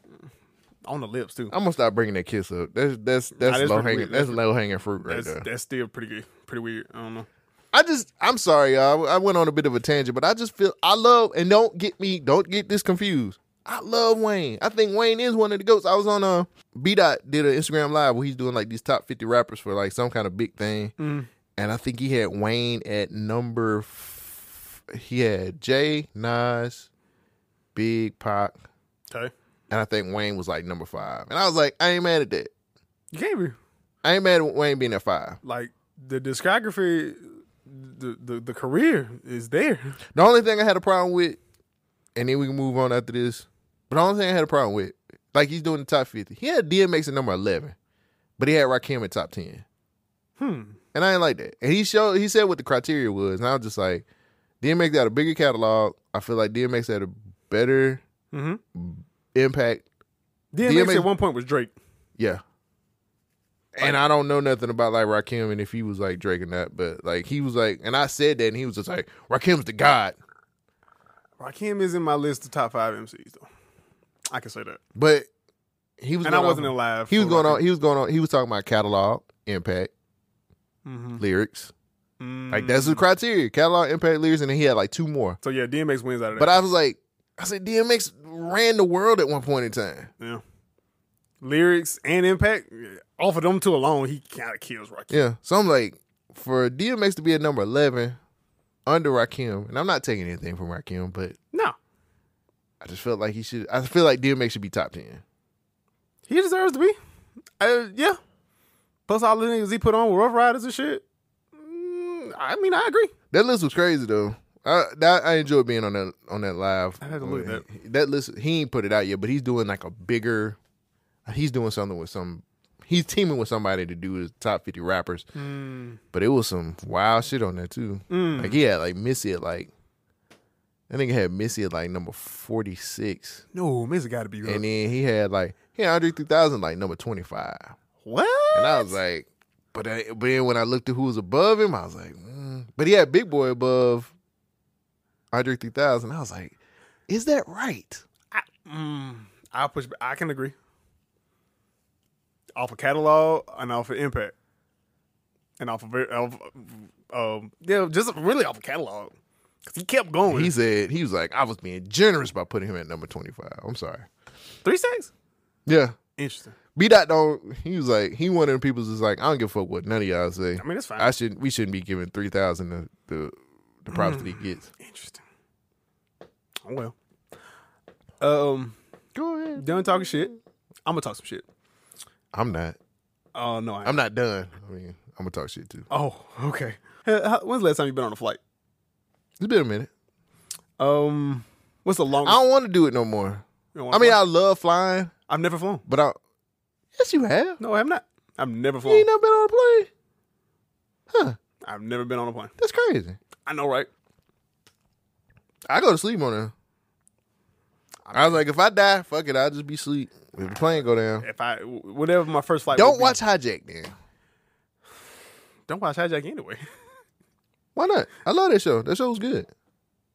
[SPEAKER 2] On the lips too.
[SPEAKER 1] I'm gonna stop bringing that kiss up. That's that's that's
[SPEAKER 2] that's
[SPEAKER 1] low
[SPEAKER 2] pretty
[SPEAKER 1] hanging.
[SPEAKER 2] weird.
[SPEAKER 1] That's low hanging fruit right
[SPEAKER 2] That's
[SPEAKER 1] there.
[SPEAKER 2] that's still pretty good, pretty weird. I don't know.
[SPEAKER 1] I just, I'm sorry, y'all. I went on a bit of a tangent, but I just feel I love, and don't get me, don't get this confused. I love Wayne. I think Wayne is one of the goats. I was on a B dot did an Instagram live where he's doing like these top fifty rappers for like some kind of big thing, and I think he had Wayne at number. F- he had Jay, Nas, Big Pac,
[SPEAKER 2] Okay.
[SPEAKER 1] and I think Wayne was like number five. And I was like, I ain't mad at that.
[SPEAKER 2] You can't be
[SPEAKER 1] I ain't mad at Wayne being at five.
[SPEAKER 2] like the discography, the the, the career is there.
[SPEAKER 1] The only thing I had a problem with, and then we can move on after this. But the only thing I had a problem with, like he's doing the top fifty. He had DMX at number eleven, but he had Rakim at top ten. Hmm. And I ain't like that. And he showed he said what the criteria was, and I was just like, DMX got a bigger catalog. I feel like DMX had a better impact.
[SPEAKER 2] DMX,
[SPEAKER 1] DMX
[SPEAKER 2] at one point was Drake.
[SPEAKER 1] Yeah. And I don't know nothing about like Rakim and if he was like Drake or not, but like he was like, and I said that, and he was just like, Rakim's the god.
[SPEAKER 2] Rakim is in my list of top five MCs though. I can say that.
[SPEAKER 1] But he was
[SPEAKER 2] And
[SPEAKER 1] going
[SPEAKER 2] I wasn't
[SPEAKER 1] off-
[SPEAKER 2] alive
[SPEAKER 1] He was
[SPEAKER 2] for
[SPEAKER 1] going
[SPEAKER 2] Rocket.
[SPEAKER 1] on. He was going on. He was talking about catalog, impact,
[SPEAKER 2] Mm-hmm.
[SPEAKER 1] lyrics. Like that's
[SPEAKER 2] Mm.
[SPEAKER 1] the criteria: catalog, impact, lyrics, and then he had like two more.
[SPEAKER 2] So yeah, DMX wins out of that.
[SPEAKER 1] But I was like, I said DMX ran the world at one point in time.
[SPEAKER 2] yeah. Lyrics and impact, yeah. off of them two alone, he kind of kills Rakim.
[SPEAKER 1] Yeah, so I'm like, for DMX to be at number eleven under Rakim, and I'm not taking anything from Rakim, but
[SPEAKER 2] No,
[SPEAKER 1] I just felt like he should. I feel like DMX should be top ten.
[SPEAKER 2] he deserves to be. Uh, yeah. Plus all the things he put on with Rough Riders and shit. Mm, I mean, I agree.
[SPEAKER 1] That list was crazy though. I that, I enjoyed being on that on that live. I
[SPEAKER 2] had to look at
[SPEAKER 1] that. list. He ain't put it out yet, but he's doing like a bigger. He's doing something with some. He's teaming with somebody to do his top fifty rappers.
[SPEAKER 2] Mm.
[SPEAKER 1] But it was some wild shit on there too. Like he had like Missy at like. I think he had Missy at like number forty six,
[SPEAKER 2] No, Mizzy got to be
[SPEAKER 1] and then he had like he had Andre three thousand like number twenty five.
[SPEAKER 2] What?
[SPEAKER 1] And I was like, but, I, but then when I looked at who was above him, I was like, mm. but he had Big Boy above Andre 3000. I was like, is that right?
[SPEAKER 2] I Mm, push. back. I can agree. Off of catalog and off of impact, and off of, ver- off of um, yeah, just really off of catalog. 'Cause he kept going.
[SPEAKER 1] He
[SPEAKER 2] He's
[SPEAKER 1] said, he was like, I was being generous by putting him at number 25. I'm sorry.
[SPEAKER 2] three stacks.
[SPEAKER 1] Yeah.
[SPEAKER 2] Interesting.
[SPEAKER 1] B dot don't. He was like he one of the people's is like I don't give a fuck what none of y'all say.
[SPEAKER 2] I mean, it's fine.
[SPEAKER 1] I shouldn't. We shouldn't be giving three thousand the the, the props
[SPEAKER 2] Mm.
[SPEAKER 1] that he gets.
[SPEAKER 2] Interesting. Oh, Well, um,
[SPEAKER 1] Go ahead.
[SPEAKER 2] done talking shit. I'm gonna talk some shit.
[SPEAKER 1] I'm not.
[SPEAKER 2] Oh no, I
[SPEAKER 1] I'm not done. I mean, I'm gonna talk shit too.
[SPEAKER 2] Oh, okay. Uh, how- When's the last time you've been on a flight?
[SPEAKER 1] It's been a minute.
[SPEAKER 2] Um, what's the
[SPEAKER 1] I
[SPEAKER 2] longest?
[SPEAKER 1] don't want to do it no more.
[SPEAKER 2] You don't wanna
[SPEAKER 1] I mean,
[SPEAKER 2] fly?
[SPEAKER 1] I love flying,
[SPEAKER 2] I've never flown.
[SPEAKER 1] but I. Yes, you have.
[SPEAKER 2] No, I have not. I've never
[SPEAKER 1] You
[SPEAKER 2] flown.
[SPEAKER 1] ain't never been on a plane.
[SPEAKER 2] I've never been on a plane.
[SPEAKER 1] That's crazy.
[SPEAKER 2] I know, right?
[SPEAKER 1] I go to sleep on it. I was like, if I die, fuck it, I'll just be sleep. If the plane go down,
[SPEAKER 2] if I w- whatever my first flight. would
[SPEAKER 1] don't
[SPEAKER 2] be-
[SPEAKER 1] watch Hijack then.
[SPEAKER 2] don't watch Hijack anyway.
[SPEAKER 1] Why not? I love that show. That show was good.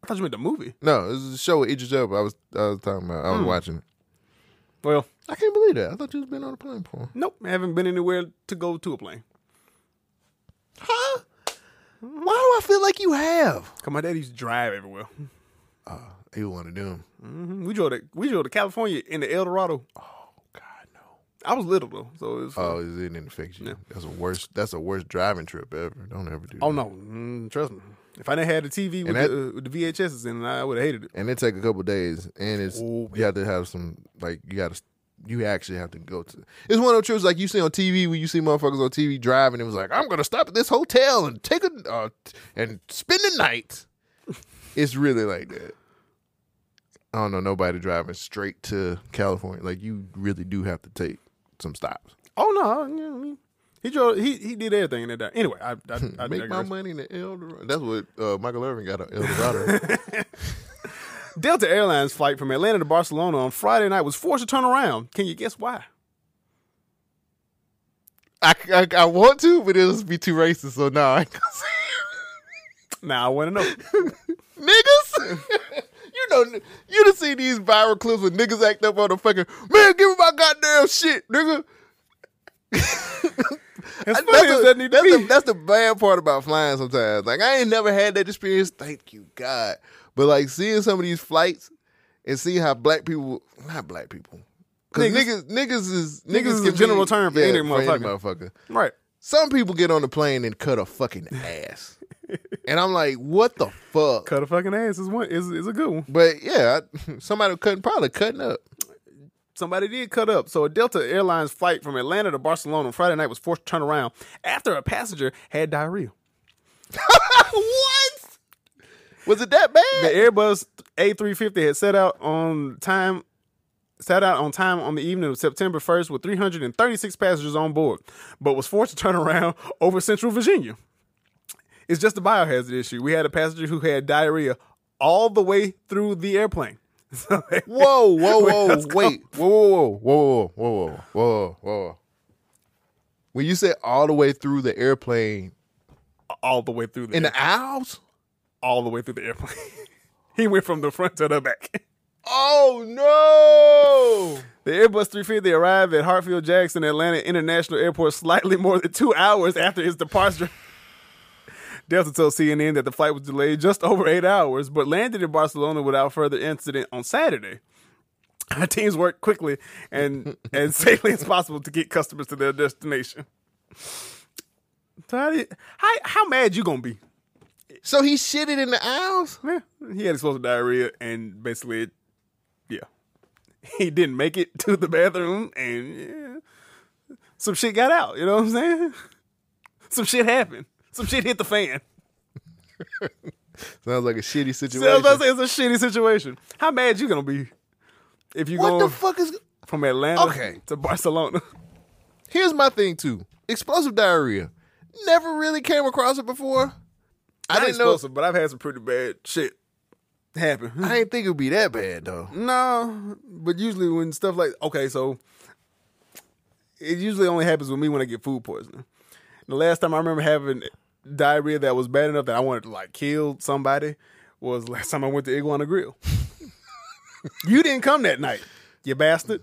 [SPEAKER 2] I thought you meant the movie.
[SPEAKER 1] No, this is a show with Idris Elba. I was I was talking about.
[SPEAKER 2] Hmm.
[SPEAKER 1] I was watching it.
[SPEAKER 2] Well,
[SPEAKER 1] I can't believe that. I thought you was been on a plane before.
[SPEAKER 2] nope, I haven't been anywhere to go to a plane.
[SPEAKER 1] Huh? Mm-hmm. Why do I feel like you have?
[SPEAKER 2] Cause my dad used to drive everywhere.
[SPEAKER 1] He was one of them.
[SPEAKER 2] Mhm. We drove to we drove to California in the El Dorado. Oh God, no! I was little though, so it was.
[SPEAKER 1] Oh, it didn't affect you. That's a worst. That's a worst driving trip ever. Don't ever do.
[SPEAKER 2] oh
[SPEAKER 1] that.
[SPEAKER 2] no, mm, trust me. If I didn't have the TV
[SPEAKER 1] And
[SPEAKER 2] with,
[SPEAKER 1] that-
[SPEAKER 2] the, uh, with the VHSs in, it, I would have hated it.
[SPEAKER 1] and it take a couple days, and it's
[SPEAKER 2] Oh,
[SPEAKER 1] you have to have some like you got to you actually have to go to. It's one of those trips like you see on TV when you see motherfuckers on TV driving. It was like I'm gonna stop at this hotel and take a uh, t- and spend the night. it's really like that. I don't know nobody driving straight to California. Like you really do have to take some stops.
[SPEAKER 2] Oh no, you know what I mean? He drove. He he did everything in that. day. Anyway, I I, I
[SPEAKER 1] Make my
[SPEAKER 2] digress.
[SPEAKER 1] money in the Eldorado. That's what uh, Michael Irvin got a Eldorado.
[SPEAKER 2] Delta Airlines flight from Atlanta to Barcelona on Friday night was forced to turn around. Can you guess why?
[SPEAKER 1] I, I, I want to, but it'll be too racist. So now I can
[SPEAKER 2] Now I want to know.
[SPEAKER 1] niggas. you know, you done seen these viral clips with niggas act up on the fucking man. Give me my goddamn shit, nigga.
[SPEAKER 2] As
[SPEAKER 1] That's
[SPEAKER 2] funny as
[SPEAKER 1] the,
[SPEAKER 2] that need to
[SPEAKER 1] that's the-
[SPEAKER 2] be.
[SPEAKER 1] that's the bad part about flying sometimes. Like I ain't never had that experience. Thank you God. But like seeing some of these flights and seeing how black people, not black people, because niggas,
[SPEAKER 2] Niggas.
[SPEAKER 1] niggas is niggas,
[SPEAKER 2] Niggas is a
[SPEAKER 1] can be-
[SPEAKER 2] general term for any motherfucker.
[SPEAKER 1] motherfucker.
[SPEAKER 2] Right.
[SPEAKER 1] Some people get on the plane and cut a fucking ass, and I'm like, what the fuck?
[SPEAKER 2] Cut a fucking ass is one is is a good one.
[SPEAKER 1] But yeah, I, somebody cutting probably cutting up.
[SPEAKER 2] Somebody did cut up. So a Delta Airlines flight from Atlanta to Barcelona on Friday night was forced to turn around after a passenger had diarrhea.
[SPEAKER 1] what? Was it that bad?
[SPEAKER 2] The Airbus A350 had set out on time set out on time on the evening of September 1st with 336 passengers on board, but was forced to turn around over Central Virginia. It's just a biohazard issue. We had a passenger who had diarrhea all the way through the airplane. So they-
[SPEAKER 1] Whoa, whoa, whoa,
[SPEAKER 2] Let's go.
[SPEAKER 1] wait. Whoa, whoa, whoa, whoa, whoa, whoa, whoa, whoa, whoa. When you said all the way through the airplane,
[SPEAKER 2] all the way through the
[SPEAKER 1] in the aisles?
[SPEAKER 2] all the way through the airplane. he went from the front to the back.
[SPEAKER 1] Oh no!
[SPEAKER 2] The Airbus 350 arrived at Hartfield Jackson Atlanta International Airport slightly more than two hours after his departure. Delta told CNN that the flight was delayed just over eight hours, but landed in Barcelona without further incident on Saturday. Our teams worked quickly and as safely as possible to get customers to their destination. So How, do you- how, how mad you gonna be?
[SPEAKER 1] So he shitted in the aisles?
[SPEAKER 2] Yeah, he had explosive diarrhea, and basically, it, yeah, he didn't make it to the bathroom, and yeah, some shit got out. You know what I'm saying? Some shit happened. Some shit hit the fan.
[SPEAKER 1] Sounds like a shitty
[SPEAKER 2] See, I was
[SPEAKER 1] situation.
[SPEAKER 2] about to say it's a shitty situation. How mad you gonna be if you
[SPEAKER 1] what
[SPEAKER 2] go
[SPEAKER 1] the fuck is.
[SPEAKER 2] from Atlanta
[SPEAKER 1] Okay.
[SPEAKER 2] to Barcelona?
[SPEAKER 1] Here's my thing, too explosive diarrhea. Never really came across it before. I
[SPEAKER 2] Not
[SPEAKER 1] didn't know.
[SPEAKER 2] explosive, but I've had some pretty bad shit happen.
[SPEAKER 1] I didn't think it would be that bad, though.
[SPEAKER 2] Mm. No, but usually when stuff like okay, so it usually only happens with me when I get food poisoning. The last time I remember having diarrhea that was bad enough that I wanted to like kill somebody was last time I went to Iguana Grill. you didn't come that night, you bastard.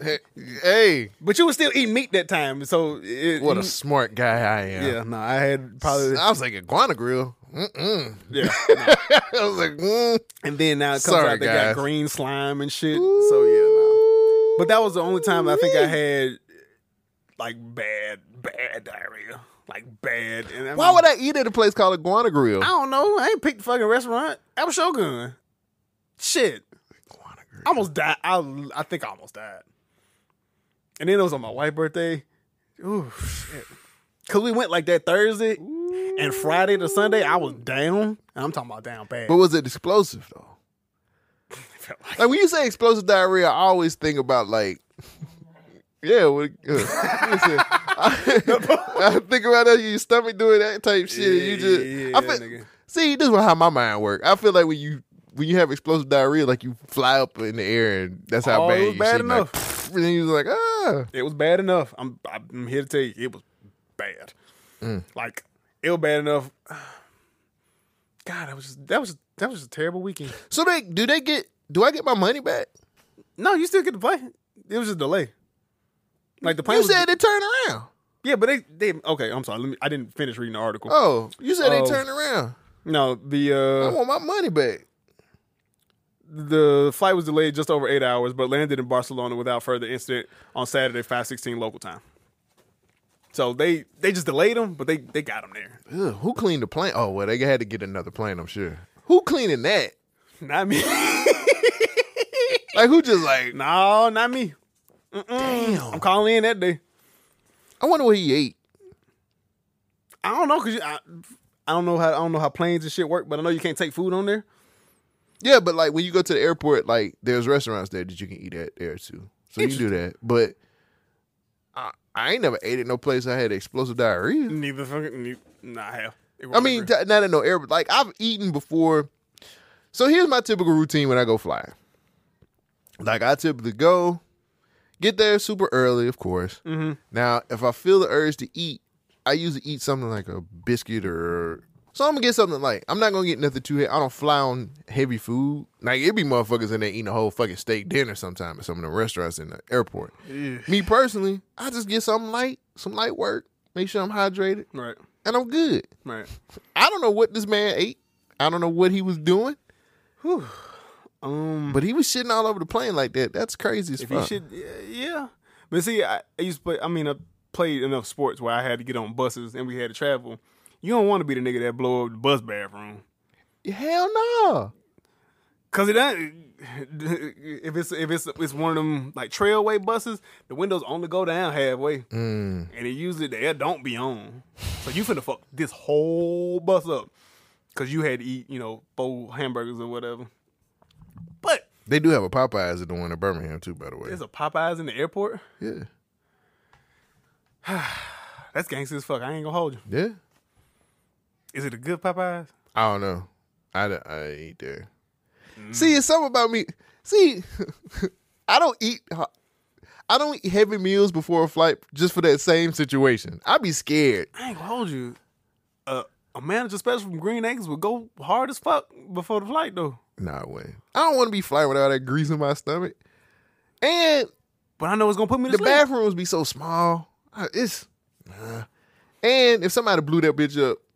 [SPEAKER 1] Hey, hey,
[SPEAKER 2] But you were still eating meat that time, so it,
[SPEAKER 1] what
[SPEAKER 2] you-
[SPEAKER 1] a smart guy I am.
[SPEAKER 2] Mm. yeah. No, I had probably
[SPEAKER 1] I was like, iguana grill. Mm-mm.
[SPEAKER 2] yeah.
[SPEAKER 1] I was like, mm.
[SPEAKER 2] And then now it comes
[SPEAKER 1] Sorry,
[SPEAKER 2] out they
[SPEAKER 1] guys.
[SPEAKER 2] got green slime and shit. So yeah, no. But that was the only time I think I had like bad, bad diarrhea, like bad. And I
[SPEAKER 1] Why would I eat at a place called Iguana Grill?
[SPEAKER 2] I don't know. I ain't picked the fucking restaurant. I was Shogun. Shit, I almost died. I I think I almost died. And then it was on my white birthday. Ooh, shit. Cause we went like that Thursday and Friday to Sunday. I was down. And I'm talking about down bad.
[SPEAKER 1] But was it explosive though?
[SPEAKER 2] Felt like-
[SPEAKER 1] Like when you say explosive diarrhea, I always think about like, yeah, what, uh, listen, I, I think about that your stomach doing that type shit. and you just,
[SPEAKER 2] Yeah,
[SPEAKER 1] I feel,
[SPEAKER 2] nigga.
[SPEAKER 1] see, this is how my mind works. I feel like when you when you have explosive diarrhea, like you fly up in the air, and that's how
[SPEAKER 2] Oh, it
[SPEAKER 1] bad
[SPEAKER 2] was
[SPEAKER 1] you
[SPEAKER 2] bad
[SPEAKER 1] shit. and, like,
[SPEAKER 2] enough.
[SPEAKER 1] and then you was like, ah,
[SPEAKER 2] It was bad enough. I'm I'm here to tell you it was bad.
[SPEAKER 1] Mm.
[SPEAKER 2] Like it was bad enough. God, that was just, that was that was just a terrible weekend.
[SPEAKER 1] so they do they get? Do I get my money back?
[SPEAKER 2] No, you still get to play. It was just a delay. Like the plane
[SPEAKER 1] You
[SPEAKER 2] was
[SPEAKER 1] said they turn around.
[SPEAKER 2] Yeah, but they they okay, I'm sorry. Let me I didn't finish reading the article.
[SPEAKER 1] Oh, you said
[SPEAKER 2] Oh.
[SPEAKER 1] they turned around.
[SPEAKER 2] No, the
[SPEAKER 1] I
[SPEAKER 2] uh
[SPEAKER 1] want my money back.
[SPEAKER 2] the flight was delayed just over 8 hours but landed in Barcelona without further incident on Saturday 5:16 local time. So they they just delayed them, but they they got them there.
[SPEAKER 1] Ugh, who cleaned the plane? Oh well, they had to get another plane. I'm sure. Who cleaning that?
[SPEAKER 2] Not me.
[SPEAKER 1] Like who just like?
[SPEAKER 2] no, not me. I'm
[SPEAKER 1] Damn.
[SPEAKER 2] calling in that day.
[SPEAKER 1] I wonder what he ate.
[SPEAKER 2] I don't know because I, I don't know how I don't know how planes and shit work, but I know you can't take food on there.
[SPEAKER 1] Yeah, but like when you go to the airport, like there's restaurants there that you can eat at there too. So you can do that. But I, I ain't never ate at no place I had explosive diarrhea.
[SPEAKER 2] Neither fucking. ne- Nah, I have. It
[SPEAKER 1] I
[SPEAKER 2] wasn't
[SPEAKER 1] mean,
[SPEAKER 2] great.
[SPEAKER 1] t- not at no airport. Like I've eaten before. So here's my typical routine when I go flying. Like I typically go, get there super early, of course. Now, if I feel the urge to eat, I usually eat something like a biscuit or So I'm gonna get something like I'm not gonna get nothing too. Heavy. I don't fly on heavy food. Like it be motherfuckers in there eating a whole fucking steak dinner sometime at some of the restaurants in the airport. Me personally, I just get something light, some light work. Make sure I'm hydrated,
[SPEAKER 2] Right.
[SPEAKER 1] and I'm good.
[SPEAKER 2] Right.
[SPEAKER 1] I don't know what this man ate. I don't know what he was doing.
[SPEAKER 2] Um.
[SPEAKER 1] But he was shitting all over the plane like that. That's crazy as
[SPEAKER 2] If you
[SPEAKER 1] fuck.
[SPEAKER 2] should, yeah. But see, I, I used to play. I mean, I played enough sports where I had to get on buses and we had to travel. You don't want to be the nigga that blow up the bus bathroom
[SPEAKER 1] Hell no.
[SPEAKER 2] because it ain't- if it's if it's it's one of them like trailway buses, the windows only go down halfway, and it usually the air don't be on. So you finna fuck this whole bus up because you had to eat you know four hamburgers or whatever. But
[SPEAKER 1] They do have a Popeyes at the one in Birmingham too, by the way.
[SPEAKER 2] there's a Popeyes in the airport.
[SPEAKER 1] yeah,
[SPEAKER 2] That's gangster as fuck. I ain't gonna hold you.
[SPEAKER 1] yeah.
[SPEAKER 2] Is it a good Popeyes?
[SPEAKER 1] I don't know. I don't- I eat there. See, it's something about me. See, I don't eat. ho- I don't eat heavy meals before a flight just for that same situation. I'd be scared.
[SPEAKER 2] I ain't gonna hold you. Uh, a manager special from Green Acres would go hard as fuck before the flight, though.
[SPEAKER 1] Nah, way. I don't want to be flying with all that grease in my stomach. And
[SPEAKER 2] But I know it's gonna put me to
[SPEAKER 1] the
[SPEAKER 2] sleep.
[SPEAKER 1] bathrooms be so small. I- It's nah. and if somebody blew that bitch up,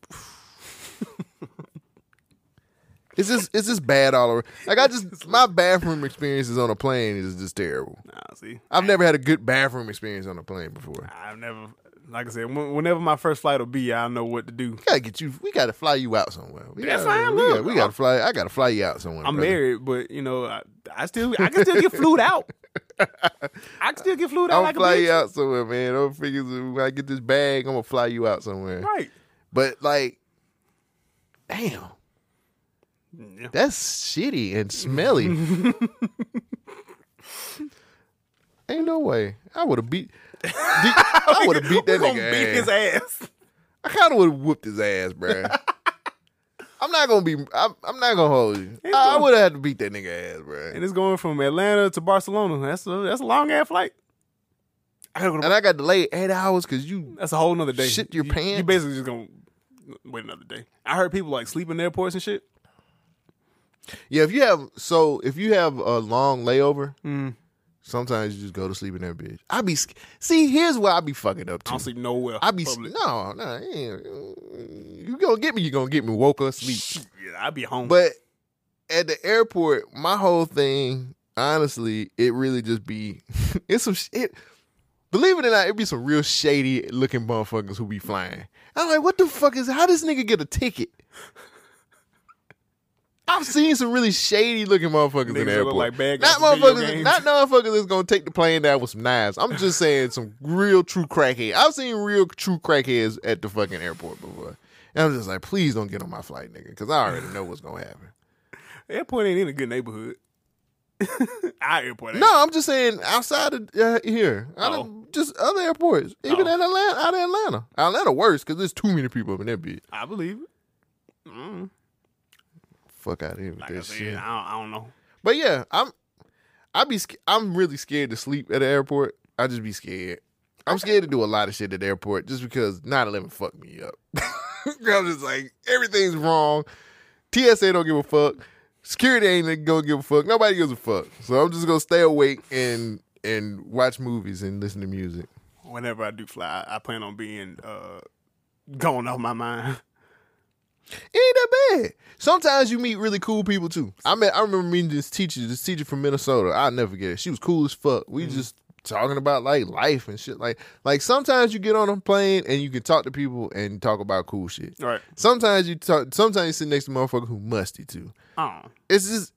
[SPEAKER 1] it's just it's just bad all around. Like I just my bathroom experiences on a plane is just terrible.
[SPEAKER 2] Nah, see,
[SPEAKER 1] I've never had a good bathroom experience on a plane before.
[SPEAKER 2] I've never, like I said, wh- whenever my first flight will be, I know what to do.
[SPEAKER 1] We gotta get you. We gotta fly you out somewhere. We
[SPEAKER 2] That's
[SPEAKER 1] gotta,
[SPEAKER 2] fine,
[SPEAKER 1] We,
[SPEAKER 2] look.
[SPEAKER 1] gotta, we gotta fly. I gotta fly you out somewhere.
[SPEAKER 2] I'm
[SPEAKER 1] brother.
[SPEAKER 2] married, but you know, I, I still, I can still get flued out. I can still get flued out
[SPEAKER 1] I'm gonna fly uh,
[SPEAKER 2] like a bitch.
[SPEAKER 1] you out somewhere, man. I'm figure when I get this bag, I'm gonna fly you out somewhere.
[SPEAKER 2] Right?
[SPEAKER 1] But like, damn,
[SPEAKER 2] Yeah.
[SPEAKER 1] that's shitty and smelly. Ain't no way. I would have beat. I would have beat
[SPEAKER 2] We
[SPEAKER 1] that
[SPEAKER 2] gonna
[SPEAKER 1] nigga.
[SPEAKER 2] beat
[SPEAKER 1] ass.
[SPEAKER 2] his ass.
[SPEAKER 1] I kind of would have whooped his ass, bruh. I'm not gonna be. I'm, I'm not gonna hold you. I, would have had to beat that nigga ass, bruh.
[SPEAKER 2] And it's going from Atlanta to Barcelona. That's a that's a long ass flight. I gotta go to
[SPEAKER 1] And I got delayed eight hours because you.
[SPEAKER 2] That's a whole nother day.
[SPEAKER 1] Shit your
[SPEAKER 2] you,
[SPEAKER 1] pants.
[SPEAKER 2] You basically just gonna wait another day. I heard people like sleep in airports and shit.
[SPEAKER 1] Yeah, if you have so if you have a long layover,
[SPEAKER 2] Mm.
[SPEAKER 1] sometimes you just go to sleep in that bitch. I be sc- see. Here's where I be fucking up
[SPEAKER 2] I
[SPEAKER 1] to.
[SPEAKER 2] don't sleep nowhere.
[SPEAKER 1] I be s-
[SPEAKER 2] public.
[SPEAKER 1] no, no. yeah. You gonna get me? You gonna get me? Woke up sleep.
[SPEAKER 2] Yeah, I be home.
[SPEAKER 1] But at the airport, my whole thing, honestly, it really just be it's some shit. Believe it or not, it be some real shady looking motherfuckers who be flying. I'm like, what the fuck is how this nigga get a ticket? I've seen some really shady looking motherfuckers in the
[SPEAKER 2] Niggas that look
[SPEAKER 1] airport.
[SPEAKER 2] like bad
[SPEAKER 1] not
[SPEAKER 2] guys from video
[SPEAKER 1] motherfuckers,
[SPEAKER 2] games.
[SPEAKER 1] not motherfuckers that's gonna take the plane down with some knives. I'm just saying some real true crackhead. I've seen real true crackheads at the fucking airport before. And I'm just like, please don't get on my flight, nigga, because I already know what's gonna happen.
[SPEAKER 2] airport ain't in a good neighborhood. Our airport. Ain't.
[SPEAKER 1] No, I'm just saying outside of uh, here, out of just other airports, even
[SPEAKER 2] Oh.
[SPEAKER 1] in Atlanta, out of Atlanta. Atlanta worse because there's too many people up in that bitch.
[SPEAKER 2] I believe it. Mm,
[SPEAKER 1] Fuck out of here with
[SPEAKER 2] like I
[SPEAKER 1] that
[SPEAKER 2] said,
[SPEAKER 1] shit.
[SPEAKER 2] I, don't, I don't know.
[SPEAKER 1] But yeah, I'm, I be, sc- I'm really scared to sleep at the airport. I just be scared. I'm scared to do a lot of shit at the airport just because 9/11 fucked me up. I'm just like everything's wrong. TSA don't give a fuck. Security ain't gonna give a fuck. Nobody gives a fuck. So I'm just gonna stay awake and and watch movies and listen to music.
[SPEAKER 2] Whenever I do fly, I, I plan on being uh, going off my mind.
[SPEAKER 1] It ain't that bad. Sometimes you meet really cool people too. I met I remember meeting this teacher, this teacher from Minnesota. I'll never forget it. She was cool as fuck. We just talking about like life and shit. Like like sometimes you get on a plane and you can talk to people and talk about cool shit.
[SPEAKER 2] Right.
[SPEAKER 1] Sometimes you talk sometimes you sit next to motherfucker who musty too.
[SPEAKER 2] Oh,
[SPEAKER 1] It's just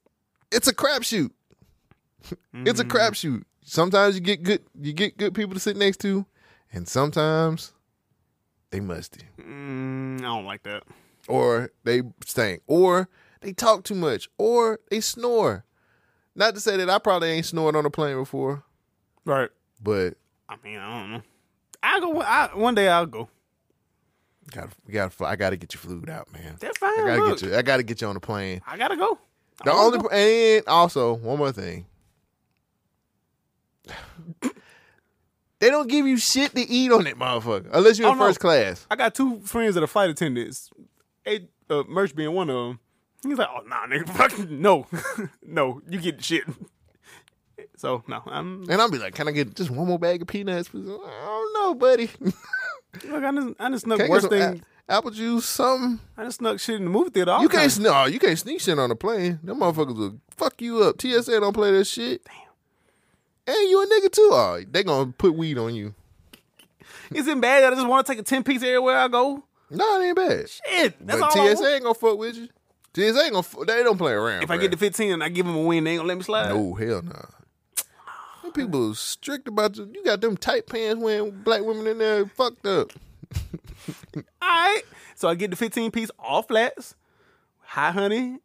[SPEAKER 1] it's a crapshoot. It's a crapshoot. Sometimes you get good you get good people to sit next to, and sometimes they musty
[SPEAKER 2] mm, I don't like that.
[SPEAKER 1] or they stink, or they talk too much, or they snore. Not to say that I probably ain't snored on a plane before,
[SPEAKER 2] Right.
[SPEAKER 1] but
[SPEAKER 2] I mean, I don't know. I go. I, one day I'll go.
[SPEAKER 1] gotta, we gotta, fly, I gotta get you flued out, man.
[SPEAKER 2] That's fine.
[SPEAKER 1] I gotta
[SPEAKER 2] look,
[SPEAKER 1] get you. I gotta get you on the plane.
[SPEAKER 2] I gotta go.
[SPEAKER 1] The
[SPEAKER 2] I
[SPEAKER 1] only
[SPEAKER 2] wanna go.
[SPEAKER 1] and also one more thing. they don't give you shit to eat on that motherfucker unless you're
[SPEAKER 2] Oh,
[SPEAKER 1] in
[SPEAKER 2] no.
[SPEAKER 1] first class.
[SPEAKER 2] I got two friends that are flight attendants. They uh, merch being one of them. He's like, oh nah, nigga, fuck no, no, you get the shit. So no, I'm
[SPEAKER 1] And I'll be like, can I get just one more bag of peanuts? please?" I don't know, buddy.
[SPEAKER 2] look, I just I just snuck
[SPEAKER 1] Can't get
[SPEAKER 2] worst
[SPEAKER 1] some
[SPEAKER 2] thing.
[SPEAKER 1] a- apple juice, something.
[SPEAKER 2] I just snuck shit in the movie theater. All
[SPEAKER 1] You can't
[SPEAKER 2] kinds.
[SPEAKER 1] sn- no, you can't sneak shit on a plane. Them motherfuckers will fuck you up. TSA don't play that shit. Damn. And you a nigga too. Oh, they gonna put weed on you.
[SPEAKER 2] Is it bad that I just want to take a ten piece everywhere I go?
[SPEAKER 1] No, it ain't bad.
[SPEAKER 2] Shit, that's
[SPEAKER 1] but
[SPEAKER 2] all. I want.
[SPEAKER 1] TSA ain't gonna fuck with you. TSA ain't gonna. F- they don't play around.
[SPEAKER 2] If I get to fifteen and I give them a win, they ain't gonna let me slide.
[SPEAKER 1] no hell nah. Them people is strict about you. You got them tight pants wearing black women in there fucked up.
[SPEAKER 2] All right. So I get the 15 piece, all flats, hot honey,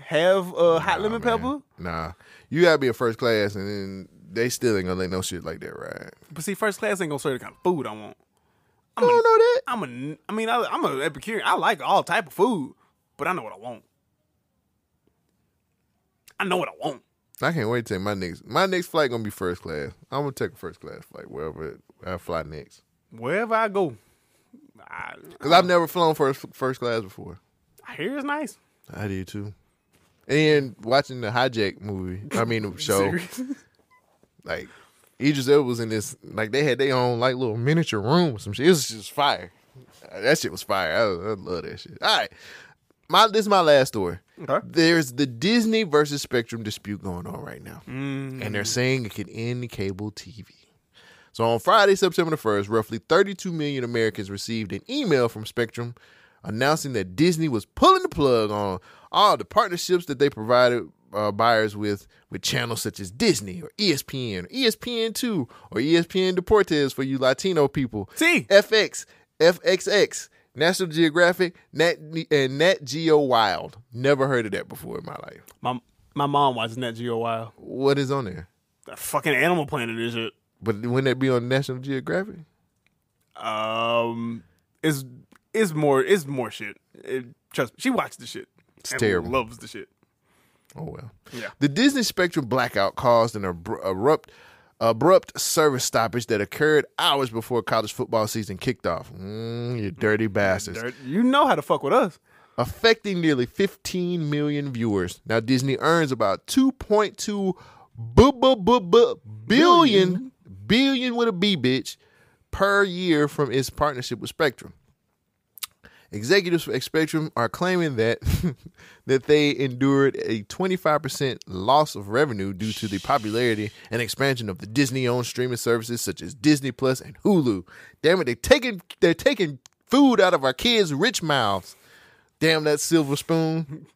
[SPEAKER 2] have uh, hot lemon pepper.
[SPEAKER 1] Nah, you gotta be a first class, and then they still ain't gonna let no shit like that ride.
[SPEAKER 2] But see, first class ain't gonna serve the kind of food I want.
[SPEAKER 1] I don't know that.
[SPEAKER 2] I'm a, I mean, I, I'm an epicurean. I like all type of food, but I know what I want. I know what I want.
[SPEAKER 1] I can't wait to take my next. My next flight gonna be first class. I'm gonna take a first class flight wherever I fly next.
[SPEAKER 2] Wherever I go, I,
[SPEAKER 1] Cause I've never flown first first class before.
[SPEAKER 2] I hear it's nice.
[SPEAKER 1] I did too. And watching the hijack movie, I mean the show,
[SPEAKER 2] Serious.
[SPEAKER 1] like Idris Elba was in this. Like they had their own like little miniature room or some shit. It was just fire. Uh, That shit was fire. I, I love that shit. All right, my this is my last story.
[SPEAKER 2] Okay.
[SPEAKER 1] There's the Disney versus Spectrum dispute going on right now, and they're saying it could end cable TV. So on Friday, September the 1st, roughly 32 million Americans received an email from Spectrum announcing that Disney was pulling the plug on all the partnerships that they provided uh, buyers with with channels such as Disney or E ESPN or ESPN2 or E ESPN Deportes for you Latino people.
[SPEAKER 2] See.
[SPEAKER 1] FX, FXX, National Geographic, Nat, and Nat Geo Wild. Never heard of that before in my life.
[SPEAKER 2] My my mom watches Nat Geo Wild.
[SPEAKER 1] What is on there?
[SPEAKER 2] That fucking Animal Planet is it?
[SPEAKER 1] But wouldn't that be on National Geographic?
[SPEAKER 2] Um, it's it's more it's more shit. It, trust me, she watches the shit. It's
[SPEAKER 1] terrible.
[SPEAKER 2] Loves the shit.
[SPEAKER 1] Oh well.
[SPEAKER 2] Yeah.
[SPEAKER 1] The Disney Spectrum blackout caused an abru- abrupt abrupt service stoppage that occurred hours before college football season kicked off. Mm, you dirty bastards.
[SPEAKER 2] Dirt. You know how to fuck with us.
[SPEAKER 1] Affecting nearly 15 million viewers. Now Disney earns about 2.2 bu- bu- bu- bu- billion billion with a B bitch per year from its partnership with Spectrum. Executives at Spectrum are claiming that that they endured a 25% loss of revenue due to the popularity and expansion of the Disney-owned streaming services such as Disney Plus and Hulu. Damn it, they're taking they're taking food out of our kids' rich mouths. Damn that silver spoon.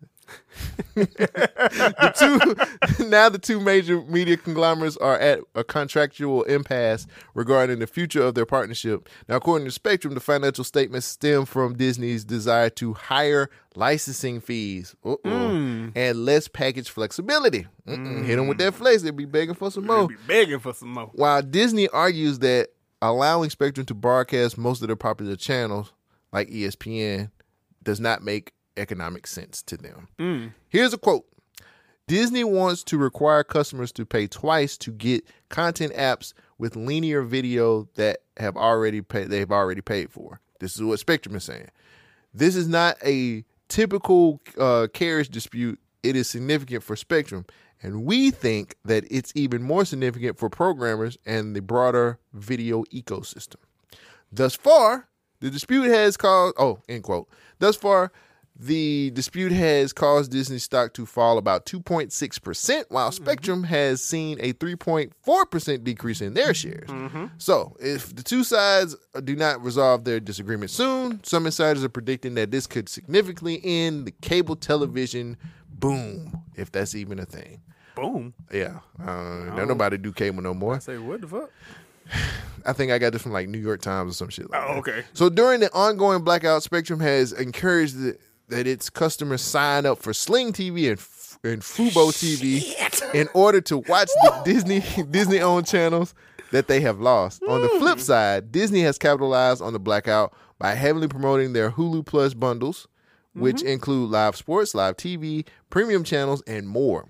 [SPEAKER 1] the two now the two major media conglomerates are at a contractual impasse regarding the future of their partnership. Now, according to Spectrum, the financial statements stem from Disney's desire to higher licensing fees Uh-oh. and less package flexibility. Mm-mm. Hit them with that flex; they'd be begging for some more.
[SPEAKER 2] Be begging for some more.
[SPEAKER 1] While Disney argues that allowing Spectrum to broadcast most of their popular channels, like E ESPN, does not make economic sense to them. Here's a quote Disney wants to require customers to pay twice to get content apps with linear video that have already paid they've already paid for. This is what Spectrum is saying. This is not a typical uh, carriage dispute. It is significant for Spectrum, and we think that it's even more significant for programmers and the broader video ecosystem. Thus far, the dispute has caused oh, end quote. Thus far, the dispute has caused Disney stock to fall about 2.6%, while Spectrum has seen a 3.4% decrease in their shares. So, if the two sides do not resolve their disagreement soon, some insiders are predicting that this could significantly end the cable television boom, if that's even a thing.
[SPEAKER 2] Boom.
[SPEAKER 1] Yeah. Uh, don't nobody do cable no more.
[SPEAKER 2] Say what the fuck?
[SPEAKER 1] I think I got this from like New York Times or some shit. Like
[SPEAKER 2] Oh,
[SPEAKER 1] that.
[SPEAKER 2] okay.
[SPEAKER 1] So during the ongoing blackout, Spectrum has encouraged the, that its customers sign up for Sling TV and F- and Fubo TV in order to watch the Disney Disney owned channels that they have lost. On the flip
[SPEAKER 2] Mm.
[SPEAKER 1] side, Disney has capitalized on the blackout by heavily promoting their Hulu Plus bundles,
[SPEAKER 2] Mm-hmm.
[SPEAKER 1] which include live sports, live TV, premium channels, and more.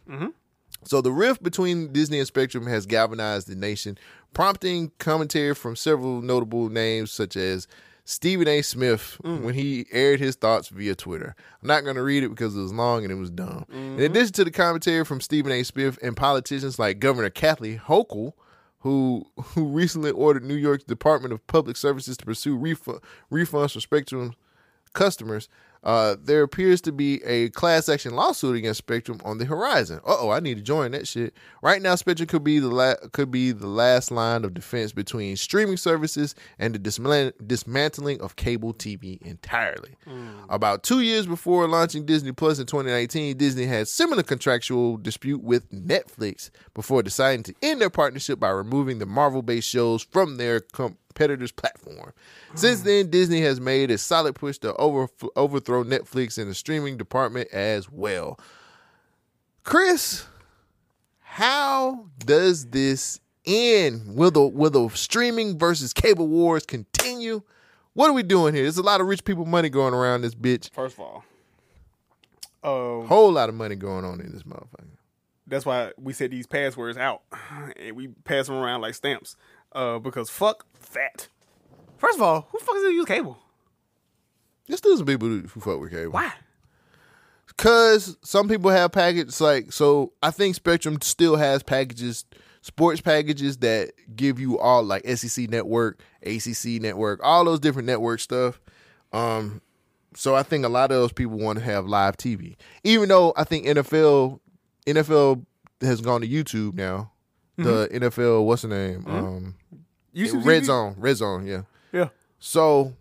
[SPEAKER 1] So the rift between Disney and Spectrum has galvanized the nation, prompting commentary from several notable names such as Stephen A. Smith when he aired his thoughts via Twitter. I'm not going to read it because it was long and it was dumb. In addition to the commentary from Stephen A. Smith and politicians like Governor Kathy Hochul, who who recently ordered New York's Department of Public Services to pursue refund, refunds for Spectrum customers, uh, there appears to be a class action lawsuit against Spectrum on the horizon. Uh oh, I need to join that shit right now. Spectrum could be the la- could be the last line of defense between streaming services and the disman- dismantling of cable TV entirely. About two years before launching Disney Plus in 2019, Disney had similar contractual dispute with Netflix before deciding to end their partnership by removing the Marvel-based shows from their com- competitors' platform. Since then, Disney has made a solid push to over, overthrow Netflix in the streaming department as well. Chris, how does this end? Will the will the streaming versus cable wars continue? What are we doing here? There's a lot of rich people money going around this bitch.
[SPEAKER 2] First of all, um,
[SPEAKER 1] Whole lot of money going on in this motherfucker.
[SPEAKER 2] that's why we said these passwords out, and we pass them around like stamps. Uh, because fuck that. First of all, who the fuck is gonna use cable?
[SPEAKER 1] There's still some people who fuck with cable.
[SPEAKER 2] Why?
[SPEAKER 1] Cause some people have packages like so I think Spectrum still has packages sports packages that give you all like SEC network, ACC network, all those different network stuff. Um so I think a lot of those people want to have live TV. Even though I think NFL NFL has gone to YouTube now. The NFL what's the name? Um
[SPEAKER 2] You should
[SPEAKER 1] Red
[SPEAKER 2] you-
[SPEAKER 1] Zone, Red Zone, yeah.
[SPEAKER 2] Yeah.
[SPEAKER 1] So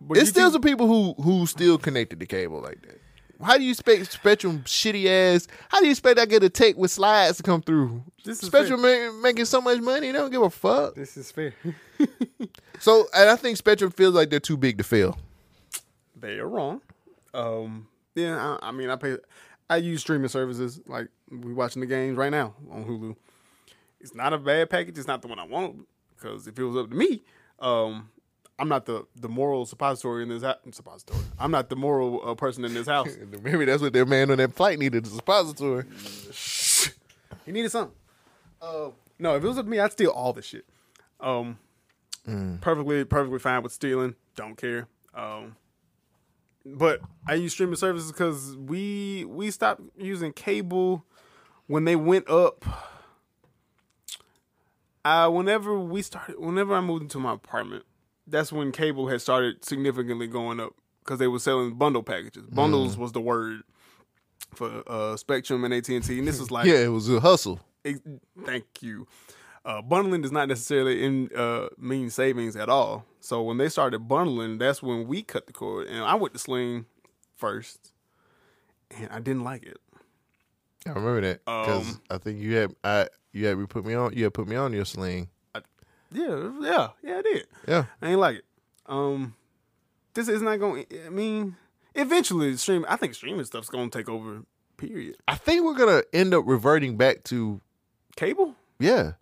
[SPEAKER 2] But
[SPEAKER 1] it's
[SPEAKER 2] you
[SPEAKER 1] still
[SPEAKER 2] think-
[SPEAKER 1] some people who who still connected to cable like that. How do you expect Spectrum shitty ass? How do you expect I get a take with slides to come through?
[SPEAKER 2] This is
[SPEAKER 1] Spectrum ma- making so much money, they don't give a fuck.
[SPEAKER 2] This is fair.
[SPEAKER 1] So, and I think Spectrum feels like they're too big to fail.
[SPEAKER 2] they are wrong. Um, yeah, I, I mean, I pay, I use streaming services like we watching the games right now on Hulu. It's not a bad package. It's not the one I want because if it was up to me, um, I'm not the the moral suppository in this house. Suppository. I'm not the moral uh, person in this house.
[SPEAKER 1] Maybe that's what their man on that flight needed a suppository.
[SPEAKER 2] He needed something. Uh, no, if it was up to me, I'd steal all the shit. Um, perfectly, perfectly fine with stealing. Don't care. Um, but I use streaming services because we we stopped using cable when they went up. Uh, whenever we started, whenever I moved into my apartment, that's when cable had started significantly going up because they were selling bundle packages. Bundles was the word for uh, Spectrum and AT and T, and this was like
[SPEAKER 1] Yeah, it was a hustle.
[SPEAKER 2] Ex- thank you. Uh, bundling does not necessarily in, uh, mean savings at all. So when they started bundling, that's when we cut the cord. And I went to Sling first, and I didn't like it.
[SPEAKER 1] I remember that because
[SPEAKER 2] Um,
[SPEAKER 1] I think you had I you had put me on you had put me on your sling.
[SPEAKER 2] Yeah, yeah, yeah, I did.
[SPEAKER 1] Yeah,
[SPEAKER 2] I ain't like it. Um, this is not going. to I mean, eventually, stream. I think streaming stuff's going to take over. Period.
[SPEAKER 1] I think we're gonna end up reverting back to
[SPEAKER 2] Cable.
[SPEAKER 1] Yeah.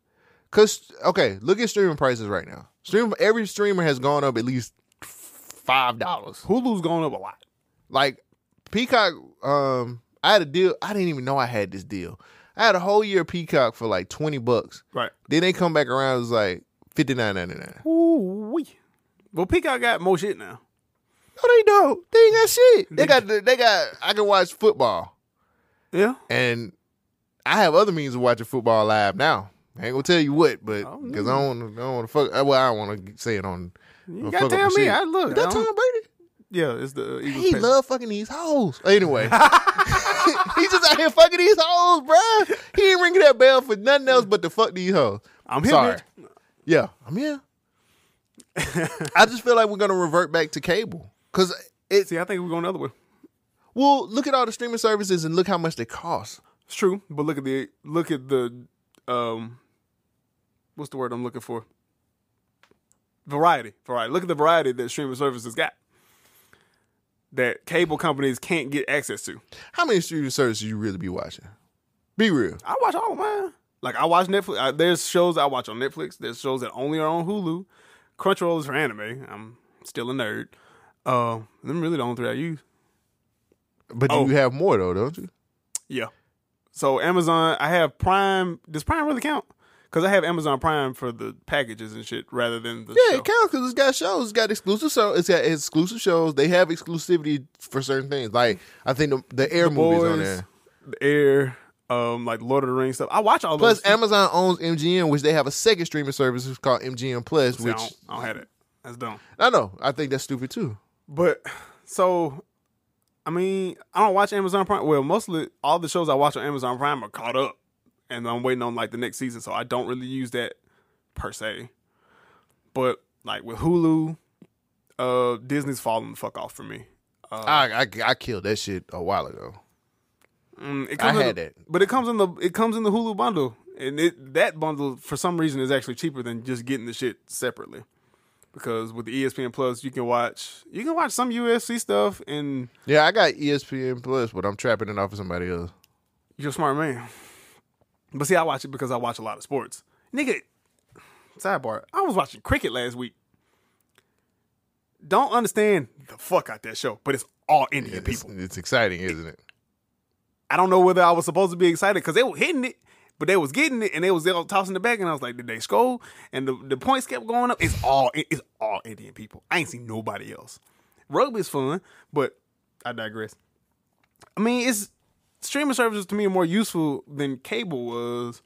[SPEAKER 1] Cause okay, look at streaming prices right now. Stream every streamer has gone up at least five dollars.
[SPEAKER 2] Hulu's going up a lot.
[SPEAKER 1] Like Peacock, um, I had a deal. I didn't even know I had this deal. I had a whole year of Peacock for like twenty bucks.
[SPEAKER 2] Right.
[SPEAKER 1] Then they come back around it was like fifty nine ninety nine.
[SPEAKER 2] Ooh wee. Well, Peacock got more shit now.
[SPEAKER 1] No, they don't. They ain't got shit. They got the- they got. I can watch football,
[SPEAKER 2] Yeah.
[SPEAKER 1] and I have other means of watching football live now. I ain't gonna tell you what, but
[SPEAKER 2] don't
[SPEAKER 1] because I don't, I don't want to fuck. Well, I don't want to say it on.
[SPEAKER 2] You
[SPEAKER 1] on fuck
[SPEAKER 2] gotta
[SPEAKER 1] up
[SPEAKER 2] tell
[SPEAKER 1] my
[SPEAKER 2] me.
[SPEAKER 1] shit.
[SPEAKER 2] I look.
[SPEAKER 1] That
[SPEAKER 2] I
[SPEAKER 1] Tom
[SPEAKER 2] don't-
[SPEAKER 1] Brady.
[SPEAKER 2] Yeah, it's the uh, Eagles.
[SPEAKER 1] He
[SPEAKER 2] pass.
[SPEAKER 1] love fucking these hoes. Anyway, he's just out here fucking these hoes, bruh. He ain't ringing that bell for nothing else but to fuck these hoes.
[SPEAKER 2] I'm here,
[SPEAKER 1] Sorry.
[SPEAKER 2] bitch.
[SPEAKER 1] Yeah, I'm here. I just feel like we're gonna revert back to cable because it's
[SPEAKER 2] See, I think we're going the other way.
[SPEAKER 1] well. Look at all the streaming services and look how much they cost.
[SPEAKER 2] It's true, but look at the look at the um, what's the word I'm looking for? Variety, variety. Look at the variety that streaming services got that cable companies can't get access to.
[SPEAKER 1] How many streaming services you really be watching? Be real.
[SPEAKER 2] I watch all of mine. Like I watch Netflix. I, there's shows I watch on Netflix. There's shows that only are on Hulu. Crunchyroll is for anime. I'm still a nerd. Uh, them really the only three I use.
[SPEAKER 1] But
[SPEAKER 2] Oh.
[SPEAKER 1] you have more though, don't you?
[SPEAKER 2] Yeah. So Amazon, I have Prime. Does Prime really count? because I have Amazon Prime for the packages and shit rather than the
[SPEAKER 1] Yeah,
[SPEAKER 2] show.
[SPEAKER 1] it counts because it's got shows. It's got exclusive shows. It's got exclusive shows. They have exclusivity for certain things. Like I think the, the Air movies on
[SPEAKER 2] Boys,
[SPEAKER 1] there.
[SPEAKER 2] the Air, um, like Lord of the Rings stuff. I watch all
[SPEAKER 1] Plus,
[SPEAKER 2] those.
[SPEAKER 1] Amazon owns MGM, which they have a second streaming service which is called MGM Plus.
[SPEAKER 2] I
[SPEAKER 1] Which
[SPEAKER 2] don't, I don't have it. That's dumb.
[SPEAKER 1] I know. I think that's stupid too.
[SPEAKER 2] But so, I mean, I don't watch Amazon Prime. Well, mostly all the shows I watch on Amazon Prime are caught up, and I'm waiting on like the next season, so I don't really use that per se. But like with Hulu, uh, Disney's falling the fuck off for me.
[SPEAKER 1] I, I I killed that shit a while ago.
[SPEAKER 2] Mm, it
[SPEAKER 1] I
[SPEAKER 2] in
[SPEAKER 1] had
[SPEAKER 2] the-
[SPEAKER 1] that.
[SPEAKER 2] but it comes in the it comes in the Hulu bundle, and it that bundle for some reason is actually cheaper than just getting the shit separately. Because with E the ESPN Plus, you can watch you can watch some UFC stuff, and
[SPEAKER 1] Yeah, I got E ESPN Plus, but I'm trapping it off of somebody else.
[SPEAKER 2] you're a smart man. But see, I watch it because I watch a lot of sports, nigga. Sidebar: I was watching cricket last week. Don't understand the fuck out that show, but it's all Indian
[SPEAKER 1] It's,
[SPEAKER 2] people.
[SPEAKER 1] it's exciting, isn't it?
[SPEAKER 2] I don't know whether I was supposed to be excited because they were hitting it, but they was getting it and they was they was tossing it back, and I was like, did they score? And the, the points kept going up. It's all it's all Indian people. I ain't seen nobody else. Rugby's fun, but I digress. I mean, it's streaming services to me are more useful than cable was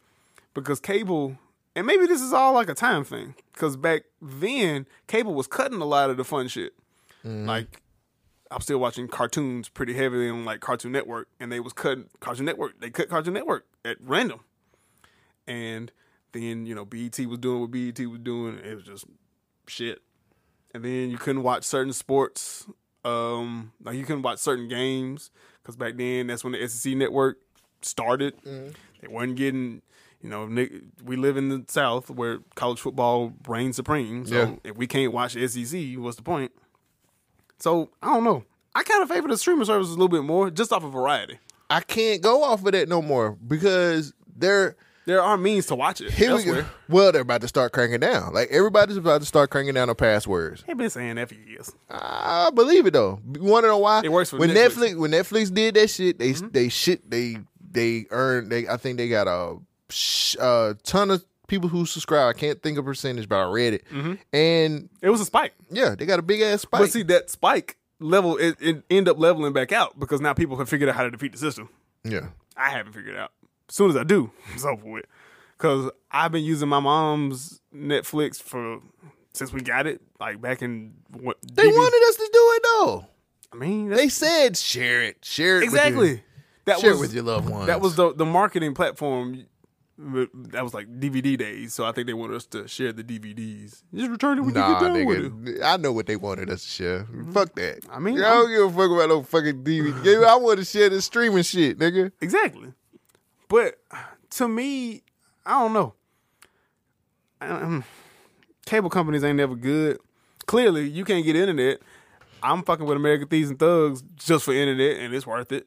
[SPEAKER 2] because cable and maybe this is all like a time thing because back then cable was cutting a lot of the fun shit like i'm still watching cartoons pretty heavily on like cartoon network and they was cutting cartoon network they cut cartoon network at random and then you know bet was doing what bet was doing it was just shit and then you couldn't watch certain sports um like you couldn't watch certain games because back then that's when the sec network started they weren't getting you know ni- we live in the south where college football reigns supreme so
[SPEAKER 1] Yeah.
[SPEAKER 2] if we can't watch the sec what's the point so i don't know i kind of favor the streaming services a little bit more just off of variety
[SPEAKER 1] I can't go off of that no more because they're
[SPEAKER 2] there are means to watch it
[SPEAKER 1] here we
[SPEAKER 2] elsewhere.
[SPEAKER 1] go. Well, they're about to start cranking down. Like everybody's about to start cranking down on passwords.
[SPEAKER 2] they've been saying that for years
[SPEAKER 1] I believe it though. You want to know why?
[SPEAKER 2] It works for
[SPEAKER 1] when
[SPEAKER 2] Netflix. Mm-hmm.
[SPEAKER 1] Netflix. When Netflix did that shit, they they shit they they earned. They I think they got a, sh- a ton of people who subscribe. I can't think of percentage, but I read it. And
[SPEAKER 2] it was a spike
[SPEAKER 1] yeah, they got a big ass spike.
[SPEAKER 2] Mm-hmm. But see, that spike level it, it end up leveling back out because now people have figured out how to defeat the system.
[SPEAKER 1] yeah,
[SPEAKER 2] I haven't figured it out. As soon as I do, it's over with. Because I've been using my mom's Netflix for since we got it, like back in what
[SPEAKER 1] they wanted us to do it though.
[SPEAKER 2] I mean, that's-
[SPEAKER 1] They said share it, share it With your,
[SPEAKER 2] exactly. That
[SPEAKER 1] share
[SPEAKER 2] was
[SPEAKER 1] it with your loved ones.
[SPEAKER 2] that was the the marketing platform. That was like DVD days, so I think they wanted us to share the DVDs. Just return it when you
[SPEAKER 1] Nah,
[SPEAKER 2] get done with it.
[SPEAKER 1] nigga. I know what they wanted us to share. Fuck that. I
[SPEAKER 2] mean,
[SPEAKER 1] I don't give a fuck about no fucking DVD. I want to share this streaming shit, nigga.
[SPEAKER 2] Exactly. But to me, I don't know. Um, cable companies ain't never good. Clearly, you can't get internet. I'm fucking with American Thieves and Thugs just for internet, and it's worth it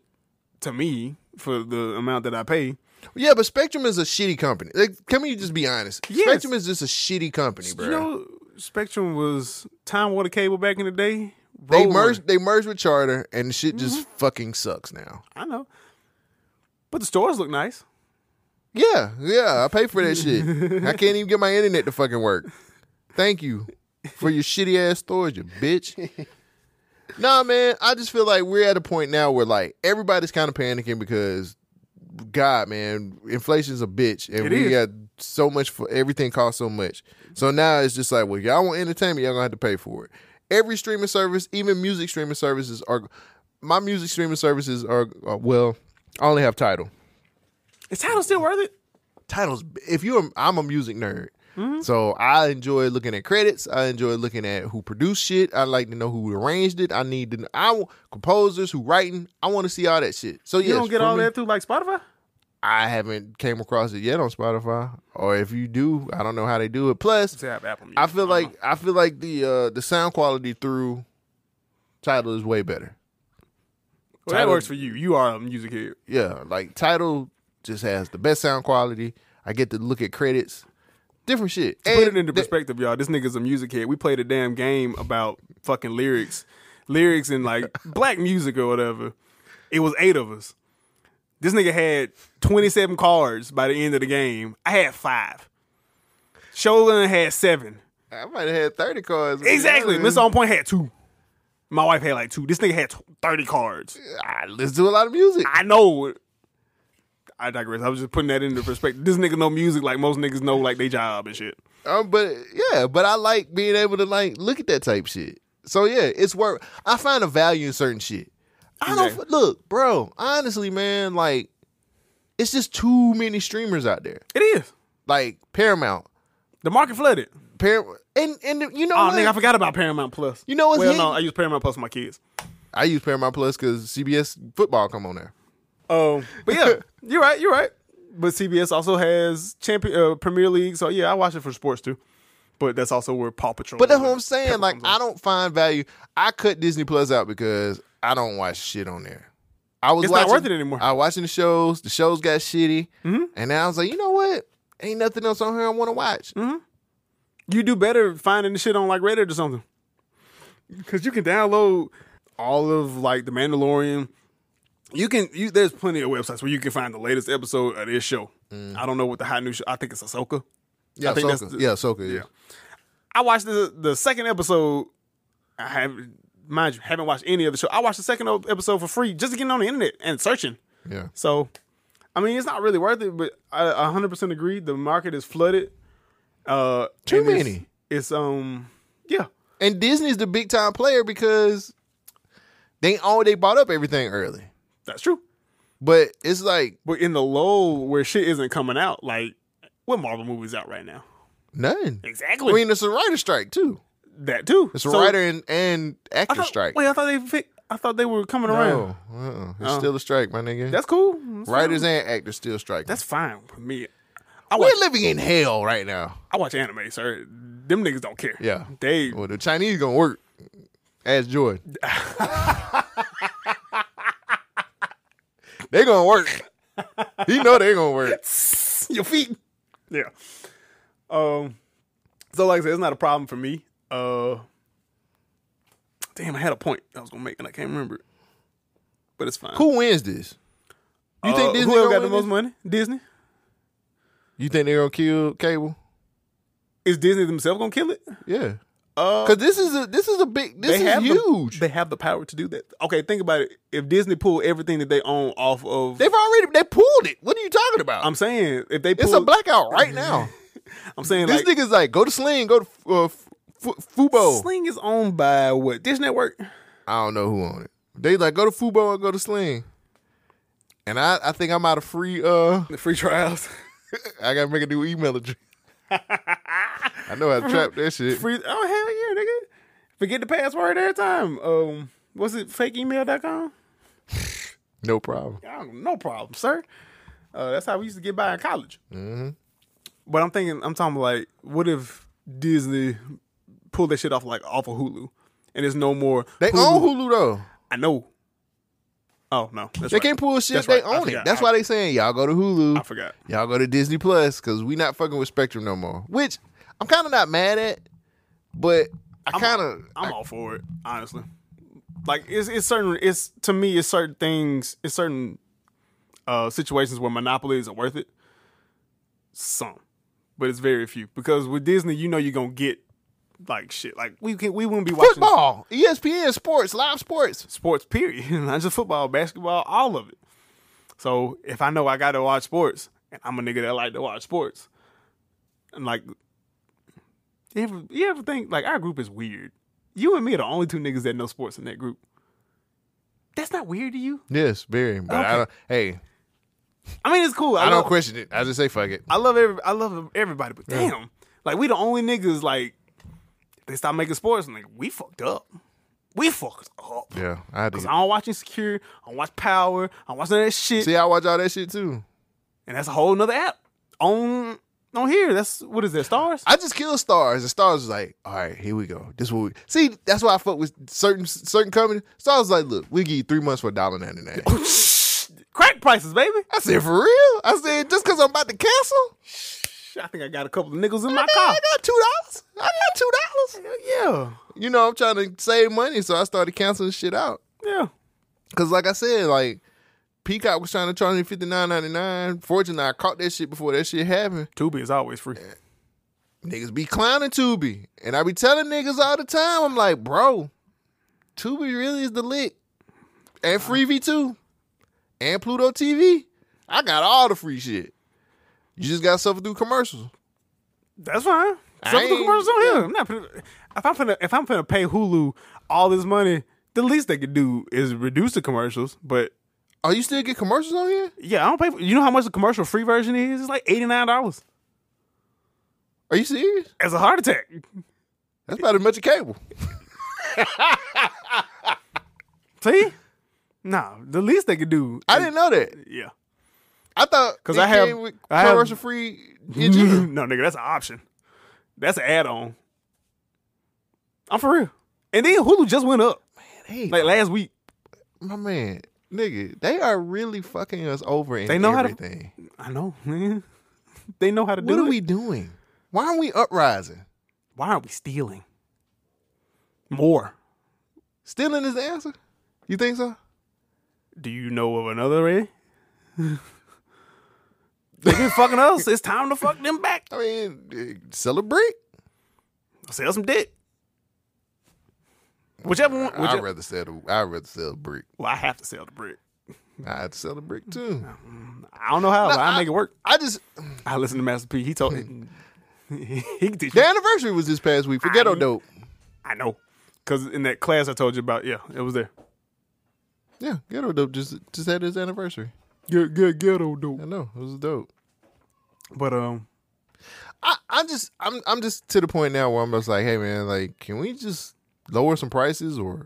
[SPEAKER 2] to me for the amount that I pay.
[SPEAKER 1] Yeah, but Spectrum is a shitty company. Like, can we just be honest?
[SPEAKER 2] Yes.
[SPEAKER 1] Spectrum is just a shitty company, bro.
[SPEAKER 2] You know, Spectrum was Time Warner Cable back in the day.
[SPEAKER 1] they
[SPEAKER 2] Roll Mm-hmm.
[SPEAKER 1] merged. They merged with Charter, and the shit just fucking sucks now.
[SPEAKER 2] I know, but the stores look nice.
[SPEAKER 1] Yeah, yeah. I pay for that shit. I can't even get my internet to fucking work. Thank you for your shitty ass storage, you bitch. Nah, man. I just feel like we're at a point now where like everybody's kind of panicking because, God, man, inflation's a bitch, and
[SPEAKER 2] It
[SPEAKER 1] we
[SPEAKER 2] is.
[SPEAKER 1] got so much for everything costs so much. So now it's just like, well, y'all want entertainment, y'all gonna have to pay for it. Every streaming service, even music streaming services, are my music streaming services are, are well, I only have title
[SPEAKER 2] Is title still worth it?
[SPEAKER 1] titles. If you're, I'm a music nerd,
[SPEAKER 2] Mm-hmm.
[SPEAKER 1] so I enjoy looking at credits. I enjoy looking at who produced shit. I like to know who arranged it. I need to. kn- I want composers who writing. I want to see all that shit. So
[SPEAKER 2] You
[SPEAKER 1] yes,
[SPEAKER 2] don't get
[SPEAKER 1] for
[SPEAKER 2] all
[SPEAKER 1] me,
[SPEAKER 2] that through like Spotify.
[SPEAKER 1] I haven't came across it yet on Spotify, or if you do, I don't know how they do it. Plus,
[SPEAKER 2] Say I have Apple Music.
[SPEAKER 1] I feel like
[SPEAKER 2] Uh-huh.
[SPEAKER 1] I feel like the uh, the sound quality through title is way better.
[SPEAKER 2] Well, that works for you. You are a music head.
[SPEAKER 1] yeah, like title just has the best sound quality. I get to look at credits, different shit.
[SPEAKER 2] To put it into
[SPEAKER 1] the-
[SPEAKER 2] perspective, y'all. This nigga's a music head. We played a damn game about fucking lyrics, lyrics and like black music or whatever. It was eight of us. This nigga had twenty seven cards by the end of the game. I had five. Shogun had seven.
[SPEAKER 1] I might have had thirty cards.
[SPEAKER 2] Exactly.
[SPEAKER 1] Yeah.
[SPEAKER 2] Mr. On Point had two. My wife had like two. This nigga had t- 30 cards.
[SPEAKER 1] I listen to a lot of music.
[SPEAKER 2] I know. I digress. I was just putting that into perspective. This nigga know music like most niggas know like they job and shit.
[SPEAKER 1] Um, but yeah, but I like being able to like look at that type shit. So yeah, it's worth. I find a value in certain shit. I don't
[SPEAKER 2] Exactly.
[SPEAKER 1] f- look, bro. Honestly, man, like it's just too many streamers out there.
[SPEAKER 2] It is.
[SPEAKER 1] Like Paramount,
[SPEAKER 2] The market flooded.
[SPEAKER 1] Paramount, and and you know
[SPEAKER 2] Oh,
[SPEAKER 1] what?
[SPEAKER 2] nigga, I forgot about Paramount Plus.
[SPEAKER 1] You know what's
[SPEAKER 2] Well,
[SPEAKER 1] hitting?
[SPEAKER 2] no, I use Paramount Plus for my kids.
[SPEAKER 1] I use Paramount Plus because CBS football come on there. Oh.
[SPEAKER 2] Um, but yeah, you're right. You're right. But CBS also has champion uh, Premier League, so yeah, I watch it for sports too. But that's also where Paw Patrol.
[SPEAKER 1] But that's
[SPEAKER 2] and
[SPEAKER 1] what I'm saying.
[SPEAKER 2] Pepper
[SPEAKER 1] Like
[SPEAKER 2] comes on.
[SPEAKER 1] I don't find value. I cut Disney Plus out because I don't watch shit on there. I was
[SPEAKER 2] It's not
[SPEAKER 1] watching,
[SPEAKER 2] worth it anymore. Mm-hmm.
[SPEAKER 1] I was watching the shows. The shows got shitty, and now I was like, you know what? Ain't nothing else on here I want to watch.
[SPEAKER 2] Mm-hmm. you do better finding the shit on like Reddit or something. Cause you can download all of like the Mandalorian. You can you there's plenty of websites where you can find the latest episode of this show.
[SPEAKER 1] Mm.
[SPEAKER 2] I don't know what the hot new show. I think it's Ahsoka.
[SPEAKER 1] Yeah,
[SPEAKER 2] I think that's
[SPEAKER 1] Ahsoka.
[SPEAKER 2] the-
[SPEAKER 1] yeah, Ahsoka. Yeah.
[SPEAKER 2] Yeah. I watched the the second episode. I have mind you, haven't watched any of the show. I watched the second o- episode for free just getting on the internet and searching.
[SPEAKER 1] Yeah.
[SPEAKER 2] So, I mean, it's not really worth it, but I I 100% agree. The market is flooded. Uh,
[SPEAKER 1] Too
[SPEAKER 2] and it's-
[SPEAKER 1] many.
[SPEAKER 2] It's, um, yeah.
[SPEAKER 1] And Disney's the big time player because they all they bought up everything early.
[SPEAKER 2] That's true.
[SPEAKER 1] But it's like
[SPEAKER 2] But in the low where shit isn't coming out, like what Marvel movies out right now?
[SPEAKER 1] none.
[SPEAKER 2] Exactly.
[SPEAKER 1] I mean, it's a writer strike too.
[SPEAKER 2] that too.
[SPEAKER 1] It's a
[SPEAKER 2] So,
[SPEAKER 1] writer and, and
[SPEAKER 2] I
[SPEAKER 1] actor
[SPEAKER 2] thought,
[SPEAKER 1] strike.
[SPEAKER 2] Wait, I thought they fi- I thought they were coming around. Oh.
[SPEAKER 1] no, uh-uh. it's still a strike, my nigga.
[SPEAKER 2] That's cool. That's
[SPEAKER 1] Writers
[SPEAKER 2] fine.
[SPEAKER 1] and actors still striking.
[SPEAKER 2] that's fine with me. I
[SPEAKER 1] We're
[SPEAKER 2] watch
[SPEAKER 1] living in hell right now.
[SPEAKER 2] I watch anime, sir. Them niggas don't care.
[SPEAKER 1] Yeah.
[SPEAKER 2] They
[SPEAKER 1] Well, the Chinese gonna work. Ask Jordan. they gonna work. He know they gonna work.
[SPEAKER 2] your feet. Yeah. Um. So like I said, it's not a problem for me. Uh. Damn, I had a point I was gonna make and I can't remember. it. But it's fine.
[SPEAKER 1] Who wins this? You
[SPEAKER 2] Uh,
[SPEAKER 1] think Disney
[SPEAKER 2] whoever
[SPEAKER 1] gonna
[SPEAKER 2] got the
[SPEAKER 1] win
[SPEAKER 2] most
[SPEAKER 1] this?
[SPEAKER 2] money? Disney.
[SPEAKER 1] You think they gonna kill cable?
[SPEAKER 2] Is Disney themselves gonna kill it?
[SPEAKER 1] Yeah. Cause this is a this is a big this is
[SPEAKER 2] have
[SPEAKER 1] huge.
[SPEAKER 2] The, Uh, they have the power to do that. Okay, think about it. If Disney pulled everything that they own off of,
[SPEAKER 1] They've already they pulled it. What are you talking about?
[SPEAKER 2] I'm saying if they pull,
[SPEAKER 1] it's a blackout right now.
[SPEAKER 2] I'm saying
[SPEAKER 1] this
[SPEAKER 2] like
[SPEAKER 1] nigga's like go to Sling, go to uh, F- F- Fubo.
[SPEAKER 2] Sling is owned by what Dish Network.
[SPEAKER 1] I don't know who on it. They like go to Fubo and go to Sling. And I, I think I'm out of free uh
[SPEAKER 2] The free trials,
[SPEAKER 1] I gotta make a new email address. I know how to trap that shit.
[SPEAKER 2] free. Oh hell yeah, nigga! Forget the password every time. Um, was it fakeemail.com?
[SPEAKER 1] No problem.
[SPEAKER 2] Oh, no problem, sir. Uh, that's how we used to get by in college. Mm-hmm. But I'm thinking, I'm talking like, what if Disney pulled that shit off like off of Hulu, and there's no more
[SPEAKER 1] They own Hulu though.
[SPEAKER 2] I know. Oh no, that's
[SPEAKER 1] They
[SPEAKER 2] right.
[SPEAKER 1] can't pull shit.
[SPEAKER 2] That's
[SPEAKER 1] they
[SPEAKER 2] right. I
[SPEAKER 1] own it.
[SPEAKER 2] forgot.
[SPEAKER 1] That's
[SPEAKER 2] I-
[SPEAKER 1] why they saying y'all go to Hulu.
[SPEAKER 2] I forgot.
[SPEAKER 1] Y'all go to Disney Plus because we not fucking with Spectrum no more. Which I'm kind of not mad at, but I kind of
[SPEAKER 2] I'm all for it, honestly. Like it's it's certain it's to me it's certain things it's certain uh situations where monopolies are worth it. Some, but it's very few because with Disney you know you're gonna get like shit like we can we wouldn't be watching
[SPEAKER 1] football, E ESPN sports, live sports.
[SPEAKER 2] sports period not just football basketball all of it. So if I know I got to watch sports and I'm a nigga that like to watch sports, and like you ever, you ever think like our group is weird? You and me are the only two niggas that know sports in that group. That's not weird to you.
[SPEAKER 1] Yes, very. But I
[SPEAKER 2] Okay.
[SPEAKER 1] don't. Hey,
[SPEAKER 2] I mean, it's cool.
[SPEAKER 1] I
[SPEAKER 2] love,
[SPEAKER 1] don't question it. I just say fuck it.
[SPEAKER 2] I love every. I love everybody, but damn, like we the only niggas like if they stop making sports. Like we fucked up. We fucked up.
[SPEAKER 1] Yeah, I do.
[SPEAKER 2] Cause I don't watch Insecure. I don't watch Power. I don't watch none of that shit.
[SPEAKER 1] See, I watch all that shit too.
[SPEAKER 2] and that's a whole nother app on on here. That's what is that? Stars?
[SPEAKER 1] I just kill stars, and stars was like, "All right, here we go. This what we see." That's why I fuck with certain certain companies. Stars was like, "Look, we give you three months for a dollar ninety nine.
[SPEAKER 2] Crack prices, baby.
[SPEAKER 1] I said, "For real?" I said, "Just because I'm about to cancel,
[SPEAKER 2] I think I got a couple of nickels in
[SPEAKER 1] I
[SPEAKER 2] my
[SPEAKER 1] got-
[SPEAKER 2] car.
[SPEAKER 1] I got two dollars. I got two dollars.
[SPEAKER 2] Yeah,
[SPEAKER 1] You know, I'm trying to save money, so I started canceling shit out.
[SPEAKER 2] yeah.
[SPEAKER 1] Cause like I said, like Peacock was trying to charge me fifty nine ninety nine. Fortunately, I caught that shit before that shit happened.
[SPEAKER 2] Tubi is always free.
[SPEAKER 1] Niggas be clowning Tubi. And I be telling niggas all the time, I'm like, bro, Tubi really is the lick. And Free V2. And Pluto TV. I got all the free shit. You just gotta suffer through commercials.
[SPEAKER 2] That's fine.
[SPEAKER 1] I
[SPEAKER 2] Some of the
[SPEAKER 1] ain't-
[SPEAKER 2] commercials on here. I'm not. finna- If I'm finna, if I'm finna pay Hulu all this money, the least they could do is reduce the commercials. But
[SPEAKER 1] Oh, you still get commercials on here?
[SPEAKER 2] yeah, I don't pay. For, you know how much the commercial free version is? It's like eighty nine dollars.
[SPEAKER 1] Are you serious?
[SPEAKER 2] It's a heart attack.
[SPEAKER 1] That's about as much as cable.
[SPEAKER 2] See? Nah, the least they could do.
[SPEAKER 1] I didn't know that.
[SPEAKER 2] Yeah.
[SPEAKER 1] I thought
[SPEAKER 2] 'Cause
[SPEAKER 1] it
[SPEAKER 2] I have-
[SPEAKER 1] came with
[SPEAKER 2] I have-
[SPEAKER 1] commercial free.
[SPEAKER 2] no, nigga, that's an option. That's an add on. I'm for real. And then Hulu just went up
[SPEAKER 1] Hey,
[SPEAKER 2] like last week.
[SPEAKER 1] my man, nigga, they are really fucking us over in
[SPEAKER 2] They know how to-
[SPEAKER 1] everything.
[SPEAKER 2] I know, man. They know how to
[SPEAKER 1] what
[SPEAKER 2] do
[SPEAKER 1] are
[SPEAKER 2] it.
[SPEAKER 1] we doing? Why aren't we uprising?
[SPEAKER 2] Why aren't we stealing more?
[SPEAKER 1] Stealing is the answer. You think so?
[SPEAKER 2] Do you know of another way? they been fucking us. It's time to fuck them back.
[SPEAKER 1] I mean, eh, celebrate.
[SPEAKER 2] Sell some dick. Whichever one.
[SPEAKER 1] I'd
[SPEAKER 2] Whichever,
[SPEAKER 1] rather sell. The, I'd rather sell the brick.
[SPEAKER 2] well, I have to sell the brick.
[SPEAKER 1] I'd sell the brick too.
[SPEAKER 2] I don't know how, but I,
[SPEAKER 1] I-
[SPEAKER 2] make it work.
[SPEAKER 1] I just
[SPEAKER 2] I listen to Master P. He told me. he can teach you.
[SPEAKER 1] the anniversary was this past week for
[SPEAKER 2] I
[SPEAKER 1] Ghetto
[SPEAKER 2] knew-
[SPEAKER 1] Dope.
[SPEAKER 2] I know. Because in that class I told you about, yeah, it was there.
[SPEAKER 1] Yeah, Ghetto Dope just just had its anniversary.
[SPEAKER 2] Get, get, ghetto
[SPEAKER 1] I
[SPEAKER 2] dope.
[SPEAKER 1] know it was dope.
[SPEAKER 2] But, um,
[SPEAKER 1] I, I'm just I'm I'm just to the point now where I'm just like, hey man, like, can we just lower some prices or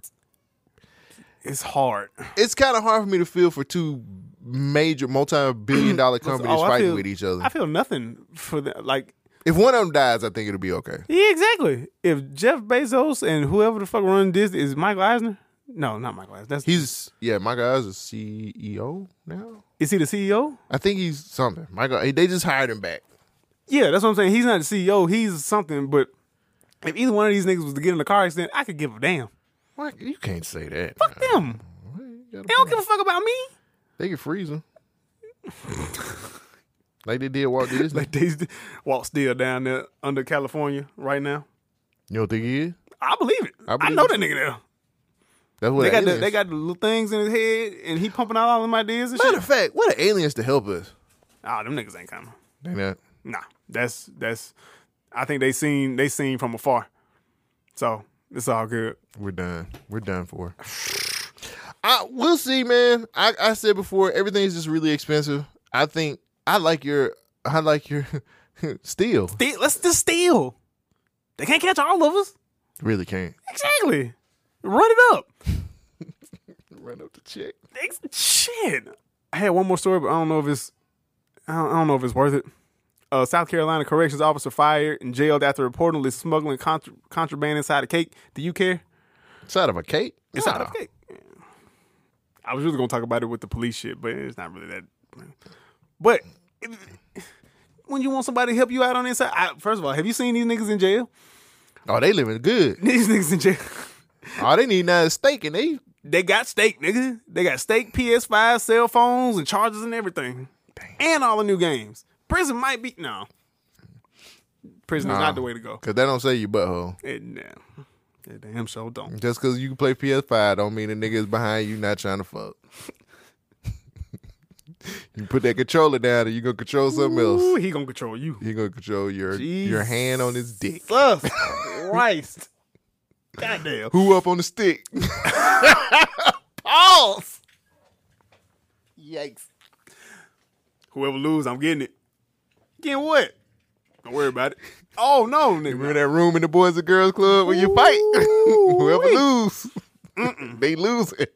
[SPEAKER 2] it's hard.
[SPEAKER 1] it's kind of hard for me to feel for two major multi-billion dollar companies
[SPEAKER 2] Oh, I
[SPEAKER 1] fighting
[SPEAKER 2] feel-
[SPEAKER 1] with each other.
[SPEAKER 2] I feel nothing for that. Like,
[SPEAKER 1] if one of them dies, I think it'll be okay.
[SPEAKER 2] Yeah, exactly. If Jeff Bezos and whoever the fuck run Disney is Michael Eisner? No, not Michael Eisner. That's
[SPEAKER 1] He's yeah, Michael Eisner's CEO E now.
[SPEAKER 2] is he the E CEO?
[SPEAKER 1] I think he's something. Michael, they just hired him back.
[SPEAKER 2] Yeah, that's what I'm saying. He's not the CEO. He's something. But if either one of these niggas was to get in a car accident, I could give a damn.
[SPEAKER 1] Why you can't say that?
[SPEAKER 2] Fuck them. They don't give a fuck about me.
[SPEAKER 1] They can freeze him. like they did Walt Disney.
[SPEAKER 2] Like they walk still down there under California right now.
[SPEAKER 1] you don't think he is?
[SPEAKER 2] I believe it. I,
[SPEAKER 1] I believe
[SPEAKER 2] know
[SPEAKER 1] it.
[SPEAKER 2] that nigga there.
[SPEAKER 1] That's what
[SPEAKER 2] They
[SPEAKER 1] an
[SPEAKER 2] got the,
[SPEAKER 1] alien
[SPEAKER 2] they
[SPEAKER 1] is.
[SPEAKER 2] got the little things in his head, and he pumping out all them ideas and
[SPEAKER 1] Matter
[SPEAKER 2] shit.
[SPEAKER 1] of fact, what are aliens to help us?
[SPEAKER 2] Ah, them niggas ain't coming.
[SPEAKER 1] They not.
[SPEAKER 2] Nah, that's that's. I think they seen they seen from afar, so it's all good.
[SPEAKER 1] We're done. We're done for. I we'll see, man. I, I said before, everything's just really expensive. I think I like your I like your steel.
[SPEAKER 2] They, let's just steal. They can't catch all of us.
[SPEAKER 1] Really can't.
[SPEAKER 2] Exactly. Run it up.
[SPEAKER 1] Run up the check.
[SPEAKER 2] Ex- Shit. I had one more story, but I don't know if it's. I don't, I don't know if it's worth it. Uh, South Carolina corrections officer fired and jailed after reportedly smuggling contra- contraband inside a cake. Do you care?
[SPEAKER 1] Side of a cake?
[SPEAKER 2] Inside
[SPEAKER 1] Nah.
[SPEAKER 2] of a cake. I was really gonna talk about it with the police shit, but it's not really that. But if- when you want somebody to help you out on the inside, I, first of all, have you seen these niggas in jail?
[SPEAKER 1] Oh, they living good.
[SPEAKER 2] These niggas in jail,
[SPEAKER 1] All they need now is steak and they
[SPEAKER 2] they got steak, nigga. They got steak, PS5, cell phones, and chargers and everything, and all the new games. Prison might be no. Prison is
[SPEAKER 1] Nah.
[SPEAKER 2] not the way to go.
[SPEAKER 1] cause that don't say you butthole.
[SPEAKER 2] It, nah. It damn sure don't.
[SPEAKER 1] Just cause you can play PS5 don't mean the nigga is behind you not trying to fuck. you put that controller down and you gonna control something
[SPEAKER 2] Ooh,
[SPEAKER 1] else.
[SPEAKER 2] he gonna control you.
[SPEAKER 1] You gonna control your your hand on his dick.
[SPEAKER 2] Jesus Christ. Goddamn.
[SPEAKER 1] Who up on the stick?
[SPEAKER 2] Pause. Yikes. Whoever lose, I'm getting it. Getting what? Don't worry about it. Oh no, nigga.
[SPEAKER 1] Remember that room in the Boys and Girls Club where you fight? Whoever lose, they lose it.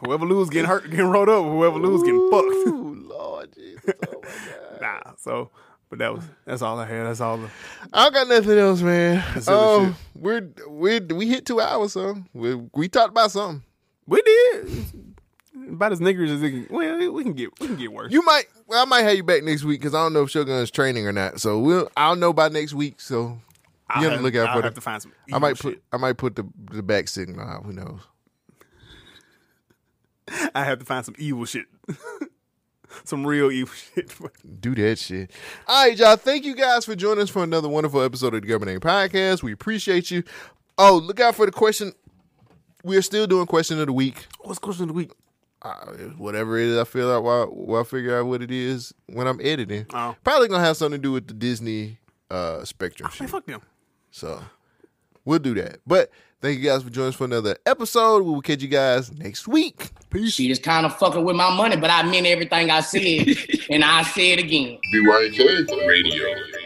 [SPEAKER 2] Whoever lose getting hurt, getting rolled up. Whoever lose getting fucked.
[SPEAKER 1] Ooh, Lord Jesus. Oh my God.
[SPEAKER 2] Nah. So, but that was that's all I had. That's all. The,
[SPEAKER 1] I don't got nothing else, man.
[SPEAKER 2] other
[SPEAKER 1] Um, we're, we're, we hit two hours, so we, we talked about something.
[SPEAKER 2] we did about as niggerish as it can. Well, we can get we can get worse.
[SPEAKER 1] You might, well, I might have you back next week because I don't know if Shogun's training or not. So we'll, I'll know by next week. So
[SPEAKER 2] I'll
[SPEAKER 1] you
[SPEAKER 2] have-
[SPEAKER 1] have to look out
[SPEAKER 2] I'll
[SPEAKER 1] for
[SPEAKER 2] have
[SPEAKER 1] it.
[SPEAKER 2] to find some.
[SPEAKER 1] I might
[SPEAKER 2] evil
[SPEAKER 1] put, I might put the, the back signal out. Who knows?
[SPEAKER 2] shit. I have to find some evil shit. some real evil shit.
[SPEAKER 1] do that shit. All right, y'all. Thank you guys for joining us for another wonderful episode of the Government Name Podcast. We appreciate you. Oh, look out for the question. We are still doing question of the week.
[SPEAKER 2] What's question of the week?
[SPEAKER 1] Uh, whatever it is, I feel out while, while I figure out what it is when I'm editing. Probably gonna have something to do with the Disney uh, Spectrum
[SPEAKER 2] Man,
[SPEAKER 1] shit.
[SPEAKER 2] fuck them.
[SPEAKER 1] So we'll do that. But thank you guys for joining us for another episode. We will catch you guys next week. Peace.
[SPEAKER 9] She just kind of fucking with my money, but I meant everything I said, and I say it again.
[SPEAKER 3] BYK Radio.